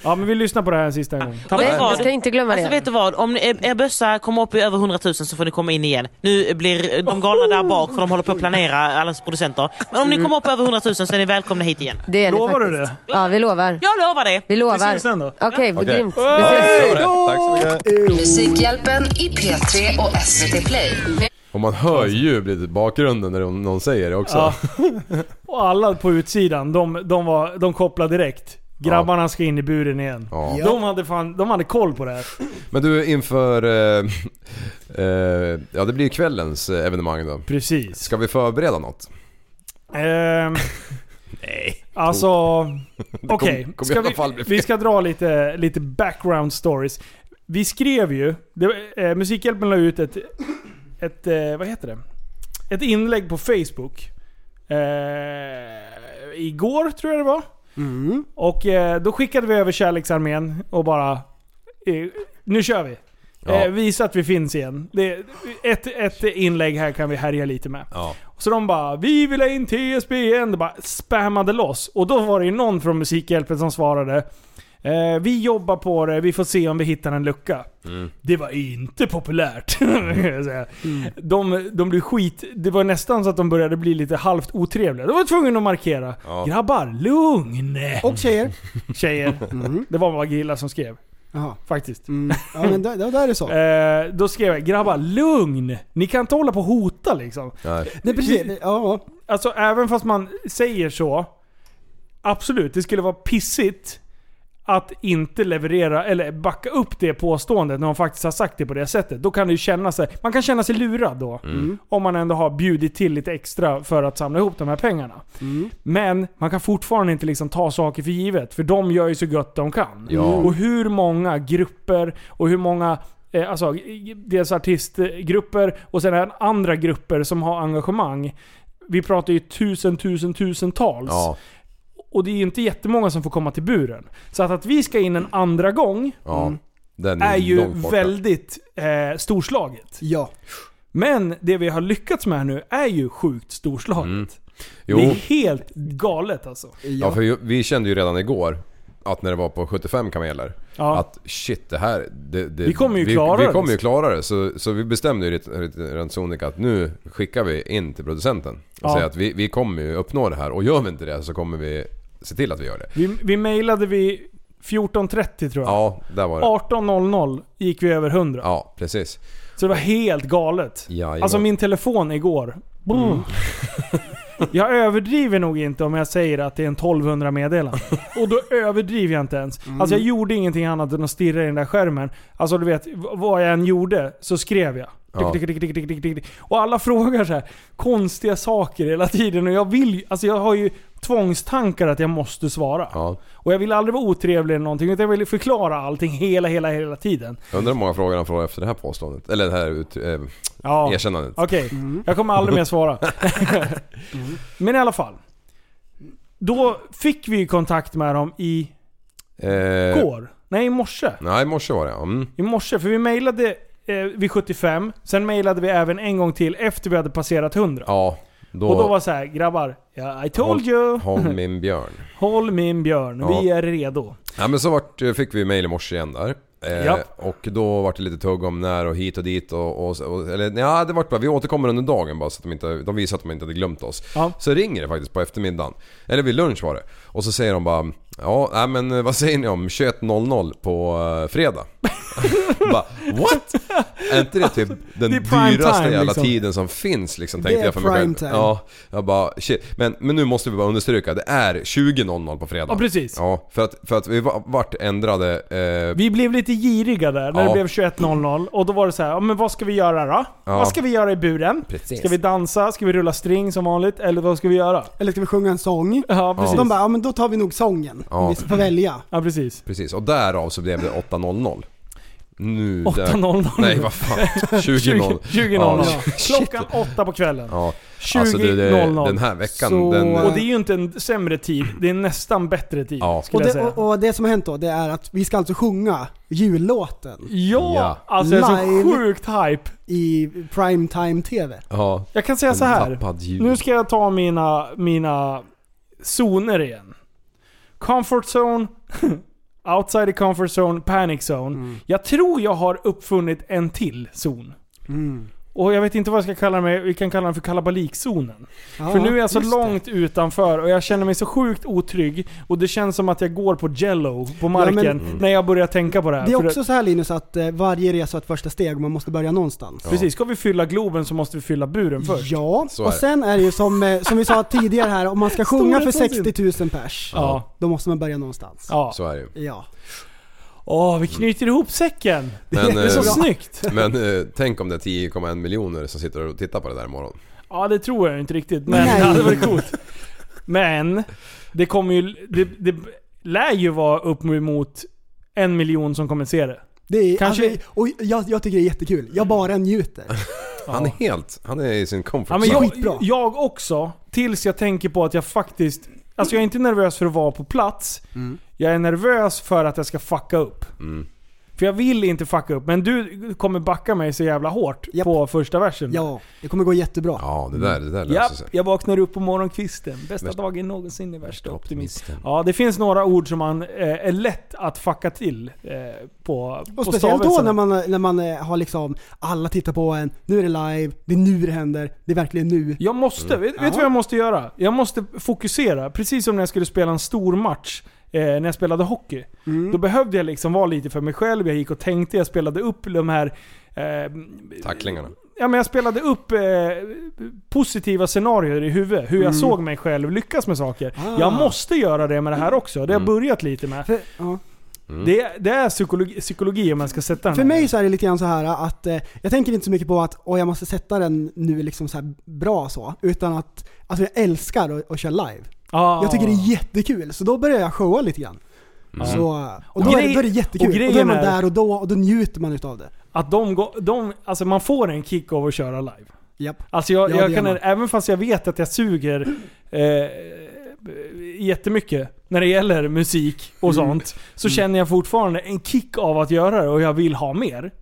L: Ja men vi lyssnar på det här en sista gång.
I: Vet du
J: Nej, vi
I: vad?
J: ska inte glömma
I: Alltså
J: det.
I: vet du vad? Om er, er bössa kommer upp i över 100 000 så får ni komma in igen. Nu blir de galna där bak för de håller på att planera allas producenter. Men om ni kommer upp över 100 000 så är ni välkomna hit igen.
J: Det är det
L: Lovar du
J: faktiskt.
L: det?
J: Ja, vi lovar.
I: Jag lovar det!
J: Vi lovar.
L: Vi ses sen då.
J: Okej, vad
H: Okej.
J: grymt. Vi ses.
H: Tack så mycket.
C: Musikhjälpen i P3 och SVT Play.
H: Och man hör jublet i bakgrunden när de- någon säger det också.
L: Ja. Och alla på utsidan, de, de, var, de kopplade direkt. Grabbarna ska in i buren igen.
H: Ja.
L: De, hade fan, de hade koll på det här.
H: Men du inför... Eh, eh, ja det blir ju kvällens eh, evenemang då.
L: Precis.
H: Ska vi förbereda något?
L: Ehm, Alltså, okej.
H: kommer i
L: Ska
H: alla
L: vi-
H: fall bli fel.
L: Vi ska dra lite, lite background stories. Vi skrev ju, det, eh, Musikhjälpen la ut ett, ett, eh, vad heter det? Ett inlägg på Facebook. Eh, igår tror jag det var.
H: Mm.
L: Och eh, då skickade vi över Kärleksarmén och bara, eh, nu kör vi.
H: Ja.
L: Eh, visa att vi finns igen. Det, ett, ett inlägg här kan vi härja lite med.
H: Ja.
L: Så de bara “Vi vill ha in TSB igen” de bara spammade loss. Och då var det ju någon från Musikhjälpen som svarade eh, “Vi jobbar på det, vi får se om vi hittar en lucka”. Det var inte populärt. kan jag säga.
G: Mm.
L: de, de blev skit... Det var nästan så att de började bli lite halvt otrevliga. De var tvungna att markera.
H: Ja.
L: “Grabbar, lugn!”
H: Mm.
G: Och tjejer.
L: Tjejer. Det var bara killar som skrev.
G: Mm. Jaha.
L: Faktiskt.
G: Mm. Ja men där, där där är det så.
L: Eh, då skrev jag “Grabbar, lugn! Ni kan inte hålla på och hota liksom”.
H: Nej.
G: Nej precis. Ja, Ja,
L: Alltså även fast man säger så. Absolut, det skulle vara pissigt att inte leverera eller backa upp det påståendet när man faktiskt har sagt det på det sättet. Då kan det ju känna sig, man kan känna sig lurad då. Om man ändå har bjudit till lite extra för att samla ihop de här pengarna. Men man kan fortfarande inte liksom ta saker för givet. För de gör ju så gott de kan.
H: Ja.
L: Och hur många grupper och hur många eh, alltså, dels artistgrupper och sen även andra grupper som har engagemang. Vi pratar ju tusen, tusen, tusentals.
H: Ja.
L: Och det är ju inte jättemånga som får komma till buren. Så att, att vi ska in en andra gång
H: Ja. Den är,
L: Mm. är ju
H: långt borta.
L: väldigt eh, storslaget.
G: Ja.
L: Men det vi har lyckats med nu är ju sjukt storslaget.
H: Mm. Jo.
L: Det är helt galet alltså.
H: Ja, för ju- vi kände ju redan igår att när det var på 75 kameler
L: Ja.
H: att shit det här... Det, det,
L: Vi kommer ju
H: vi,
L: klara
H: vi
L: det.
H: kommer ju klara det. Så, så vi bestämde ju rit- rit- rent sonika att nu skickar vi in till producenten och
L: Ja.
H: säger att vi, vi kommer ju uppnå det här och gör vi inte det så kommer vi se till att vi gör det.
L: Vi, vi mejlade vid 14.30 tror jag.
H: Ja, där var det.
L: 18.00 gick vi över 100.
H: Ja, precis.
L: Så det var helt galet.
H: Jajamän.
L: Alltså min telefon igår.
B: Mm.
L: Mm. jag överdriver nog inte om jag säger att det är en 1200 meddelande. Och då överdriver jag inte ens.
B: Mm.
L: Alltså jag gjorde ingenting annat än att stirra i den där skärmen. Alltså du vet, v- vad jag än gjorde så skrev jag.
B: Ja.
L: Tick, tick, tick, tick, tick, tick, tick. Och alla frågar så här konstiga saker hela tiden. Och jag vill ju- alltså jag har ju tvångstankar att jag måste svara. Och jag vill aldrig vara otrevlig eller någonting. Utan jag vill förklara allting hela, hela, hela tiden.
H: Jag undrar hur många frågor han får efter det här påståendet. Eller det här ut, eh, erkännandet.
L: Okej,
H: Mm.
L: jag kommer aldrig mer svara. Mm. Men i alla fall. Då fick vi ju kontakt med dem i
H: Eh,
L: går. Nej, i morse.
H: Nej, i morse var det ja. mm.
L: I morse, för vi mejlade eh, vid 75. Sen mejlade vi även en gång till efter vi hade passerat 100.
H: Ja, då...
L: Och då var det så här, grabbar. Yeah, I told you!
H: Håll, håll min björn.
L: Håll min björn,
H: Ja.
L: vi är redo.
H: Ja men så vart, eh, fick vi mejl i morse igen där. Eh,
L: Ja.
H: Och då vart det lite tugg om när och hit och dit och... och, och eller ja, det vart bara, vi återkommer under dagen bara så att de inte... De visar att de inte hade glömt oss. Så ringer det faktiskt på eftermiddagen. Eller vid lunch var det. Och så säger de bara... Ja, nej, men eh, vad säger ni om 21.00 på eh, fredag? bara, what? Är inte det typ den
L: Det är prime
H: dyraste
L: time,
H: jävla
L: liksom.
H: tiden som finns liksom?
L: Det
H: Tänkte
L: är
H: jag för mig själv.
L: prime time.
H: Ja, jag bara shit. Men, men nu måste vi bara understryka, det är 20.00 på fredag.
L: Ja, precis.
H: Ja, för att, för att vi var- vart ändrade... Eh,
L: Vi blev lite giriga där när
H: Ja.
L: det blev 21.00 och då var det så här, ja, men vad ska vi göra då?
H: Ja.
L: Vad ska vi göra i buren?
H: Precis.
L: Ska vi dansa? Ska vi rulla string som vanligt? Eller vad ska vi göra?
G: Eller ska vi sjunga en sång?
L: Ja, precis.
G: De bara, ja men då tar vi nog sången.
H: Ja.
G: Vi får välja.
L: Ja, precis.
H: Precis, och därav så blev det 8.00. Nu... där-
L: 8.00.
H: Nej, vad fan. 20.00.
L: 20.00.
H: Ja,
L: Klockan åtta på kvällen.
H: Ja.
L: 20.00.
H: Alltså du, det, den här veckan, den...
L: Och det är ju inte en sämre tid, det är nästan bättre tid.
H: Ja.
L: Skulle
G: Och
L: jag
G: det,
L: säga.
G: och, och det som har hänt då, det är att vi ska alltså sjunga jullåten.
L: Ja, Ja. alltså jag är så sjukt hype.
G: I primetime TV.
H: Ja.
L: Jag kan säga
G: En
L: så här.
G: tappad jul.
L: Nu ska jag ta mina, mina zoner igen. Comfort zone, outside the comfort zone, panic zone.
G: Mm.
L: Jag tror jag har uppfunnit en till zon.
G: Mm.
L: Och jag vet inte vad jag ska kalla mig. Vi kan kalla den för kalabalikzonen.
B: Ja,
L: för nu är jag så
B: just det.
L: långt utanför och jag känner mig så sjukt otrygg. Och det känns som att jag går på jello på marken
G: men- Mm.
L: när jag börjar tänka på det här.
G: Det är
L: För
G: också så här Linus att eh, varje resa är ett första steg och man måste börja någonstans.
L: Precis, ska vi fylla Globen så måste vi fylla buren först.
G: Ja,
L: Så är
G: och
L: det.
G: sen är det ju som, eh, som vi sa tidigare här, om man ska sjunga för
L: Storhet
G: 60 000 pers,
L: Ja.
G: då måste man börja någonstans.
L: Ja.
H: Så är det ju.
G: Ja.
L: Åh, vi knyter ihop säcken!
H: Men,
L: det är så
H: eh,
L: snyggt!
H: Men eh, tänk om det är 10,1 miljoner som sitter och tittar på det där imorgon.
L: Ja, det tror jag inte riktigt, men
B: Nej.
L: det hade varit coolt. Men, det kommer ju... Det, det lär ju vara uppemot en miljon som kommer se det.
G: Det är,
L: Kanske-
G: Kanske... alltså, och jag, jag tycker det är jättekul. Jag bara njuter.
H: Han är helt... Han är i sin comfort
L: Ja, men
H: zone.
L: jag, jag också, tills jag tänker på att jag faktiskt... Alltså jag är inte nervös för att vara på plats. Jag är nervös för att jag ska fucka upp.
H: Mm.
L: För jag vill inte fucka upp, men du kommer backa mig så jävla hårt på första versen.
G: Ja, det kommer gå jättebra.
H: Ja, det där, det där löser
L: Japp,
H: sig.
L: jag vaknar upp på morgonkvisten. Bästa
H: Värsta-
L: dagen någonsin är värsta optimisten.
H: optimisten.
L: Ja, det finns några ord som man eh, är lätt att fucka till eh, på,
G: Och
L: på
G: speciellt då
L: stavelsen.
G: när man, när man eh, har liksom, alla tittar på en, nu är det live, det är nu det händer, det är verkligen nu.
L: Jag måste,
G: Mm.
L: vet, vet du vad jag måste göra? Jag måste fokusera. Precis som när jag skulle spela en stor match. Eh, när jag spelade hockey.
G: Mm.
L: Då behövde jag liksom vara lite för mig själv. Jag gick och tänkte, jag spelade upp de här... Eh,
H: Tacklingarna.
L: ja, men jag spelade upp eh, positiva scenarier i huvudet. Hur jag
G: Mm.
L: såg mig själv lyckas med saker.
G: Ah. Mm.
L: Jag måste göra det med det här också. Det har jag börjat lite med. Det, det är psykologi, psykologi om man ska sätta den
G: För
L: här.
G: mig så är det lite grann så här att eh, jag tänker inte så mycket på att åh, jag måste sätta den nu liksom så här bra så. Utan att alltså, jag älskar att, att köra live.
L: Ah.
G: Jag tycker det är jättekul. Så då börjar jag showa lite grann.
L: Mm.
G: Så, och då,
L: Och
G: är, det-
L: grej-
G: då är det jättekul.
L: och
G: Och, då är
L: grejen
G: man
L: är-
G: där och då och då njuter man utav det.
L: Att de går, de, alltså man får en kick av att köra live.
G: Japp.
L: Alltså jag,
G: Ja,
L: jag
G: det
L: kan,
G: gör man.
L: även fast jag vet att jag suger eh, jättemycket när det gäller musik och
B: Mm.
L: sånt. Så känner jag fortfarande en kick av att göra det och jag vill ha mer.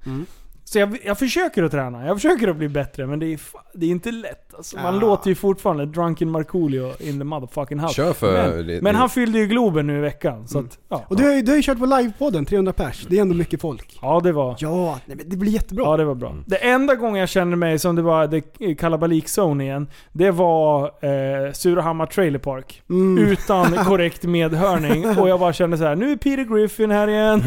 L: Så jag, jag försöker att träna, jag försöker att bli bättre men det är, fa- det är inte lätt. Alltså, man
B: Ah.
L: låter ju fortfarande drunken Markoolio in the motherfucking house.
H: Kör för-
L: men,
H: det-
L: men
H: det-
L: han fyllde ju Globen nu i veckan. Så att, ja.
G: Och du har, ju, du har ju kört på livepodden, 300 pers. Det är ändå mycket folk.
L: Ja, det var...
G: Ja, nej, men det blir jättebra.
L: Ja, det var bra. Det enda gången jag kände mig som det var the kalabalik-zone igen, det var eh, Surahammar Trailer Park. Utan korrekt medhörning. Och jag bara kände så här: nu är Peter Griffin här igen.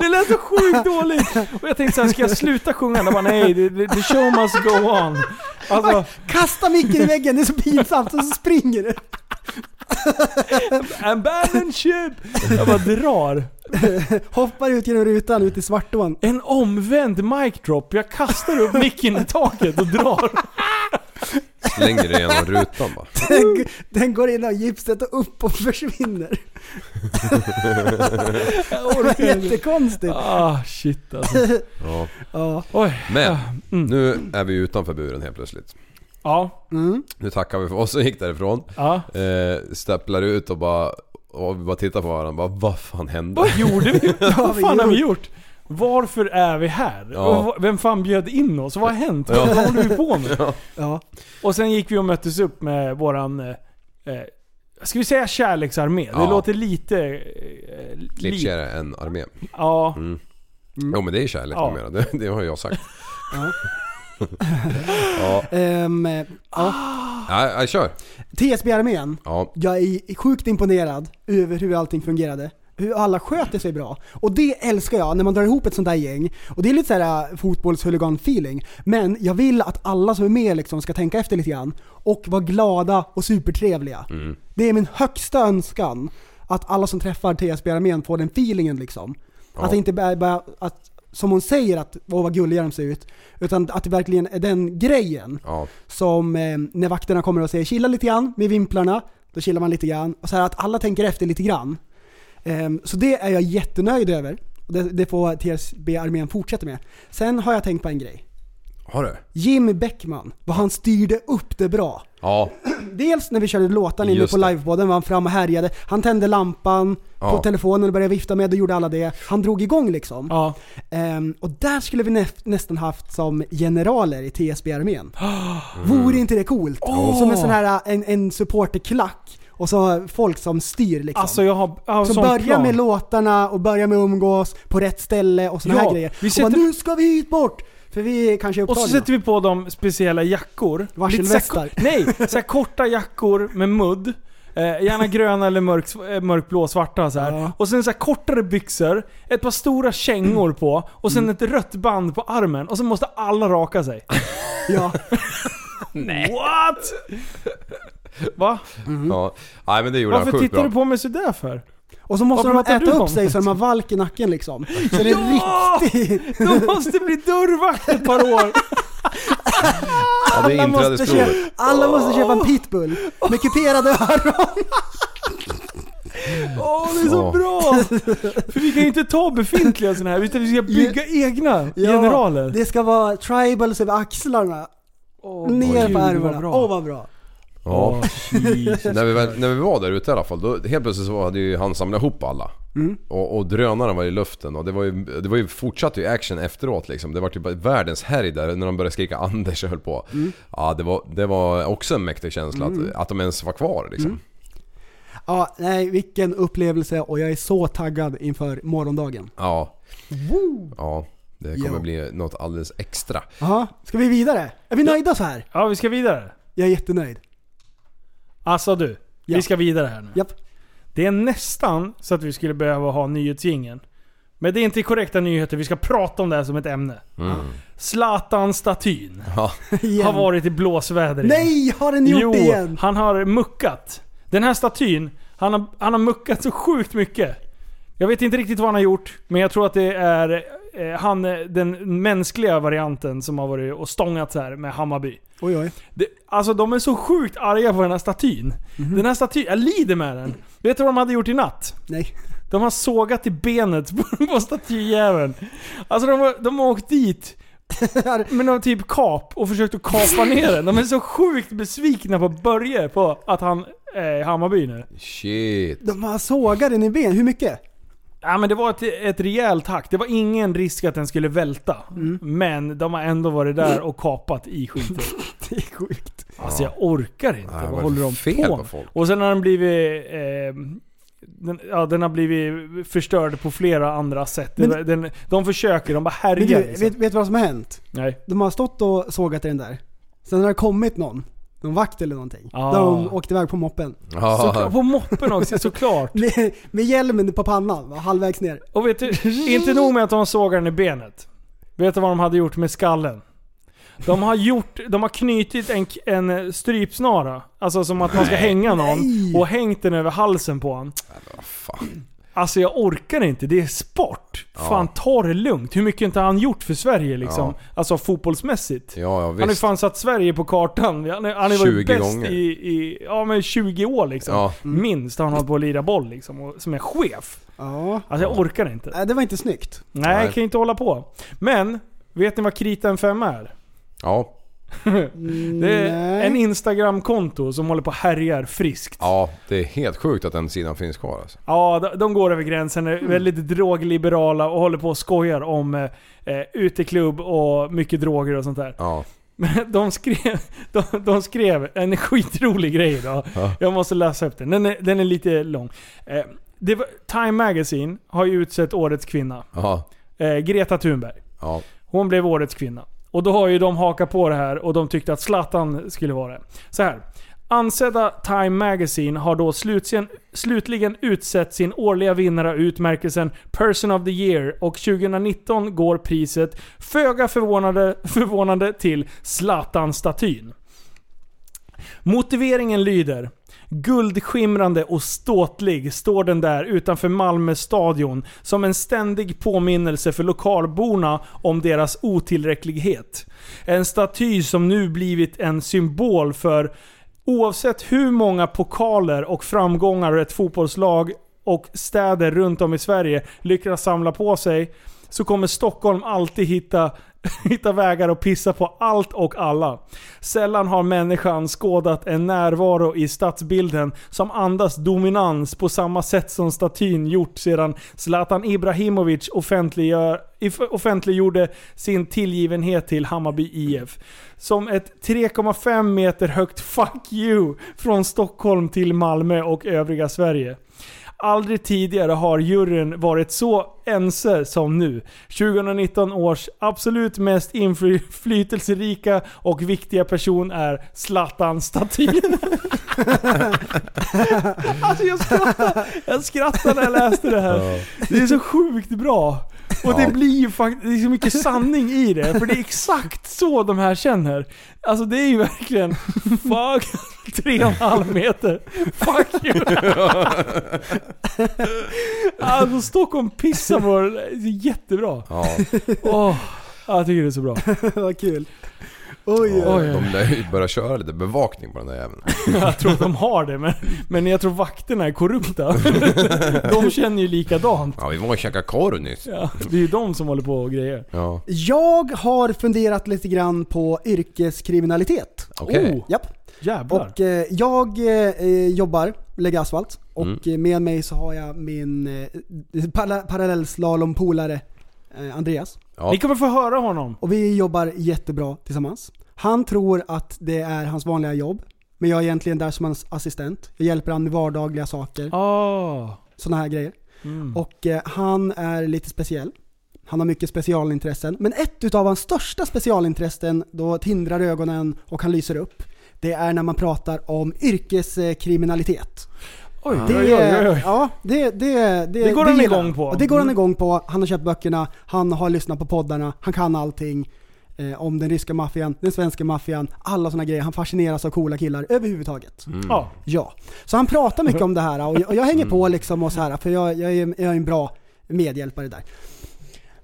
L: Det lät så sjukt dåligt! Och jag tänkte såhär, ska jag sluta sjunga? Jag bara, nej, the, the- the show must go on. Alltså,
G: Kasta micken i väggen, det är så pinsamt. Och så springer du.
L: abandon ship! Jag bara drar.
G: Hoppar ut genom rutan ut i Svartån.
L: En omvänd mic drop. Jag kastar upp micken i taket och drar.
H: Slänger det genom rutan bara.
G: Den, den går in i gipset och upp och försvinner. Det var jättekonstigt.
L: Ah, shit alltså.
H: Ja.
G: Ja.
H: Men,
L: Mm.
H: nu är vi utanför buren helt plötsligt.
L: Ja.
H: Nu tackar vi för oss och gick därifrån.
L: Ja.
H: Eh, stäpplar ut och bara, och vi bara tittar på varandra och bara, vad fan hände?
L: Vad gjorde vi?
G: har
L: Vad
G: vi
L: fan har vi
G: gjort?
L: gjort? Varför är vi här?
H: Ja.
L: Och v- vem fan bjöd in oss? Vad har hänt? Vad håller vi på med?
G: Ja.
L: Och sen gick vi och möttes upp med våran... Eh, eh, ska vi säga kärleksarmé? Det
H: Ja.
L: låter lite... Eh, li-
H: Klitschigare än armé.
L: Ja.
H: Mm. Jo men det är kärlek
L: Ja.
H: numera, det, det har jag sagt.
G: Ja.
H: Ja,
G: Ehm, eh, ja.
H: nej, nej, kör.
G: TSB-armén.
H: Ja.
G: Jag är sjukt imponerad över hur allting fungerade. Hur alla sköter sig bra. Och det älskar jag, när man drar ihop ett sånt där gäng. Och det är lite så här äh, fotbollshuligan-feeling. Men jag vill att alla som är med liksom ska tänka efter lite grann. Och vara glada och supertrevliga. Det är min högsta önskan. Att alla som träffar TSB-armén får den feelingen liksom.
H: Ja.
G: Att det inte bara, bara att, som hon säger, att åh vad gulliga de ser ut. Utan att det verkligen är den grejen.
H: Ja.
G: Som eh, när vakterna kommer och säger chilla lite grann med vimplarna. Då chillar man lite grann. Och så här att alla tänker efter lite grann. Ehm, så det är jag jättenöjd över. Och Det, det får TSB-armén fortsätta med. Sen har jag tänkt på en grej.
H: Har du?
G: Jimmy Bäckman, vad han styrde upp det bra.
H: Ja.
G: Dels när vi körde låtarna inne
H: Just
G: på
H: det.
G: livepodden var han fram och härjade. Han tände lampan på
H: Ja.
G: telefonen och började vifta med, då gjorde alla det. Han drog igång liksom.
L: Ja.
G: Ehm, och där skulle vi nä- nästan haft som generaler i TSB-armén. Vore inte det coolt? Som en sån här äh, en, en supporterklack och så folk som styr liksom.
L: Alltså jag har... Jag har
G: som
L: sån
G: börjar
L: plan.
G: med låtarna och börjar med umgås på rätt ställe och såna
L: Ja,
G: här grejer.
L: vi
G: Vi
L: sätter-
G: och bara, nu ska vi hit bort! För vi kanske är
L: Och
G: upptagna.
L: så sätter vi på dem speciella jackor.
G: Varselvästar.
L: Lite Så här, nej, så här korta jackor med mudd. Eh, gärna gröna eller mörk, eh, mörkblå, svarta så här. Och sen så här kortare byxor, ett par stora kängor på och sen ett rött band på armen. Och så måste alla raka sig.
G: Ja.
L: nej. What? Va?
H: ja. Nej men det gjorde
L: Mm. Varför
H: han sjukt
L: tittar
H: bra.
L: du på mig sådär för?
G: Och så måste
L: Vad
G: de
L: pratar
G: äta
L: du
G: upp
L: om?
G: sig så de har valk i nacken liksom. Så det är
L: Ja!
G: riktigt...
L: De måste bli dörrvakt ett par år.
H: Ja, det är
G: Alla måste, köpa,
H: inträdesprovet.
G: alla måste köpa en pitbull med kuperade öron.
L: Åh, det är så
H: Ja.
L: bra! För vi kan ju inte ta befintliga sådana här, utan vi ska bygga egna generaler.
G: Det ska vara tribals över axlarna. ner
L: gud,
G: på
L: vad
G: ärmarna.
L: bra.
G: Åh vad bra.
H: Ja.
L: Jesus.
H: När vi, väl- när vi var där ute i alla fall, då helt plötsligt så hade ju han samlat ihop alla.
L: Mm.
H: Och, och drönaren var i luften och det var ju, det var ju fortsatt ju action efteråt liksom. Det var typ världens härj där när de började skrika Anders och höll på.
L: Mm.
H: Ja, det var, det var också en mäktig känsla att, att de ens var kvar liksom.
L: Mm.
G: Ja, nej vilken upplevelse och jag är så taggad inför morgondagen.
H: Ja. Ja, det kommer
G: Jo.
H: bli något alldeles extra.
G: Jaha, ska vi vidare? Är vi nöjda så här?
L: Ja, vi ska vidare.
G: Jag är jättenöjd.
L: Alltså du,
G: Ja.
L: vi ska vidare här nu.
G: Japp.
L: Det är nästan så att vi skulle behöva ha nyhetsgingen. Men det är inte korrekta nyheter, vi ska prata om det här som ett ämne. Zlatan-statyn har
G: Mm. Igen.
L: varit i blåsväder igen.
G: Nej, har den gjort
L: Jo,
G: det igen?
L: han har muckat. Den här statyn, han har, han har muckat så sjukt mycket. Jag vet inte riktigt vad han har gjort, men jag tror att det är eh, han, eh, den mänskliga varianten som har varit och stångat så här med Hammarby.
G: Oj oj.
L: Det, alltså de är så
H: Mhm.
L: sjukt arga på den här statyn. Den här statyn, jag lider med den. Vet du vad de hade gjort i natt?
G: Nej.
L: De har sågat i benet på, på statyjäveln. Alltså de har, de har åkt dit med någon typ kap och försökt att kapa ner den. De är så sjukt besvikna på Börje på att han är i Hammarby nu.
H: Shit.
G: De har sågat den i ben. Hur mycket?
L: Ja, men det var ett, ett rejält hack. Det var ingen risk att den skulle välta.
H: Mm.
L: Men de har ändå varit där och kapat i skiten.
G: det är sjukt.
L: Alltså jag orkar inte.
H: Nej, vad är det
L: vad håller de
H: fel
L: på
H: på
L: med?
H: folk?
L: Och sen har den blivit... Eh, den, ja, den har blivit förstörd på flera andra sätt. Det
G: Men-
L: var- den, de försöker, de bara
G: Men
L: härjar.
G: du,
L: Liksom.
G: vet, vet du vad som har hänt?
L: Nej.
G: De har stått och sågat i den där. Sen har det kommit någon. Någon vakt eller någonting.
L: Ah.
G: Där de åkte iväg på moppen.
H: Ja.
L: Såklart, på moppen också, såklart.
G: Med, med hjälmen på pannan, va, halvvägs ner.
L: Och vet du, inte nog med att de sågar den i benet. Vet du vad de hade gjort med skallen? De har, gjort, de har knutit en, k- en strypsnara, alltså som att man ska hänga någon, och hängt den över halsen på honom. Alltså jag orkar inte, det är sport. Fan ta det lugnt. Hur mycket inte han gjort för Sverige liksom? Alltså fotbollsmässigt.
H: Ja, ja
L: han har ju
H: visst.
L: fan satt Sverige på kartan. Han har- han har ju varit
H: 20
L: bäst
H: gånger.
L: i, i ja, men 20 år liksom.
H: Ja.
L: Minst har han hållit på att lira boll liksom, och, som är chef.
G: Ja.
L: Alltså jag orkar inte.
G: Nej, Äh, det var inte snyggt.
L: Nej,
H: Nej.
L: jag kan ju inte hålla på. Men, vet ni vad Krita en femma är?
H: Ja.
L: Det är
G: Nej.
L: en Instagram-konto som håller på och härjar friskt.
H: Ja, det är helt sjukt att den sidan finns kvar alltså.
L: Ja, de- de går över gränsen,
H: Mm.
L: är väldigt drogliberala och håller på och skojar om eh, eh, uteklubb och mycket droger och sånt där.
H: Ja.
L: Men de skrev, de, de skrev en skitrolig grej idag.
H: Ja.
L: Jag måste läsa upp den. Den är, den är lite lång. Eh, det var, Time Magazine har ju utsett årets kvinna.
H: Ja.
L: Eh, Greta Thunberg.
H: Ja.
L: Hon blev årets kvinna. Och då har ju de hakat på det här och de tyckte att Zlatan skulle vara det. Så här. Ansedda Time Magazine har då slutsen, slutligen utsett sin årliga vinnare av utmärkelsen Person of the Year och 2019 går priset, föga förvånande, förvånande, till Zlatan-statyn. Motiveringen lyder Guldskimrande och ståtlig står den där utanför Malmö stadion som en ständig påminnelse för lokalborna om deras otillräcklighet. En staty som nu blivit en symbol för oavsett hur många pokaler och framgångar ett fotbollslag och städer runt om i Sverige lyckas samla på sig så kommer Stockholm alltid hitta, hitta vägar att pissa på allt och alla. Sällan har människan skådat en närvaro i stadsbilden som andas dominans på samma sätt som statyn gjort sedan Zlatan Ibrahimovic offentliggör, if- offentliggjorde sin tillgivenhet till Hammarby IF. Som ett 3,5 meter högt fuck you från Stockholm till Malmö och övriga Sverige. Aldrig tidigare har juryn varit så ense som nu. 2019 års absolut mest inflytelserika och viktiga person är Zlatan-statyn. alltså jag skrattar, jag skrattar när jag läste det här. Det är så sjukt bra. Och det
H: Ja.
L: blir ju faktiskt, det är så mycket sanning i det. För det är exakt så de här känner. Alltså det är ju verkligen, fuck, tre och en halv meter. Fuck you. Alltså Stockholm pissar på det. där. Det är jättebra.
H: Ja.
L: Åh, jag tycker det är så bra.
G: Vad kul. Oj, oj.
H: ja. De lär ju börja köra lite bevakning på den där jäveln.
L: Jag tror de har det, men, men jag tror vakterna är korrupta. De känner ju likadant.
H: Ja, vi var och käkade korv nyss.
L: Ja, det är ju de som håller på och grejer.
H: Ja.
G: Jag har funderat lite grann på yrkeskriminalitet.
H: Okej.
L: Oh.
G: Japp.
L: Jävlar.
G: Och eh, jag eh, jobbar, lägger asfalt. Och eh, med mig så har jag min eh, para- parallellslalompolare eh, Andreas.
H: Ja.
L: Ni kommer få höra honom.
G: Och vi jobbar jättebra tillsammans. Han tror att det är hans vanliga jobb. Men jag är egentligen där som hans assistent. Jag hjälper honom med vardagliga saker.
L: Ah.
G: Sådana här grejer.
L: Mm.
G: Och eh, han är lite speciell. Han har mycket specialintressen. Men ett utav hans största specialintressen, då tindrar ögonen och han lyser upp. Det är när man pratar om yrkeskriminalitet.
L: Oj,
G: Det,
L: oj, oj, oj.
G: Ja, det, det, det,
L: Det går han
G: gillar
L: igång på.
G: Och det går han
L: Mm.
G: igång på. Han har köpt böckerna, han har lyssnat på poddarna, han kan allting. Eh, om den ryska maffian, den svenska maffian, alla sådana grejer. Han fascineras av coola killar överhuvudtaget.
L: Ja.
G: Ja. Så han pratar mycket om det här och jag, och jag hänger på liksom och så här för jag, jag, är, jag är en bra medhjälpare där.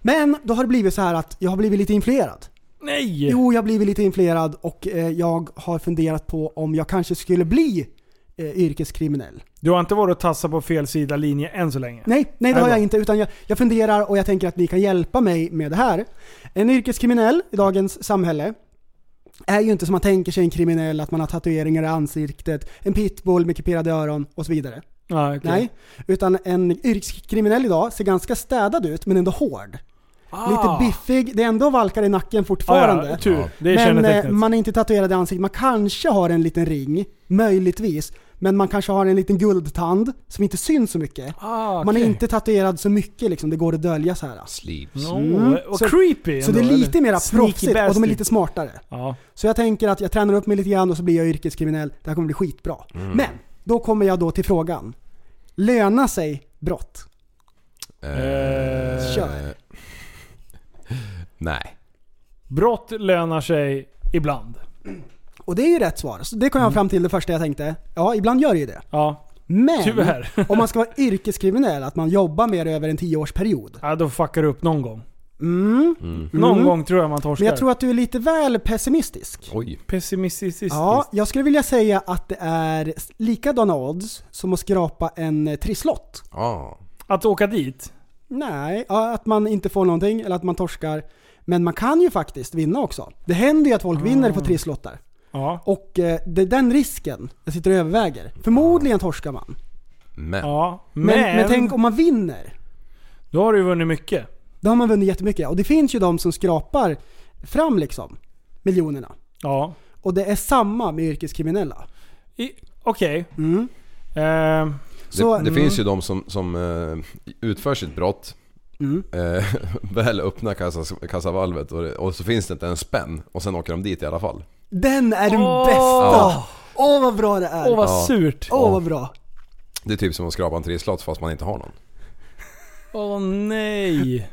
G: Men då har det blivit så här att jag har blivit lite influerad.
L: Nej!
G: Jo, jag har blivit lite influerad och eh, jag har funderat på om jag kanske skulle bli eh, yrkeskriminell.
L: Du har inte varit och tassat på fel sida linje än så länge?
G: Nej, nej det
L: Nej,
G: har jag
L: bra.
G: inte. Utan jag, jag funderar och jag tänker att ni kan hjälpa mig med det här. En yrkeskriminell i dagens samhälle är ju inte som man tänker sig en kriminell, att man har tatueringar i ansiktet, en pitbull med kuperade öron och så vidare.
L: Ah, okej.
G: Nej, utan en yrkeskriminell idag ser ganska städad ut men ändå hård.
L: Ah.
G: Lite biffig, det är ändå valkar i nacken fortfarande.
L: Ah, ja, tur. Det är
G: men eh,
L: kännetecknet.
G: man är inte tatuerad i ansiktet. Man kanske har en liten ring, möjligtvis. Men man kanske har en liten guldtand som inte syns så mycket.
L: Ah,
G: Man är
L: okej.
G: inte tatuerad så mycket liksom, det går att dölja så här.
H: Sleeves.
L: No, och creepy
G: Mm. Så det är
L: ändå,
G: lite
L: eller?
G: mer
L: Sneaky
G: proffsigt och de är
L: bastard.
G: lite smartare.
L: Ja.
G: Så jag tänker att jag tränar upp mig lite grann och så blir jag yrkeskriminell. Det här kommer bli skitbra.
H: Mm.
G: Men, då kommer jag då till frågan. Löna sig brott?
H: Eh,
G: Kör.
H: Nej.
L: Brott lönar sig ibland.
G: Och det är ju rätt svar. Så det kom jag fram till det första jag tänkte. Ja, ibland gör det ju det.
L: Ja.
G: Men
L: Tyvärr.
G: om man ska vara yrkeskriminell, att man jobbar med det över en tioårsperiod.
L: Ja, då fuckar du upp någon gång.
G: Mm.
L: Någon
G: Mm.
L: gång tror jag man torskar.
G: Men jag tror att du är lite väl pessimistisk.
H: Oj.
L: Pessimistisk.
G: Ja, jag skulle vilja säga att det är likadana odds som att skrapa en eh, trisslott.
H: Ah.
L: Att åka dit?
G: Nej, ja, att man inte får någonting eller att man torskar. Men man kan ju faktiskt vinna också. Det händer ju att folk vinner på trisslottar.
L: Ja.
G: Och eh, det är den risken jag sitter och överväger. Förmodligen torskar man.
H: Men.
L: Ja, men...
G: Men, men tänk om man vinner.
L: Då har du ju vunnit mycket.
G: Då har man vunnit jättemycket. Och det finns ju de som skrapar fram liksom miljonerna.
L: Ja.
G: Och det är samma med yrkeskriminella.
L: I- Okej.
G: Mm.
L: Ehm,
G: Så-
H: det det
G: mm.
H: finns ju de som, som eh, utför sitt brott,
G: Mm.
H: eh, väl öppnar kassas, kassavalvet och, det, och så finns det inte en spänn och sen åker de dit i alla fall.
G: Den är den
L: Åh!
G: bästa! Åh vad bra det är!
L: Åh vad
H: Ja.
L: surt.
G: Åh vad bra!
H: Det är typ som att skrapa en trisslott fast man inte har någon.
L: Åh nej.
H: Nej,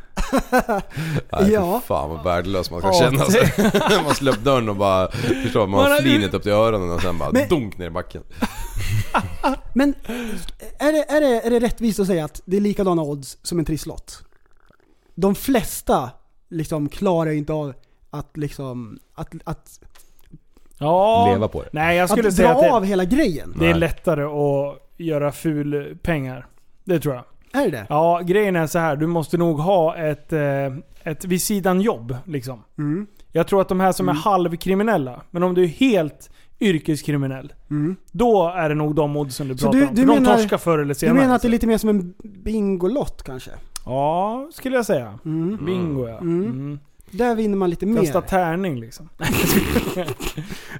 G: Ja.
H: ja. fan vad värdelös man ska
L: Ja,
H: känna sig. man slår upp dörren och bara, förstår man,
L: Man
H: har
L: har-
H: flinet upp till öronen och sen bara
G: Men-
H: dunk ner i backen.
G: Men är det, är, det, är det rättvist att säga att det är likadana odds som en trisslott? De flesta liksom klarar ju inte av att liksom... Att, att,
L: Ja.
H: Leva på det.
L: Nej, jag skulle
G: att
L: säga
G: dra
L: att det,
G: av hela grejen.
L: det är
H: Nej.
L: lättare att göra ful pengar. Det tror jag.
G: Är det det?
L: Ja, grejen är så här. Du måste nog ha ett, eh, ett vid sidan jobb liksom.
G: Mm.
L: Jag tror att de här som är halvkriminella, men om du är helt yrkeskriminell,
G: Mm.
L: då är det nog de oddsen du
G: Så
L: pratar
G: du-
L: om.
G: du
L: För de
G: menar-
L: torskar förr eller
G: Du
L: senare. liksom.
G: menar att det är lite mer som en bingolott kanske?
L: Ja, skulle jag säga.
G: Mm.
L: Bingo ja.
G: Mm.
L: Mm.
G: Där vinner man lite mer.
L: Kasta tärning liksom.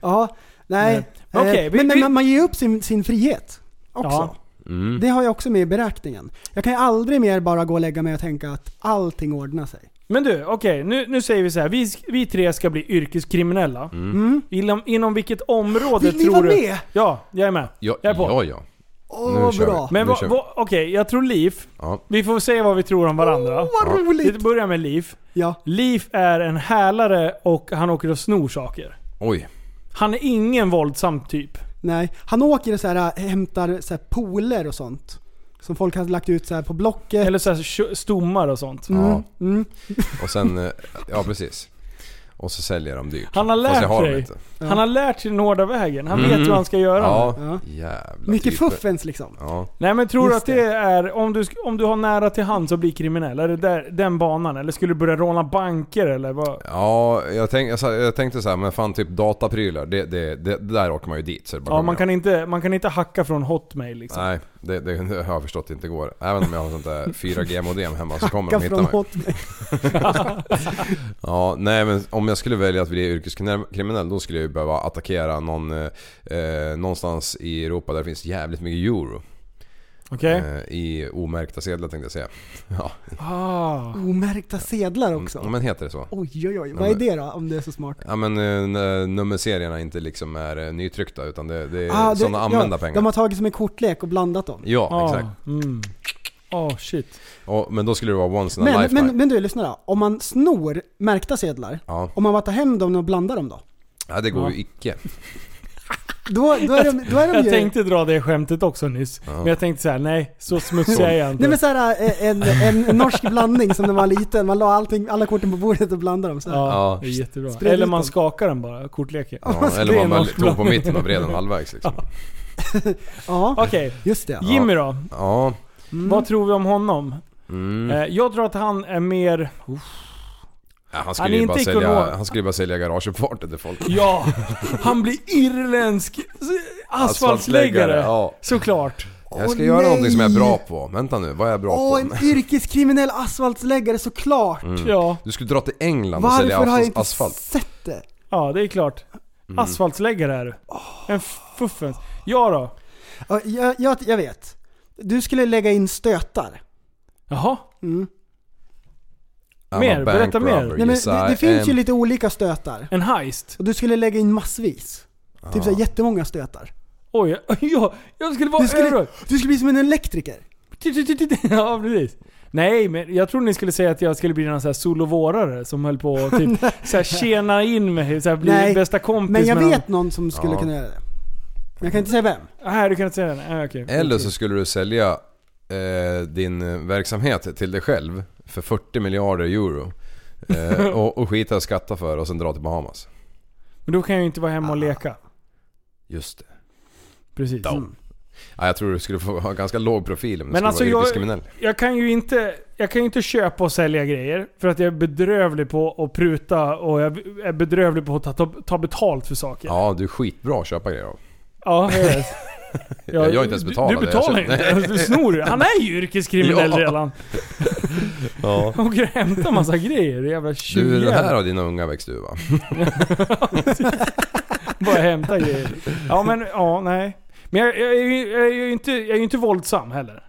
G: Ja, nej.
L: Men okej,
G: Eh,
L: vi-
G: men, men
L: vi-
G: man- man ger ju upp sin, sin frihet också.
L: Ja.
H: Mm.
G: Det har jag också med i beräkningen. Jag kan ju aldrig mer bara gå och lägga mig och tänka att allting ordnar sig.
L: Men du, okej. nu, nu säger vi så här. Vi, sk- vi tre ska bli yrkeskriminella.
G: Mm.
L: Inom, inom vilket område
G: Vill ni
L: tror
G: vara
L: du...
G: med?
L: Ja, jag är med.
H: Ja,
L: Jag är på.
H: ja. ja.
G: Åh,
H: Nu
G: vad
H: kör vi.
G: bra.
L: Men
H: Nu
L: vad-
H: kör vi.
L: vad- okej, jag tror Liv.
H: Ja.
L: Vi får säga vad vi tror om varandra.
G: Vad
L: vi
G: roligt!
L: börjar med Liv.
G: Ja.
L: Liv är en hälare och han åker och snor saker.
H: Oj.
L: Han är ingen våldsam typ.
G: Nej. Han åker och så här, äh, hämtar så här pooler och sånt. Som folk har lagt ut så här på Blocket.
L: Eller så här kö- stommar och sånt.
H: Ja.
G: Mm.
H: Och sen, eh, ja precis. Och så säljer de dyrt.
L: Han har
H: Fast
L: lärt
H: jag har dem
L: sig.
H: inte.
L: Han har lärt sig den hårda vägen. Han vet hur han ska göra.
H: Mm. Ja,
G: Ja.
H: jävla
G: Mycket
H: typer.
G: fuffens liksom.
H: Typ. Ja.
L: Nej men tror du
G: Just
L: att det, är, om du, sk- om du har nära till hand så blir kriminell? Är det där, den banan? Eller skulle du börja råna banker eller vad?
H: Ja, jag, tänk, jag, sa- jag tänkte så här, men fan typ dataprylar, det, det, det, det där åker man ju dit så det bara
L: Ja,
H: kommer
L: man kan
H: jag.
L: inte, man kan inte hacka från Hotmail liksom.
H: Nej, det, det, det har jag förstått inte går. Även om jag har sånt där 4G-modem hemma så kommer
G: Hacka
H: de hitta
G: från
H: mig.
G: Hotmail.
H: Ja, nej men om jag skulle välja att bli yrkeskriminell då skulle jag ju behöva attackera någon eh, eh, någonstans i Europa där det finns jävligt mycket euro.
L: Okej?
H: Eh, I omärkta sedlar tänkte jag säga. Ja,
L: Ah.
G: Omärkta sedlar också.
H: ja Mm, men heter det så?
G: Oj, oj, oj.
H: Ja,
G: Vad är
H: men-
G: det då? Om det är så smart.
H: Ja men eh, n- nummerserierna inte liksom är eh, nytryckta utan det, det är
G: Ah, det-
H: sådana Eh, användarpengar.
G: ja, de har tagit som en kortlek och blandat dem.
H: Ja,
L: Ah.
H: exakt.
L: Mm. Oh, shit.
H: Och, men då skulle det vara once in a
G: Men,
H: lifetime.
G: men, men du, lyssna då. Om man snor märkta sedlar,
H: Ja.
G: om man bara tar hem dem och blandar dem då?
H: ja, det går
L: Ja.
H: ju icke.
G: då, då är de, då är de
L: jag
G: ju...
L: tänkte dra det skämtet också nyss. Men jag tänkte så här: nej, så smutsig är jag inte.
G: Nej men såhär eh, en, en norsk blandning som när man var liten. Man la allting, alla korten på bordet och blandade dem så här.
L: Ja, det är jättebra.
G: Spred
L: eller
G: ut
L: man
G: dem.
L: skakar den bara, kortleken.
H: Ja, eller man väl tog på mitten och vred den halvvägs liksom.
G: Ja,
L: Okej.
G: just det.
L: Jimmy då?
H: Ja.
L: Vad tror vi om honom?
H: Mm.
L: Eh, Jag tror att han är mer...
H: Ja, han,
L: Han
H: skulle
L: är
H: ju bara
L: inte
H: sälja,
L: ekonom.
H: han skulle ju bara sälja garageuppfarter till folk.
L: Ja! Han blir irländsk
H: Asfaltsläggare,
L: asfaltsläggare.
H: ja.
L: Såklart.
H: Jag ska
G: Åh,
H: göra
G: nej.
H: någonting som jag är bra på. Vänta nu, vad är jag bra
G: Åh,
H: på?
G: en yrkeskriminell asfaltsläggare såklart.
H: Mm.
L: Ja.
H: Du skulle dra till England och
G: Varför
H: sälja
G: har jag
H: asfalt.
G: inte
H: asfalt.
G: sett det?
L: Ja, det är klart.
H: Mm.
L: Asfaltsläggare är du. En fuffens. Ja då.
G: Ja, Jag, jag, jag vet. Du skulle lägga in stötar.
L: Jaha?
G: Mm.
H: I'm a
L: Mer,
H: bank
L: berätta mer.
H: robber,
G: Nej, men
H: yes,
G: det,
H: I
G: det finns ju
H: am.
G: lite olika stötar.
L: En heist?
G: Och du skulle lägga in massvis. Typ såhär jättemånga stötar.
L: Oj, ja, jag skulle vara
G: Du skulle,
L: överallt.
G: du skulle bli som en
L: Mm.
G: elektriker.
L: Ja, precis. Nej, men jag tror ni skulle säga att jag skulle bli någon sån här solovårare som höll på och typ så här tjena in mig, så här bli
G: Nej,
L: bästa kompis
G: Men jag
L: med
G: vet någon som skulle
H: Ja.
G: kunna göra det. Men jag kan inte säga vem.
L: någon. Nej, du kan inte säga den. Ah, okej.
H: Eller så skulle du sälja eh, din eh, verksamhet till dig själv för 40 miljarder euro. Eh, och, och skita och skatta för och sen dra till Bahamas. Ah.
L: Men då kan jag ju inte vara hemma och leka.
H: Just det.
L: Precis. Mm.
H: Ja, jag tror du skulle få ha ganska låg profil om du
L: Men
H: skulle
L: alltså
H: vara
L: jag-
H: yrkeskriminell.
L: Jag kan ju inte, jag kan ju inte köpa och sälja grejer för att jag är bedrövlig på att pruta och jag är bedrövlig på att ta, ta, ta betalt för saker. Ja,
H: Ja, du är skitbra att köpa grejer av.
L: jag vet. Ja,
H: jag har inte ens betalat.
L: Du, du betalar ju
H: Jag
L: inte. Du snor ju. Han är ju yrkeskriminell
H: Ja.
L: redan.
H: Ja.
L: Han åker och hämtar massa grejer. Det jävla
H: Du, det här
L: tjuvjävel.
H: har dina unga växt ur va?
L: Bara hämtar grejer. Ja men, ja nej. Men jag, jag, är ju, jag, är ju inte, jag är ju inte våldsam heller.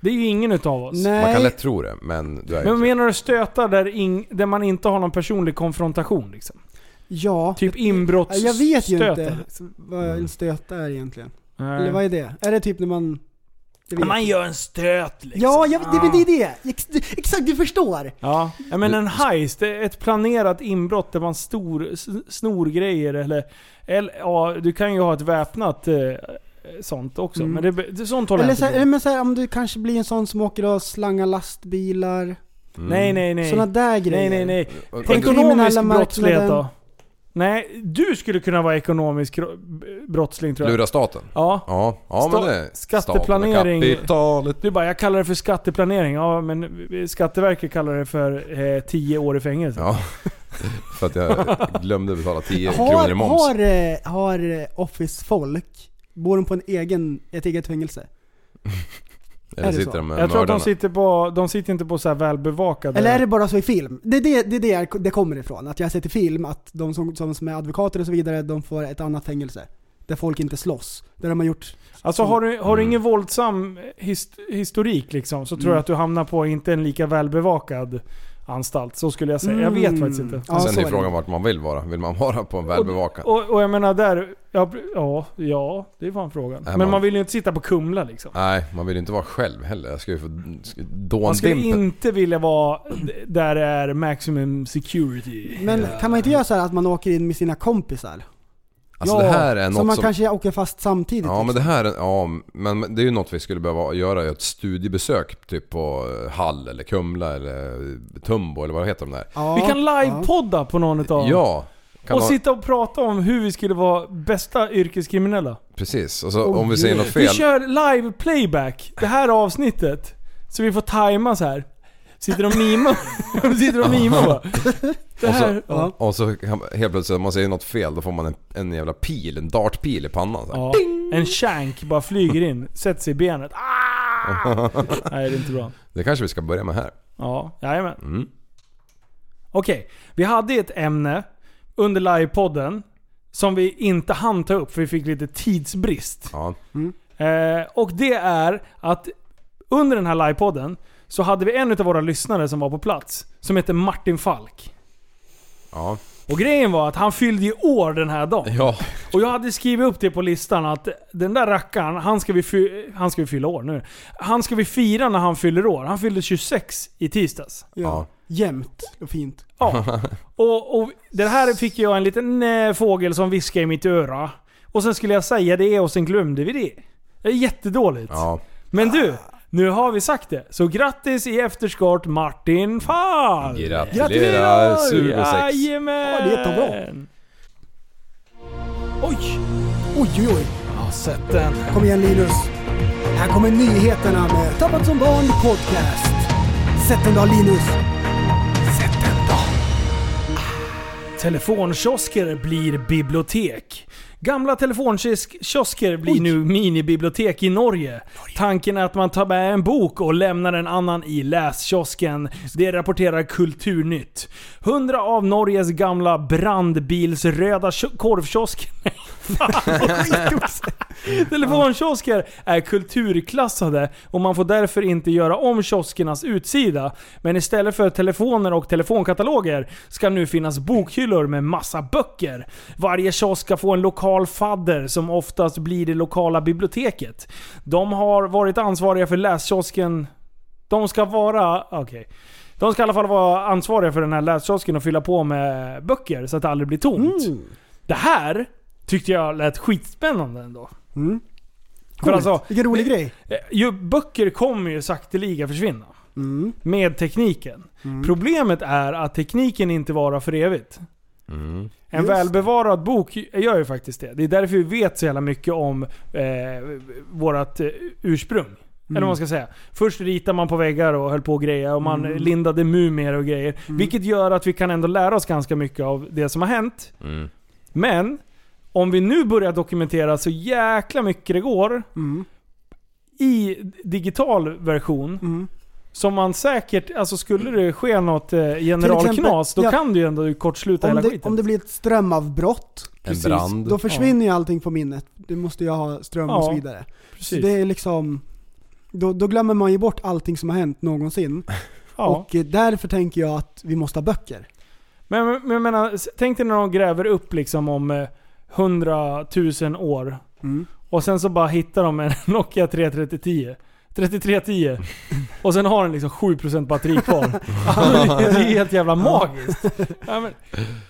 L: Det är ju ingen utav oss.
G: Nej.
H: Man kan lätt tro det, men du är
L: Men
H: inte.
L: menar du stötar där, ing, där man inte har någon personlig konfrontation liksom?
G: Ja.
L: Typ inbrotts...
G: Jag vet ju
L: stötar.
G: inte vad en stöta är egentligen.
L: Mm. Nej.
G: Eller vad är det? Är det typ när man... det vet
L: Man
G: jag.
L: gör en stöt liksom.
G: Ja, jag, det, men det är det! Ex, exakt, du förstår!
L: Ja, Ja, men en heist, det är ett planerat inbrott där man stor, s- snor grejer eller... eller ja, du kan ju ha ett väpnat eh, sånt också.
G: Mm.
L: Men det, be- det, sånt håller
G: Eller,
L: jag
G: så här,
L: inte
G: eller
L: på.
G: men så här, om du kanske blir en sån som åker och slangar lastbilar.
L: Nej, nej, nej.
G: Såna där
L: nej,
G: grejer.
L: nej, nej.
H: Mm. Och- och-
L: Ekonomisk
G: kriminella
L: brottslighet
G: marknaden.
L: då? Nej, du skulle kunna vara ekonomisk gro- b- brottsling tror jag.
H: Lura staten?
L: Ja.
H: Ja, ja
L: Sta-
H: men det...
L: skatteplanering.
H: staten och Kapitalet.
L: Du bara, jag kallar det för skatteplanering. Ja, men eh, Skatteverket kallar det för eh, 10 år i fängelse.
H: Ja. För att jag glömde betala 10
G: Har,
H: kronor i moms.
G: har, eh, har eh, Office-folk, bor de på en egen, ett eget fängelse?
H: Eller
G: är det
H: sitter
G: så?
H: de med
L: Jag tror att
H: mördarna?
L: de sitter, på, de sitter inte på så här välbevakade...
G: Eller är det bara så i film? Det är det, det, är det jag- det kommer ifrån. Att jag har sett i film att de som, som, som är advokater och så vidare, de får ett annat fängelse. Där folk inte slåss. Där de har gjort...
L: Alltså har du, har du ingen våldsam hist, historik liksom, så tror
G: Mm.
L: jag att du hamnar på inte en lika välbevakad anstalt. Så skulle jag säga. Jag vet
G: Mm.
L: faktiskt inte.
G: Ja, så
H: Sen är
G: det.
H: frågan vart man vill vara. Vill man vara på en välbevakad?
L: Och, och jag menar där... Ja, ja, ja det är fan frågan.
H: Nej,
L: Men
H: man-
L: man vill ju inte sitta på Kumla liksom.
H: Nej, man vill ju inte vara själv heller. Jag ska ju få sk-
L: Man skulle
H: dåndimpen.
L: inte vilja vara d- där det är maximum security.
G: Men kan man inte göra så här att man åker in med sina kompisar?
H: Alltså
L: Ja,
H: det här är
G: Så
H: något
G: man
H: som...
G: kanske åker fast samtidigt?
H: Ja men
G: liksom.
H: det här är... Ja, men det är ju något vi skulle behöva göra. Ett studiebesök typ på eh, Hall eller Kumla eller Tumbo eller vad heter de där?
G: ja,
L: Vi kan livepodda på någon utav dem.
H: Ja! Kan
L: och
H: man,
L: sitta och prata om hur vi skulle vara bästa yrkeskriminella.
H: precis, och så om vi säger något
L: Vi
H: fel.
L: kör live playback, det här avsnittet. Så vi får tajma så här. Sitter de och mimar? De sitter och mimar bara. Det
H: Och så-
L: här... Ja.
H: Och så kan, helt plötsligt om man säger något fel då får man en, en jävla pil, en dartpil i pannan. Så här.
L: Ja. En shank bara flyger in, sätter sig i benet. Ah! Nej, det är inte bra.
H: Det kanske vi ska börja med här.
L: Ja, jajamän.
H: Mm.
L: Okej, vi hade ett ämne under livepodden som vi inte hann ta upp för vi fick lite tidsbrist.
H: Ja.
L: Eh, och det är att under den här livepodden så hade vi en av våra lyssnare som var på plats som hette Martin Falk.
H: Ja.
L: Och grejen var att han fyllde ju år den här dagen.
H: Ja.
L: Och jag hade skrivit upp det på listan att den där rackaren, han ska vi, fy- han ska vi fylla år nu. Han ska vi fira när han fyller år. Han fyllde 26 i tisdags.
G: Ja. Jämnt och fint.
L: Ja. Och, och det här fick jag en liten eh, fågel som viskade i mitt öra. Och sen skulle jag säga det och sen glömde vi det. Det är jättedåligt. Men du, nu har vi sagt det. Så grattis i efterskott Martin Fall!
H: Gratulerar, Sugosex.
L: Jajamän!
G: Ja, det är jättebra. Oj! Oj, oj, oj.
L: Ja, sätt den.
G: Kom igen Linus. Här kommer nyheterna med Tappat som barn podcast. Sätt den då Linus. Sätt den då.
L: Telefonkiosker blir bibliotek. Gamla telefonkiosker blir nu minibibliotek i Norge. Tanken är att man tar med en bok och lämnar en annan i läskiosken. Det rapporterar Kulturnytt. Hundra av Norges gamla brandbilsröda kio- korvkiosker... Nej, fan, vad skit. Telefonkiosker är kulturklassade och man får därför inte göra om kioskernas utsida. Men istället för telefoner och telefonkataloger ska nu finnas bokhyllor med massa böcker. Varje kiosk ska få en lokal fadder som oftast blir det lokala biblioteket. De har varit ansvariga för läskiosken... De ska vara... Okej. De ska i alla fall vara ansvariga för den här läskiosken och fylla på med böcker så att det aldrig blir tomt. Det här tyckte jag lät skitspännande ändå.
G: Mm.
L: För alltså,
G: Vilken rolig grej.
L: Eh, Ju, böcker kommer ju sakteliga försvinna. Med tekniken. Problemet är att tekniken inte varar för evigt.
H: Mm,
L: En
G: Just.
L: välbevarad bok gör ju faktiskt det. Det är därför vi vet så jävla mycket om eh, vårt eh, ursprung.
G: Mm.
L: Eller vad man ska säga. Först ritade man på väggar och höll på och grejer och man
G: Mm.
L: lindade mumier och grejer.
G: Mm.
L: Vilket gör att vi kan ändå lära oss ganska mycket av det som har hänt.
A: Mm.
L: Men, om vi nu börjar dokumentera så jäkla mycket det går
G: Mm.
L: i digital version. Som man säkert, alltså skulle det ske något eh, generalknas, då
G: ja.
L: kan du ju ändå kortsluta
G: Om
L: hela
G: det,
L: skiten.
G: om det blir ett strömavbrott,
H: En brand.
G: då försvinner ju allting på minnet. Du måste ju ha ström och
L: Ja,
G: så vidare. Så
L: Precis.
G: det är liksom... Då, då glömmer man ju bort allting som har hänt någonsin.
L: ja.
G: Och eh, därför tänker jag att vi måste ha böcker.
L: Men, men men jag menar, s- tänk dig när de gräver upp liksom om eh, 100 000 år.
G: Mm.
L: Och sen så bara hittar de en Nokia 3310. 3310. Och sen har den liksom 7% batteri kvar. Alltså, det är helt jävla magiskt. Ja, men,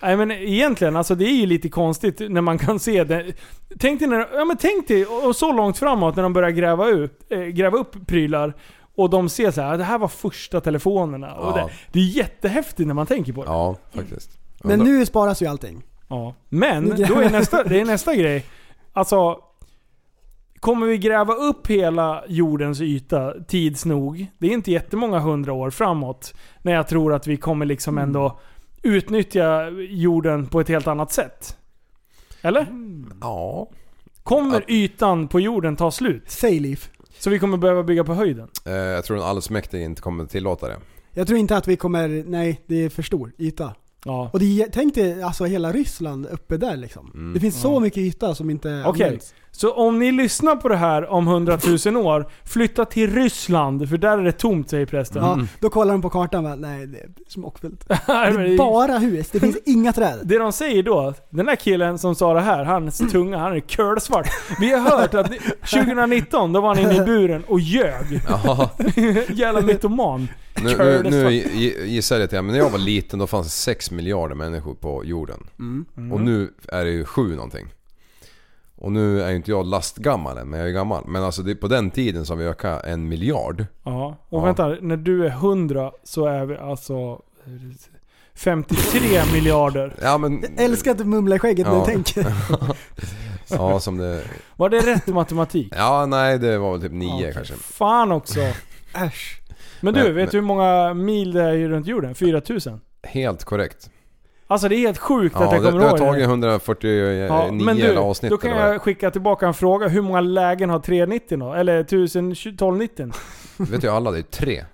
L: nej men egentligen, alltså det är ju lite konstigt när man kan se det. Tänk dig, när, ja, men tänk dig och och så långt framåt när de börjar gräva, ut, eh, gräva upp prylar. Och de ser så här, det här var första telefonerna. Och
H: Ja.
L: det, det är jättehäftigt när man tänker på det.
H: Ja, faktiskt.
G: Men nu sparas ju allting.
L: Ja. Men då är nästa, det är nästa grej. Alltså, kommer vi gräva upp hela jordens yta tids nog? Det är inte jättemånga hundra år framåt. När jag tror att vi kommer liksom ändå utnyttja jorden på ett helt annat sätt. Eller?
H: Ja.
L: Kommer ytan på jorden ta slut?
G: Säg Liv.
L: Så vi kommer behöva bygga på höjden?
H: Eh, Jag tror den allsmäktige inte kommer tillåta det.
G: Jag tror inte att vi kommer... Nej, det är för stor yta.
L: Ja.
G: Och det, är- tänk dig alltså hela Ryssland uppe där liksom.
H: Mm.
G: Det finns så mycket yta som inte
L: Okej.
G: används.
L: Så om ni lyssnar på det här om hundratusen år, flytta till Ryssland för där är det tomt säger prästen.
H: Mm.
G: Ja, då kollar de på kartan och bara, nej det är smockfullt.
L: Nej, men
G: Det är bara hus, det finns inga träd.
L: Det de säger då, den där killen som sa det här, hans tunga, han är curlsvart. Vi har hört att 2019, då var han inne i buren och ljög.
H: Ja,
L: Jävla mytoman.
H: nu, nu,
L: Curly
H: nu
L: fuck.
H: gi- gissar jag lite grann, men när jag var liten då fanns det 6 miljarder människor på jorden.
L: Mm.
H: Och nu är det ju 7 någonting. Och nu är ju inte jag lastgammal än, men jag är ju gammal. Men alltså det är på den tiden som vi ökade en miljard.
L: Ja, och
H: Ja.
L: vänta, när du är 100 så är vi alltså 53 miljarder.
H: Ja men...
G: Jag älskar att du mumlar i skägget när
H: Ja.
G: du tänker.
H: Ja som det...
L: Var det rätt matematik?
H: Ja nej det var väl typ 9
L: Okej,
H: kanske.
L: Fan också.
G: Äsch.
L: Men du,
H: Men-
L: vet du hur många mil det är ju runt jorden? 4000?
H: Helt korrekt.
L: Alltså det är helt sjukt
H: Ja,
L: att jag
H: det,
L: kommer
H: det har
L: ihåg det.
H: tagit 149
L: Ja, men du,
H: hela avsnitt.
L: då kan
H: eller vad det är.
L: jag skicka tillbaka en fråga. Hur många lägen har 390 då? Eller 1000 1290?
H: vet ju alla, det är tre. Är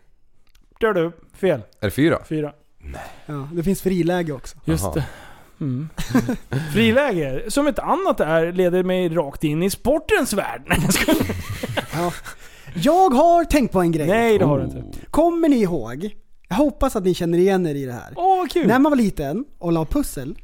L: Dör du? Fel.
H: det fyra?
L: Fyra.
G: Ja, det finns friläge också.
L: Just
H: Jaha.
L: det. Mm. Friläge, som ett annat är, leder mig rakt in i sportens värld. Nej, jag skojar.
G: Jag har tänkt på en grej.
L: Nej, det har du inte.
G: Kommer ni ihåg? Jag hoppas att ni känner igen er i det här.
L: Åh, vad kul!
G: När man var liten och la pussel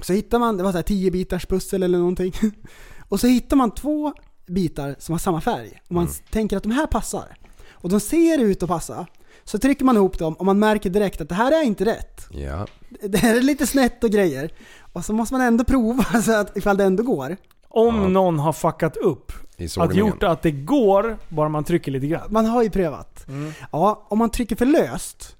G: så hittade man, det var så här 10 bitars pussel eller någonting. Och så hittar man två bitar som har samma färg. Och man s- tänker att de här passar. Och de ser ut att passa. Så trycker man ihop dem och man märker direkt att det här är inte rätt.
H: Ja.
G: Det här är lite snett och grejer. Och så måste man ändå prova så att, ifall det ändå går.
L: Om någon har fuckat upp.
H: I
L: Att
H: solningen.
L: gjort att det går, bara man trycker lite grann.
G: Man har ju prövat. Ja, om man trycker för löst,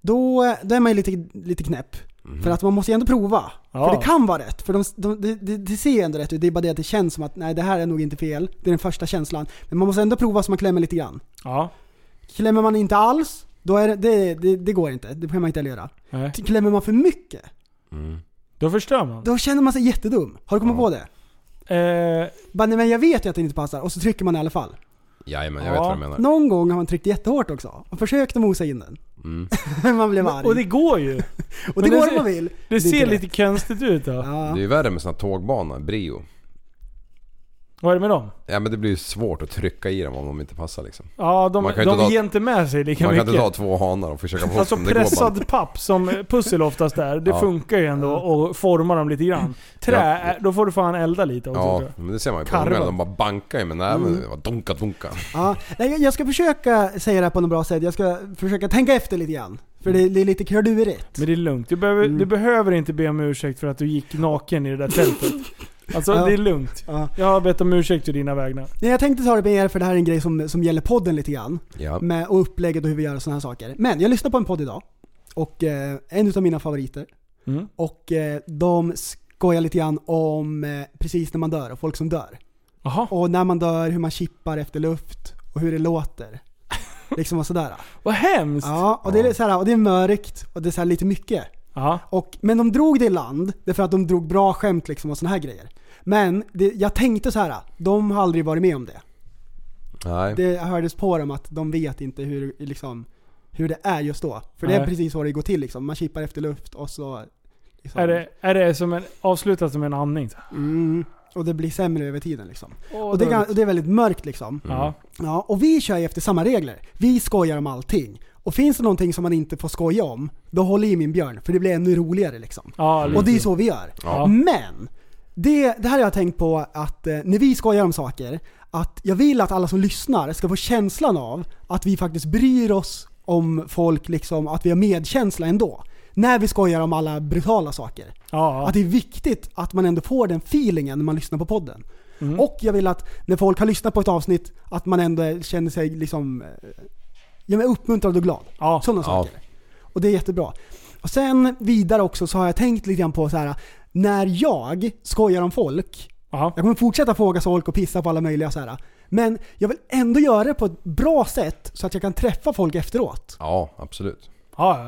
G: då, då är man ju lite, lite knäpp. För att man måste ju ändå prova.
L: Mhm. Ja.
G: För det kan vara rätt. För de, de, det- det, det ser ju ändå rätt ut. Det är bara det att det känns som att nej, det här är nog inte fel. Det är den första känslan. Men man måste ändå prova så man klämmer lite grann.
L: Ja.
G: Klämmer man inte alls, då är det, det, det, det går inte. Det kan man inte heller göra.
L: Nej.
G: Klämmer man för mycket,
L: Då förstör man.
G: då känner man sig jättedum. Har du kommit på det?
L: Eh,
G: Bara, nej, men jag vet ju att det inte passar. Och så trycker man i alla fall.
H: Jajamän, jag vet vad du menar.
G: Någon gång har man tryckt jättehårt också. Och försökt att mosa in den.
H: Mm.
G: man blev arg.
L: Och det går ju.
G: Och det
L: Men
G: går
L: ser-
G: om man vill. Det
L: Det
G: är
L: ser
G: inte
L: lite konstigt ut då.
H: Det är ju värre med såna här tågbanor, Brio.
L: Vad är det med dem?
H: Ja men det blir ju svårt att trycka i dem om de inte passar liksom.
L: Ja, de,
H: Man kan ju
L: de
H: inte ta-
L: ger inte med sig lika
H: Man kan
L: mycket.
H: inte ta två hanar och försöka få
L: Alltså
H: dem. Det går bara inte.
L: pressad papp som pussel oftast är, det
H: Ja.
L: funkar ju ändå och formar dem lite grann. Trä,
H: Ja.
L: är- då får du fan elda lite också
H: Ja,
L: tror jag.
H: men det ser man ju på
L: alltså. Karva.
H: dem. De bara bankar ju med näven.
G: Mm.
H: Det bara Dunka, dunka.
G: Ja, nej, jag- jag ska försöka säga det här på något bra sätt. Jag ska försöka tänka efter lite grann. För det, det är lite klurigt.
L: Men det är lugnt. Du behöver,
G: Mm.
L: du behöver inte be om ursäkt för att du gick naken i det där tältet. Alltså
G: Ja.
L: det är lugnt. Jag har bett om ursäkt till dina vägnar.
G: Nej, jag tänkte ta det med er för det här är en grej som, som gäller podden lite grann.
H: Ja.
L: Mm.
G: Med, och upplägget och hur vi gör sådana här saker. Men jag lyssnade på en podd idag. Och eh, en utav mina favoriter.
L: Mm.
G: Och eh, de skojar lite grann om eh, precis när man dör och folk som dör. Och när man dör, hur man chippar efter luft och hur det låter. Liksom och sådär.
L: Vad hemskt!
G: Ja, och det är, så här, och det är mörkt och det är så här lite mycket. Och, men de drog det i land därför att de drog bra skämt liksom och såna här grejer. Men det, jag tänkte så här, de har aldrig varit med om det.
H: Nej.
G: Det hördes på dem att de vet inte hur, liksom, hur det är just då. För det är
L: Nej.
G: precis så det går till liksom. Man chippar efter luft och så... Liksom,
L: Är det, är det som en, avslutat som en andning?
G: Mm, och det blir sämre över tiden liksom.
L: Åh,
G: och, det är,
L: dåligt.
G: gan- och det är väldigt mörkt liksom.
L: Ja.
G: Ja, och vi kör ju efter samma regler. Vi skojar om allting. Och finns det någonting som man inte får skoja om, då håller i min björn. För det blir ännu roligare liksom.
L: Ja,
G: och det är
L: lite.
G: så vi gör.
L: Ja.
G: Men! Det, det här har jag tänkt på att eh, när vi skojar om saker, att jag vill att alla som lyssnar ska få känslan av att vi faktiskt bryr oss om folk, liksom, att vi har medkänsla ändå. När vi skojar om alla brutala saker. Att det är viktigt att man ändå får den feelingen när man lyssnar på podden.
L: Mm.
G: Och jag vill att när folk har lyssnat på ett avsnitt, att man ändå känner sig liksom, eh, ja, men uppmuntrad och glad. Sådana saker. Och det är jättebra. Och sen vidare också så har jag tänkt lite grann på så här när jag skojar om folk, jag kommer fortsätta fråga folk och pissa på alla möjliga så här. Men jag vill ändå göra det på ett bra sätt så att jag kan träffa folk efteråt.
H: Ja, absolut.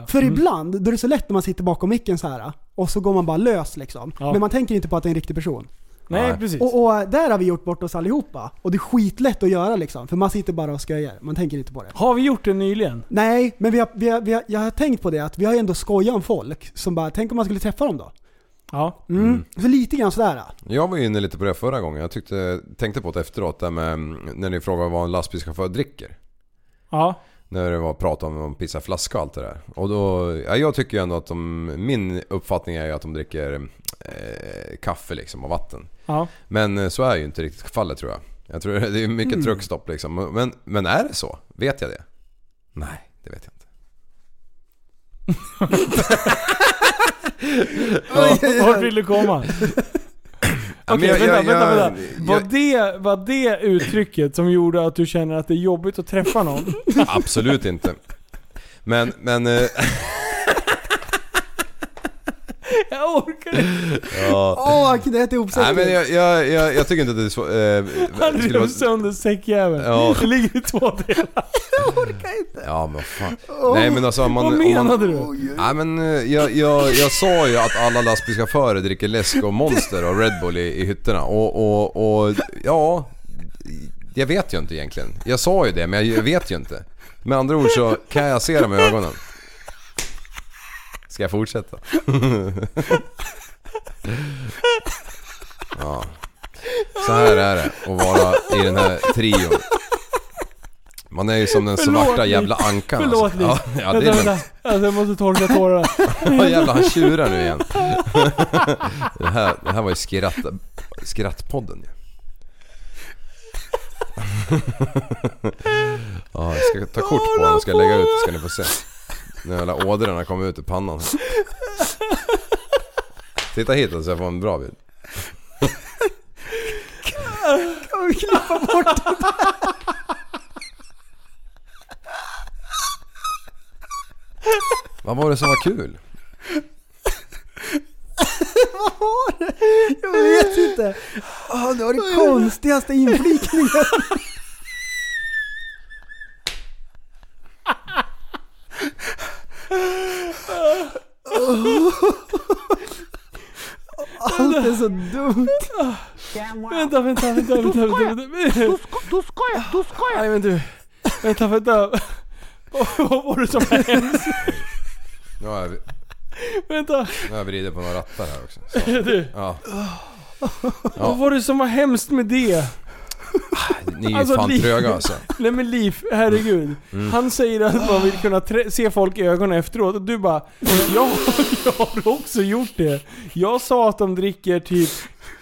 G: För
L: Mm.
G: ibland, då är det så lätt när man sitter bakom micken så här och så går man bara lös liksom.
L: Ja.
G: Men man tänker inte på att det är en riktig person.
L: Nej, Nej. precis.
G: Och, och där har vi gjort bort oss allihopa. Och det är skitlätt att göra liksom. För man sitter bara och skojar. Man tänker inte på det.
L: Har vi gjort det nyligen?
G: Nej, men vi har, vi har, vi har, jag har tänkt på det att vi har ju ändå skojat om folk som bara, tänk om man skulle träffa dem då?
L: Ja.
G: Mm. Så lite grann sådär.
H: Jag var ju inne lite på det förra gången. Jag tyckte, tänkte på det efteråt där med mm, när ni frågade vad en lastbilschaufför dricker.
L: Ja.
H: När det var prat om att pissa i flaska och allt det där. Och då, ja, jag tycker ju ändå att de, min uppfattning är ju att de dricker eh, kaffe liksom och vatten.
L: Ja.
H: Men eh, så är ju inte riktigt fallet tror jag. Jag tror det är mycket
L: Mm.
H: truckstopp liksom. Men, men är det så? Vet jag det? Nej, det vet jag inte.
L: Ja. Vart vill du komma?
H: Ja, men
L: Okej,
H: jag-
L: vänta,
H: jag-
L: vänta,
H: jag-
L: vänta. Var, det, var det uttrycket som gjorde att du känner att det är jobbigt att träffa någon?
H: Absolut inte. Men, men... eh,
L: Jag orkar inte.
H: ja.
G: Åh, han knöt ihop
H: Mm. Nej
G: säcken.
H: men jag, jag, jag, jag tycker inte att det är så... Eh,
L: Han
H: skulle
L: rev
H: vara-
L: sönder säckjäveln.
H: Ja.
L: Det ligger i två delar.
H: Ja men vad fan.
L: Åh,
H: Nej men alltså om man...
L: vad
H: om man,
L: menade du?
H: Nej men eh, jag, jag, jag sa ju att alla lastbilschaufförer dricker läsk och Monster och Red Bull i, i hytterna och, och, och ja... Jag vet ju inte egentligen. Jag sa ju det men jag vet ju inte. Med andra ord så kan jag se dem i ögonen. Ska jag fortsätta? ja. Så här är det att vara i den här trion. Man är ju som den
L: Förlåt,
H: svarta
L: Liv.
H: jävla ankan
L: Förlåt
H: alltså.
L: Liv.
H: ja, ja, det
L: vänta,
H: är
L: vänta.
H: lugnt.
L: Alltså, jag måste torka tårarna.
H: Ja jävlar, han tjurar nu igen. Det här, det här var ju skratt, skrattpodden ju. Ja, jag ska ta kort på honom, ska jag lägga ut det ska ni få se. Nu har alla ådrorna kommit ut ur pannan. Titta hit så jag får en bra bild.
G: klippa bort det där.
H: Vad var det som var kul?
G: Vad var det? Jag vet inte. Åh, det var det
H: Mm.
G: konstigaste inflikningen. Allt är så dumt.
L: Vänta, vänta, vänta, vänta, vänta, vänta.
E: Då ska jag, då ska jag.
L: Nej men du. Vänta, vänta. Vad var det som hände?
H: Nu har jag,
L: Vänta.
H: nu har jag vridit på några rattar här också. Så.
L: Du.
H: Ja,
L: Vad var det som var hemskt med det?
H: ni är
L: Alltså,
H: fan
L: li-
H: tröga alltså.
L: Nej men Liv, herregud. Han säger att man vill kunna trä- se folk i ögonen efteråt och du bara jag, jag har också gjort det. Jag sa att de dricker typ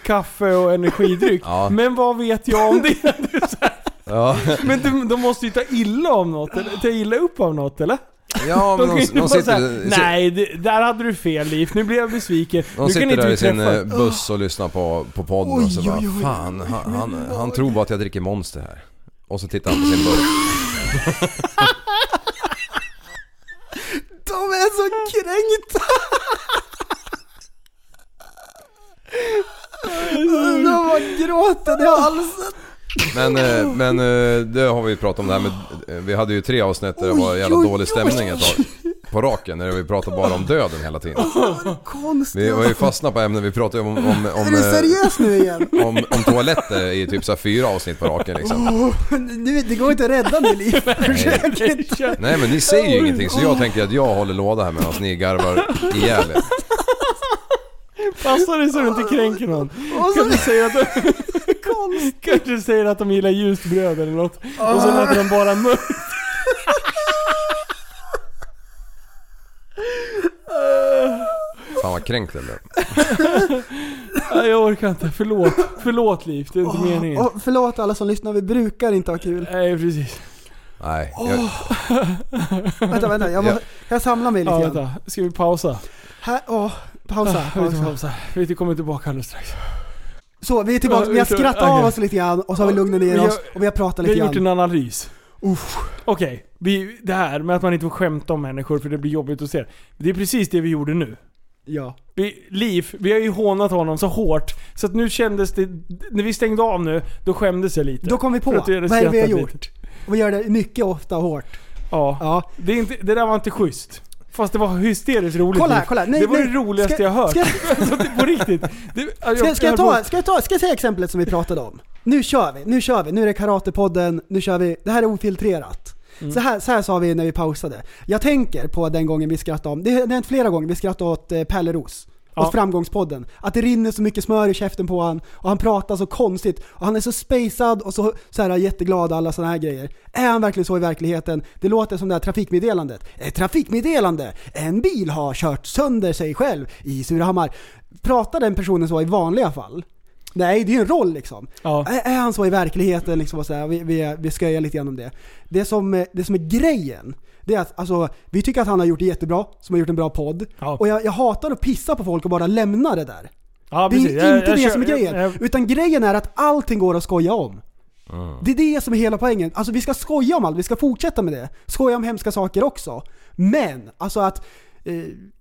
L: kaffe och energidryck.
H: Ja.
L: Men vad vet jag om det?
H: Ja,
L: Men de, de måste ju ta illa om något, eller ta illa upp av något eller?
H: ja men
L: kan ju
H: de,
L: bara
H: de
L: säga,
H: sitter,
L: Nej, det, där hade du fel Liv. Nu blev jag besviken.
H: de
L: nu kan
H: sitter
L: inte
H: där
L: vi
H: i sin
L: träffa.
H: eh, buss och lyssnar på, på podden och så bara Fan, han, han, han tror bara att jag dricker Monster här. Och så tittar han på sin burk.
G: De är så kränkta. De bara gråter i halsen.
H: Men, eh, men eh, det har vi pratat om det här med... eh, Vi hade ju tre avsnitt där det var jävla
G: Oj, oj,
H: dålig stämning ett tag. På raken, när vi pratade bara om döden hela tiden.
G: Konstigt.
H: Vi var ju fastna på ämnen, vi pratade ju om... om, om,
G: Är du
H: eh,
G: seriös nu igen?
H: om, om toaletter i typ så här fyra avsnitt på raken liksom.
G: Åh, nu, det går inte att rädda nu Liv. Försök inte.
H: Nej men ni säger ju ingenting så jag tänker att jag håller låda här medan ni garvar ihjäl er.
L: Passa dig så du inte kränker någon.
G: Och så
L: Kanske säger att de,
G: konstigt.
L: kanske säger att de gillar ljust bröd eller något. Och så låter de bara mörkt.
H: Fan vad kränkt jag blev.
G: Ah.
L: Nej, jag orkar inte. Förlåt. Förlåt Liv, det är inte meningen.
G: Och förlåt alla som lyssnar, vi brukar inte ha kul.
L: Nej precis.
H: Nej, jag,
G: Vänta, vänta. Jag, må,
H: Ja.
G: jag samlar mig
L: Ja,
G: lite grann.
L: vänta. Ska vi pausa?
G: Här, åh, pausa,
L: Vi tar
G: pausa.
L: pausa. Vi kommer tillbaka alldeles strax.
G: Så, vi är tillbaka. Vi har skrattat av oss lite grann och så har vi lugnat
L: Vi
G: ner
L: har-
G: oss och vi har pratat lite
L: Vi har gjort en
G: grann.
L: analys. Okej, vi- det här med att man inte får skämta om människor för det blir jobbigt att se. Det är precis det vi gjorde nu.
G: Ja.
L: Vi, Liv, vi har ju hånat honom så hårt så att nu kändes det... När vi stängde av nu, då skämdes jag lite.
G: Då kom vi på.
L: För att
G: Vad
L: jag
G: är
L: hade
G: det vi har
L: skrattat
G: gjort?
L: lite.
G: Och vi gör det mycket ofta och hårt.
L: Ja.
G: Ja.
L: Det, är inte, det där var inte schysst. Fast det var hysteriskt roligt.
G: Kolla här,
L: Liv.
G: kolla. Nej,
L: det var
G: nej.
L: det roligaste
G: Ska-
L: jag hört.
G: ska jag-
L: alltså, det, på riktigt. Det, jag,
G: Ska, ska,
L: höll
G: jag
L: på-
G: ta, ska, jag ta, ska jag säga exemplet som vi pratade om? Nu kör vi, nu kör vi. Nu är det Karatepodden, nu kör vi. Det här är ofiltrerat.
L: Mm.
G: Så, här, så här sa vi när vi pausade. Jag tänker på den gången vi skrattade om, det har hänt flera gånger, vi skrattade åt eh, Pärleros.
L: Ja.
G: Åt Framgångspodden. Att det rinner så mycket smör i käften på han och han pratar så konstigt och han är så spacad och så, så här jätteglad och alla sådana här grejer. Är han verkligen så i verkligheten? Det låter som det här trafikmeddelandet. Ett trafikmeddelande! En bil har kört sönder sig själv i Surahammar. Pratar den personen så i vanliga fall? Nej, det är ju en roll liksom.
L: Ja.
G: Är, är han så i verkligheten liksom? Och så här, vi, vi, vi skojar lite grann om det. Det som, eh, det som är grejen, det är att alltså, vi tycker att han har gjort det jättebra, som har gjort en bra podd.
L: Ja.
G: Och jag, jag hatar att pissa på folk och bara lämna det där.
L: Ja,
G: det är
L: precis.
G: inte
L: Jag- jag
G: det
L: kör-
G: som är grejen.
L: jag- jag-
G: Utan grejen är att allting går att skoja om. Det är det som är hela poängen. Alltså vi ska skoja om allt, vi ska fortsätta med det. Skoja om hemska saker också. Men, alltså att eh,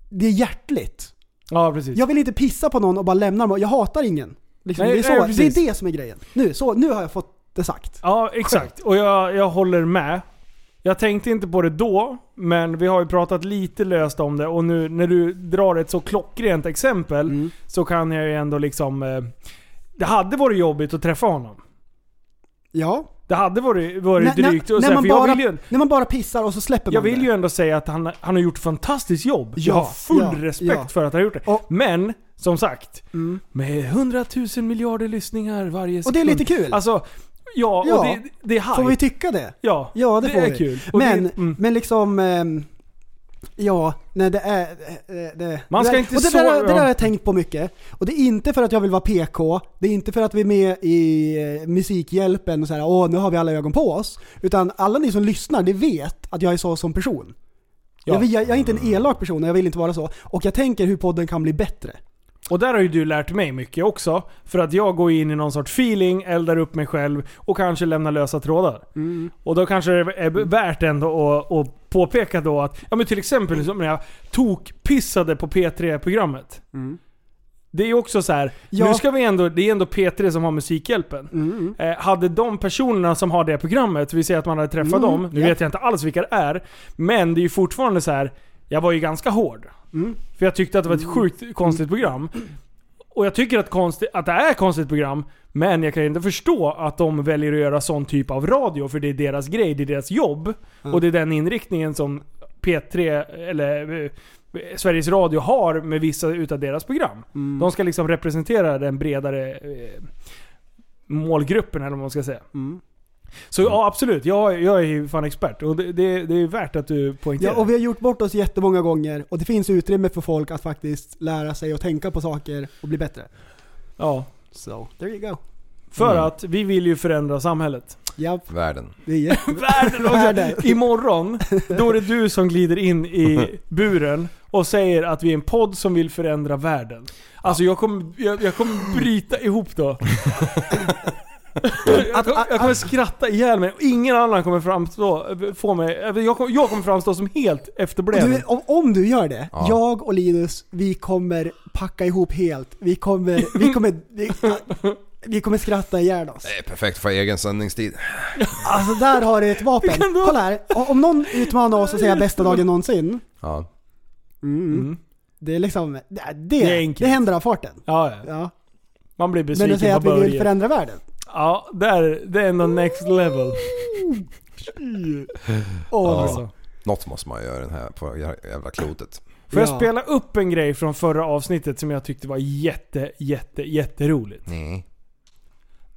G: det är hjärtligt.
L: Ja, precis.
G: Jag vill inte pissa på någon och bara lämna dem. Jag hatar ingen. Liksom,
L: Nej,
G: det, är
L: nej,
G: så,
L: precis.
G: det är det som är grejen. Nu, så, nu har jag fått det sagt.
L: Ja, exakt. Och jag, jag håller med. Jag tänkte inte på det då, men vi har ju pratat lite löst om det och nu när du drar ett så klockrent exempel
G: Mm.
L: så kan jag ju ändå liksom... Eh, det hade varit jobbigt att träffa honom.
G: Ja.
L: Det hade varit, varit
G: När- när-
L: drygt. Och
G: när,
L: så här,
G: man
L: för jag
G: bara,
L: vill ju,
G: när man bara pissar och så släpper
L: jag
G: man
L: vill
G: det.
L: ju ändå säga att han, han har gjort fantastiskt jobb.
G: Ja,
L: jag har full
G: ja,
L: respekt
G: ja.
L: för att han har gjort det.
G: Och-
L: Men, som sagt.
G: Mm.
L: Med hundratusen miljarder lyssningar varje sekund.
G: Och det är lite kul.
L: Alltså, ja,
G: Ja.
L: och det, det är hype.
G: får vi tycka det?
L: Ja,
G: Ja, det, får
L: är
G: vi.
L: kul. Och
G: Men,
L: det, mm.
G: men liksom... ehm, Ja, nej det är... eh, Det,
L: Man ska
G: det, där-
L: inte
G: och det,
L: så-
G: där, det där
L: ja.
G: har jag tänkt på mycket. Och det är inte för att jag vill vara PK, det är inte för att vi är med i eh, Musikhjälpen och så här, åh nu har vi alla ögon på oss. Utan alla ni som lyssnar, ni vet att jag är så som person.
L: Ja.
G: Jag, vill, jag, jag är inte en elak person och jag vill inte vara så. Och jag tänker hur podden kan bli bättre.
L: Och där har ju du lärt mig mycket också. För att jag går in i någon sorts feeling, eldar upp mig själv och kanske lämnar lösa trådar.
G: Mm.
L: Och då kanske det är värt ändå att, att påpeka då att, ja men till exempel som när jag tokpissade på P3-programmet. Det är ju också så här.
G: Mm. Ja. Mm,
L: nu ska vi ändå, det är ändå P3 som har Musikhjälpen. Eh, hade de personerna som har det programmet, vi säger att man hade träffat
G: Mm,
L: dem, nu
G: ja.
L: vet jag inte alls vilka det är. Men det är ju fortfarande så här. jag var ju ganska hård.
G: Mm.
L: För jag tyckte att det var ett sjukt konstigt program. Och jag tycker att, konsti- att det är ett konstigt program, men jag kan inte förstå att de väljer att göra sån typ av radio, för det är deras grej, det är deras jobb.
G: Ja.
L: Och det är den inriktningen som P3, eller eh, Sveriges Radio har med vissa utav deras program. De ska liksom representera den bredare eh, målgruppen, eller vad man ska säga.
G: Mm.
L: Så ja, absolut. Jag, jag är ju fan expert. Och det, det, det är värt att du poängterar.
G: Ja, och vi har gjort bort oss jättemånga gånger och det finns utrymme för folk att faktiskt lära sig och tänka på saker och bli bättre.
L: Ja.
G: So, there you go.
L: För
G: Mm.
L: att vi vill ju förändra samhället.
G: Ja,
H: Världen.
G: det är jättebra.
L: Världen också. Imorgon, då är det du som glider in i buren och säger att vi är en podd som vill förändra världen. Alltså jag kommer, jag, jag kommer bryta ihop då. Jag kommer, jag kommer skratta ihjäl mig. Ingen annan kommer framstå, få mig, Eh, jag kommer, jag kommer framstå som helt
G: Och
L: efterbliven.
G: du, om, om du gör det,
L: Ja.
G: jag och Linus, vi kommer packa ihop helt. Vi kommer, vi kommer, vi, vi kommer skratta ihjäl oss.
H: Det är perfekt för egen sändningstid.
G: Alltså där har du ett vapen. Kolla här, O- om någon utmanar oss och säger bästa dagen någonsin. mm,
H: Ja.
G: Det är liksom, det,
L: Mm. Det är
G: det, det
L: enkelt.
G: händer av farten.
L: Ja, ja.
G: Ja.
L: Man blir
G: Men
L: besviken
G: du säger att
L: på
G: vi vill
L: början.
G: förändra världen.
L: Ja, där, det är ändå next level.
G: Åh,
H: Ja.
L: alltså.
H: Något måste man göra i den här på jävla klotet.
L: Får jag spela upp en grej från förra avsnittet som jag tyckte var jätte, jätte, jätteroligt?
H: Nej.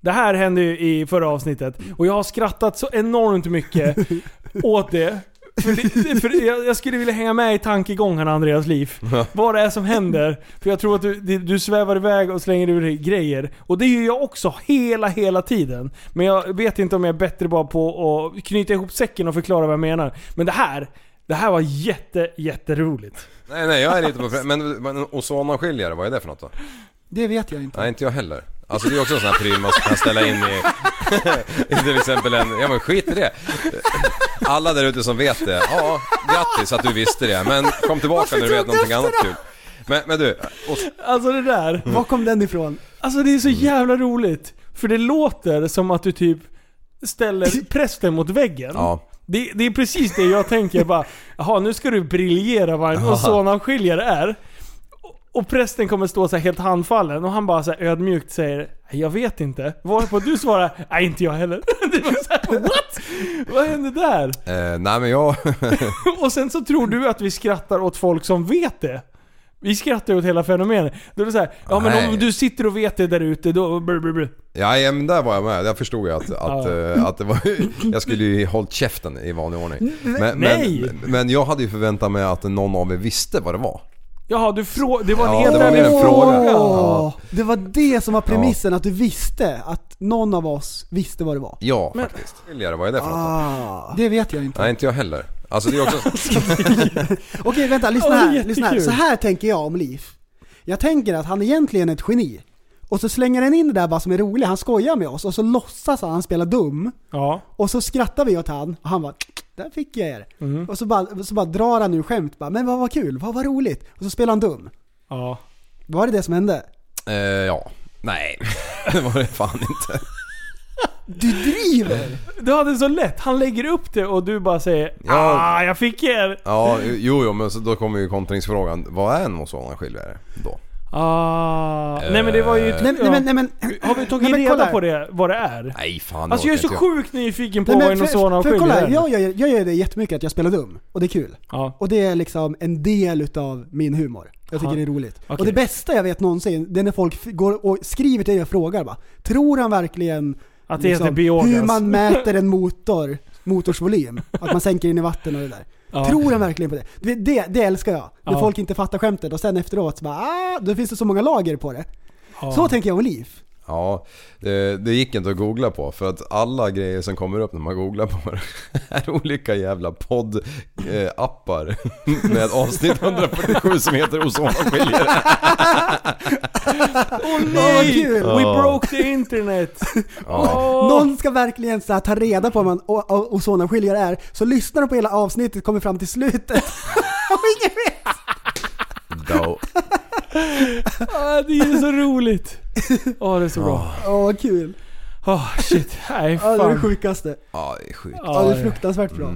L: Det här hände ju i förra avsnittet och jag har skrattat så enormt mycket åt det. För det, för jag, jag skulle vilja hänga med i tankegångarna Andreas liv. Vad det är som
G: Mm.
L: händer. För jag tror att du, det- du svävar iväg och slänger ur dig grejer. Och det gör jag också hela, hela tiden. Men jag vet inte om jag är bättre bara på att knyta ihop säcken och förklara vad jag menar. Men det här, det här var jätte, jätteroligt.
H: Nej, nej, jag är lite på frä- Men, men en ozonavskiljare, vad är det för något då?
G: Det vet jag inte.
H: Nej, inte jag heller. Alltså det är också en sån här pryl man kan ställa in i, i till exempel en, ja men skit i det. Alla där ute som vet det, ja grattis att du visste det men kom tillbaka när du vet någonting annat kul. Men, men du, och,
L: Alltså det där.
G: Var kom den ifrån?
L: Alltså det är så jävla roligt. För det låter som att du typ ställer prästen mot väggen.
H: Ja.
L: Det, det är precis det jag tänker. Jag bara, jaha nu ska du briljera vad en
H: Ja.
L: ozonavskiljare är. Och- Och prästen kommer stå så här helt handfallen och han bara så här ödmjukt säger Jag vet inte. Varpå du svarar Nej inte jag heller. Det var så här, What? Vad hände där?
H: eh, nej men jag,
L: Och sen så tror du att vi skrattar åt folk som vet det. Vi skrattar åt hela fenomenet. Då är det så här, ja men
H: Nej.
L: om du sitter och vet det där ute då... Brr, brr, brr.
H: ja ja, men där var jag med. Jag förstod ju att, att, eh, att det var, jag skulle ju hållit käften i vanlig ordning. Men,
L: Nej.
H: men, men jag hade ju förväntat mig att någon av er visste vad det var.
L: Jaha, du frå... Det var en
H: Ja,
L: helt
H: det var mer en
L: ärlig
H: fråga.
G: Åh,
H: Ja.
G: det var det som var premissen, att du visste att någon av oss visste vad det var.
H: Ja faktiskt. Avskiljare, vad är det för något då?
G: Det vet jag inte.
H: Nej inte jag heller. Alltså det är också...
G: Okej, vänta, lyssna
L: Ja, det är
G: här, lyssna här.
L: jättekul.
G: Så här tänker jag om Liv. Jag tänker att han egentligen är ett geni. Och så slänger han in det där bara som är roligt, han skojar med oss och så låtsas han att han spelar dum.
L: Ja.
G: Och så skrattar vi åt han och han bara där fick jag er.
L: Mm.
G: Och så bara, så bara drar han ur skämt bara, men vad var kul, vad var roligt. Och så spelar han dum.
L: Ja.
G: Var det det som hände?
H: Eh, ja. Nej, det var det fan inte.
G: Du driver!
L: Du hade så lätt. Han lägger upp det och du bara säger
H: Ja.
L: ah, jag fick er.
H: Ja, jo, jo men så då kommer ju kontringsfrågan. Vad är en ozonavskiljare då?
L: Ah. Nej men det var ju...
H: Eh.
G: Nej, nej, men, nej, men,
L: Har vi tagit
G: Nej, men kolla
L: reda
G: här.
L: på det, vad det är?
H: Nej fan, det
L: Alltså jag är
H: orkar inte
L: så sjukt nyfiken på
G: Nej,
L: vad
G: men
L: en
G: för, för, för,
L: ozonavskiljare
G: kolla, här,
L: är.
G: jag, gör- jag gör det jättemycket att jag spelar dum. Och det är kul.
L: Ja.
G: Och det är liksom en del utav min humor. Jag tycker
L: Aha.
G: det är roligt. Och
L: Okej.
G: det bästa jag vet någonsin, det är när folk f- går och skriver till dig och frågar bara. Tror han verkligen
L: Att det heter biogas?
G: Liksom, hur man mäter en motor, motorsvolym? Att man sänker in i vatten och det där.
L: Ja.
G: Tror han verkligen på det? det? Det, det älskar jag. När
L: Ja.
G: folk inte fattar skämtet och sen efteråt så bara ah, då finns det så många lager på det.
L: Ja.
G: Så tänker jag om liv.
H: Ja, det, det gick inte att googla på för att alla grejer som kommer upp när man googlar på det är olika jävla poddappar med avsnitt 147 som heter ozonskiljer.
L: Åh nej!
G: kul.
L: We
G: Ja.
L: broke the internet! Åh.
G: Någon ska verkligen så här, ta reda på vad en o- o- ozonavskiljare är, så lyssnar de på hela avsnittet kommer fram till slutet. Och ingen vet.
H: Då.
L: Ah, det är så roligt! Åh, det är så bra.
G: Åh, vad kul.
H: Ah.
L: Åh, shit. Nej,
G: Ja, det är det
L: fan.
G: sjukaste.
H: Ja, det är sjukt.
G: Ja, det är fruktansvärt bra.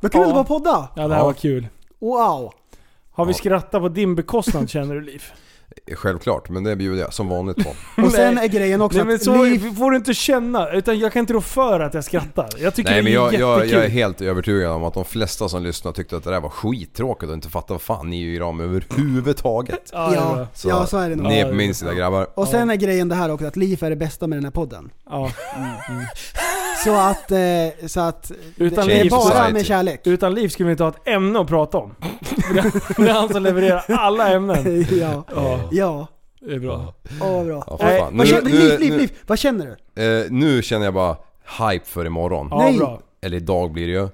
G: Vad kul
L: Ja.
G: det var att podda!
L: Ja, det här var kul.
G: Wow!
L: Har vi skrattat på din bekostnad känner du Liv?
H: Självklart, men det bjuder jag som vanligt på.
G: Och sen är grejen också
L: Nej men
G: att
L: så
G: Liv...
L: får du inte känna, utan jag kan inte rå för att jag skrattar. Jag tycker
H: Nej men
L: det är
H: jag, jag,
L: jättekul.
H: jag är helt övertygad om att de flesta som lyssnar tyckte att det där var skittråkigt och inte fattade vad fan ni är ju i ram överhuvudtaget.
L: Ja, det är bra.
G: Ja, ja, så är det nog.
H: Ni är på min sida grabbar.
G: Och sen är grejen det här också att Liv är det bästa med den här podden.
L: ja.
G: Så att, eh, så att
L: Utan
G: det är
L: Liv,
G: bara
H: society.
G: med kärlek.
L: utan liv skulle vi inte ha ett ämne att prata om. det är han som levererar alla ämnen.
G: ja,
L: Ja,
G: ja.
L: det är bra.
G: Åh vad bra.
H: Ja, för
L: Nej,
H: fan.
G: vad
H: Nu-
G: känner,
H: nu-
G: Liv, Liv,
H: nu-
G: Liv, vad känner du?
H: Eh, nu känner jag bara hype för imorgon.
L: Ja,
G: Nej.
L: bra.
H: Eller idag blir det ju.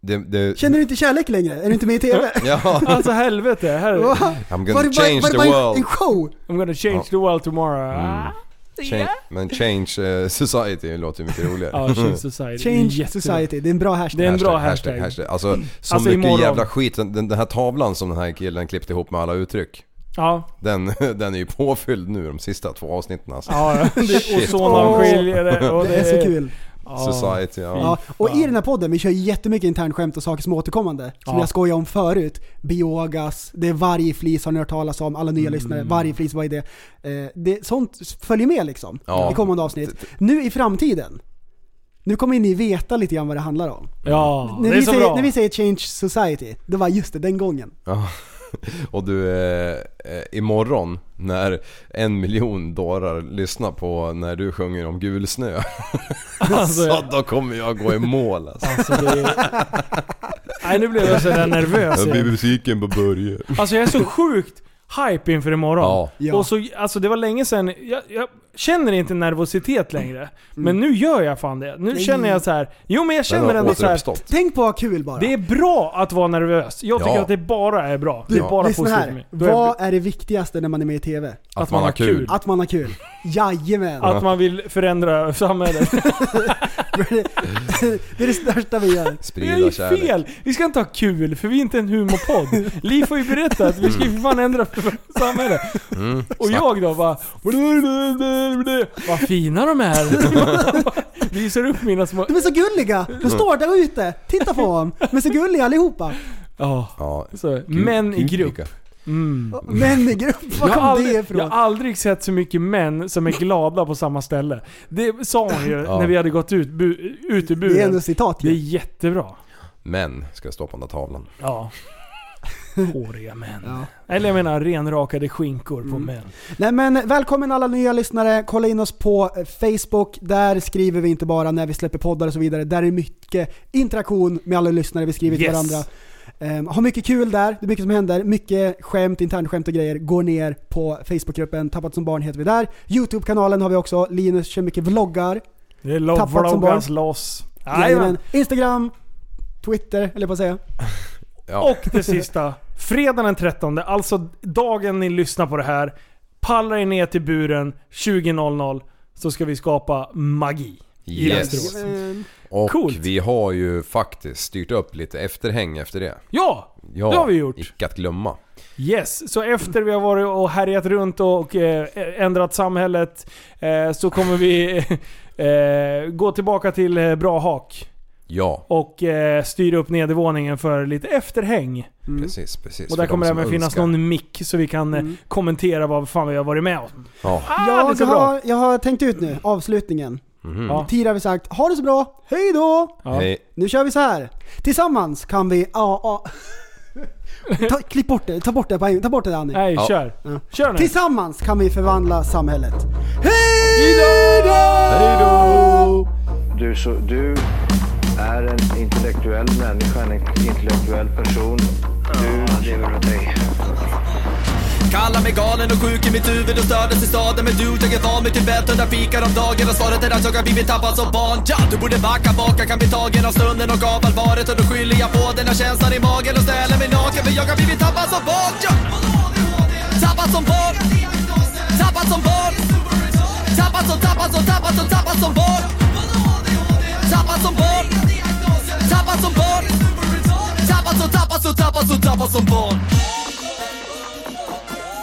H: Det, det,
G: Känner du inte kärlek längre? Är du inte med i TV?
H: ja,
L: Alltså helvete. Här,
G: Va?
H: I'm
G: Var
H: gonna
G: det bara-
H: change
G: var det
H: the
G: bara en- en
H: world.
G: show?
L: I'm gonna change
H: Ja.
L: the world tomorrow. Ah,
H: Mm. Change, men change eh, society låter ju mycket roligare.
L: Ja, change society. Det är
G: Change
L: jättebra.
G: Society, det är en bra hashtag.
L: Det är en bra hashtag.
H: hashtag, hashtag. Alltså så
L: Alltså,
H: mycket
L: imorgon.
H: jävla skit. Den, den här tavlan som den här killen klippte ihop med alla uttryck.
L: Ja,
H: Den, den är ju påfylld nu de sista två avsnitten alltså.
L: ja. ja. Det är
H: Shit.
L: ozonavskiljare och
G: Det är så kul.
L: Ja.
H: Society, ja.
G: Ja, och i den här podden, vi kör ju jättemycket internskämt och saker som är återkommande. Som
L: Ja.
G: jag skojade om förut. Biogas, det är varje flis har ni hört talas om, alla
L: Mm.
G: nya lyssnare, varje flis, vad är det? Eh, det sånt följer med liksom
H: Ja.
G: i kommande avsnitt. Nu i framtiden, nu kommer ni veta lite grann vad det handlar om.
L: Ja,
G: när,
L: det är
G: vi
L: så
G: säger,
L: bra.
G: när vi säger change society, det var just det, den gången.
H: Ja. Och du, eh, eh, imorgon när en miljon dårar lyssnar på när du sjunger om gul snö.
L: Alltså,
H: Så då kommer jag gå i mål alltså.
L: Alltså det är... Nej nu blev jag sådär nervös igen.
H: besviken på Börje.
L: Alltså jag är så sjukt hype inför imorgon.
H: Ja.
G: Ja.
L: Och så, alltså det var länge sedan, jag, jag känner inte nervositet längre. Men nu gör jag fan det. Nu
G: Mm. Nej.
L: känner jag så här. jo men jag känner
H: Den har
L: ändå så här.
H: återuppstått.
G: Tänk på vad kul bara.
L: det är bra att vara nervös. Jag tycker
H: Ja.
L: att det bara är bra. det är
H: Ja.
L: bara
G: Lyssna
L: positivt. med.
G: här,
L: Då är jag-
G: vad är det viktigaste när man är med i TV?
H: Att, man har kul.
G: Att man har kul. Jajamän.
L: Att man vill förändra samhället.
G: Det är det största vi gör.
L: Det är
H: Sprida
L: ju
H: kärlek.
L: fel! Vi ska inte ha kul, för vi är inte en humorpodd. Liv får ju berätta att vi ska ju fan ändra samhället.
G: Mm.
L: Och jag då bara... Vad fina de är! Visar upp mina små...
G: De är så gulliga! De står där ute, titta på dem. De är så gulliga allihopa.
L: Ja,
H: Ja.
L: så.
H: Kul-
L: Män i
H: kul,
L: grupp.
H: Mika.
L: Mm.
G: Män i grupp,
L: Jag
G: var
L: har,
G: kom det
L: aldrig, jag
G: ifrån?
L: har aldrig sett så mycket män som är glada på samma ställe. Det sa hon ju
H: Ja.
L: när vi hade gått ut, bu, ut i
G: Det är ändå
L: buren.
G: citat
L: Det är
G: ju.
L: jättebra.
H: Män ska stå på den där tavlan.
L: Ja. Håriga män.
G: Ja.
L: Eller jag menar renrakade skinkor
G: Mm.
L: på män.
G: Nej men välkommen alla nya lyssnare. Kolla in oss på eh, Facebook. Där skriver vi inte bara när vi släpper poddar och så vidare. Där är mycket interaktion med alla lyssnare. Vi skriver till
L: Yes.
G: varandra. Um, har mycket kul där. Det är mycket som händer. Mycket skämt, internskämt och grejer. Gå ner på Facebookgruppen. Tappat som barn heter vi där. Youtube-kanalen har vi också. Linus kör mycket vloggar.
L: Det är lov,
G: Tappat som
L: vloggas
G: barn.
L: loss.
G: Jajamän.
L: Jajamän.
G: Instagram, Twitter, eller på att säga.
H: Ja.
L: Och det sista. Fredagen den 13, alltså dagen ni lyssnar på det här. Pallra er ner till buren 20.00 så ska vi skapa magi. i
H: Yes.
L: Västerås.
H: Och
L: Coolt.
H: vi har ju faktiskt styrt upp lite efterhäng efter det.
L: Ja!
H: Ja,
L: Det har vi gjort.
H: Icke att glömma.
L: Yes, så efter vi har varit och härjat runt och eh, ändrat samhället eh, så kommer vi eh, gå tillbaka till eh, Bra Hak.
H: Ja,
L: och eh, styra upp nedervåningen för lite efterhäng.
H: precis, precis.
L: Mm. och där
H: För
L: kommer
H: de
L: det
H: som
L: även finnas
H: önskar. Mm.
L: någon mick så vi kan eh, kommentera vad fan vi har varit med om.
H: Ja.
L: Ah, det är
G: Jag,
L: så bra. Mhm.
G: har, jag har tänkt ut nu, avslutningen.
L: Ja.
G: Tidigare har vi sagt ha det så bra, hej då!
L: Ja.
H: Hej.
G: Nu kör vi så här. Tillsammans kan vi... Ja, ja. Ta, klipp bort det, ta bort det på en- ta bort det där, Annie.
L: Nej,
H: Ja.
L: kör.
G: Ja.
L: Kör nu.
G: Tillsammans kan vi förvandla samhället.
M: Du, så, du är en intellektuell människa, en intellektuell person. Du lever av dig.
C: Kallar mig galen och sjuk i mitt huvud och stördes i staden Men du, jag är van vid Tibet och där fikar om dagen Och svaret är att jag har blivit tappad som barn ja! Du borde backa bak, jag kan bli tagen av stunden och av allvaret Och då skyller jag på den här känslan i magen och ställer mig naken För jag har blivit tappad som barn ja! Tappad som barn Tappad som barn Tappad som, tappad som, tappad som, tappad som barn Tappad som barn Tappad som barn Tappad som, tappad som, tappad som, tappad som barn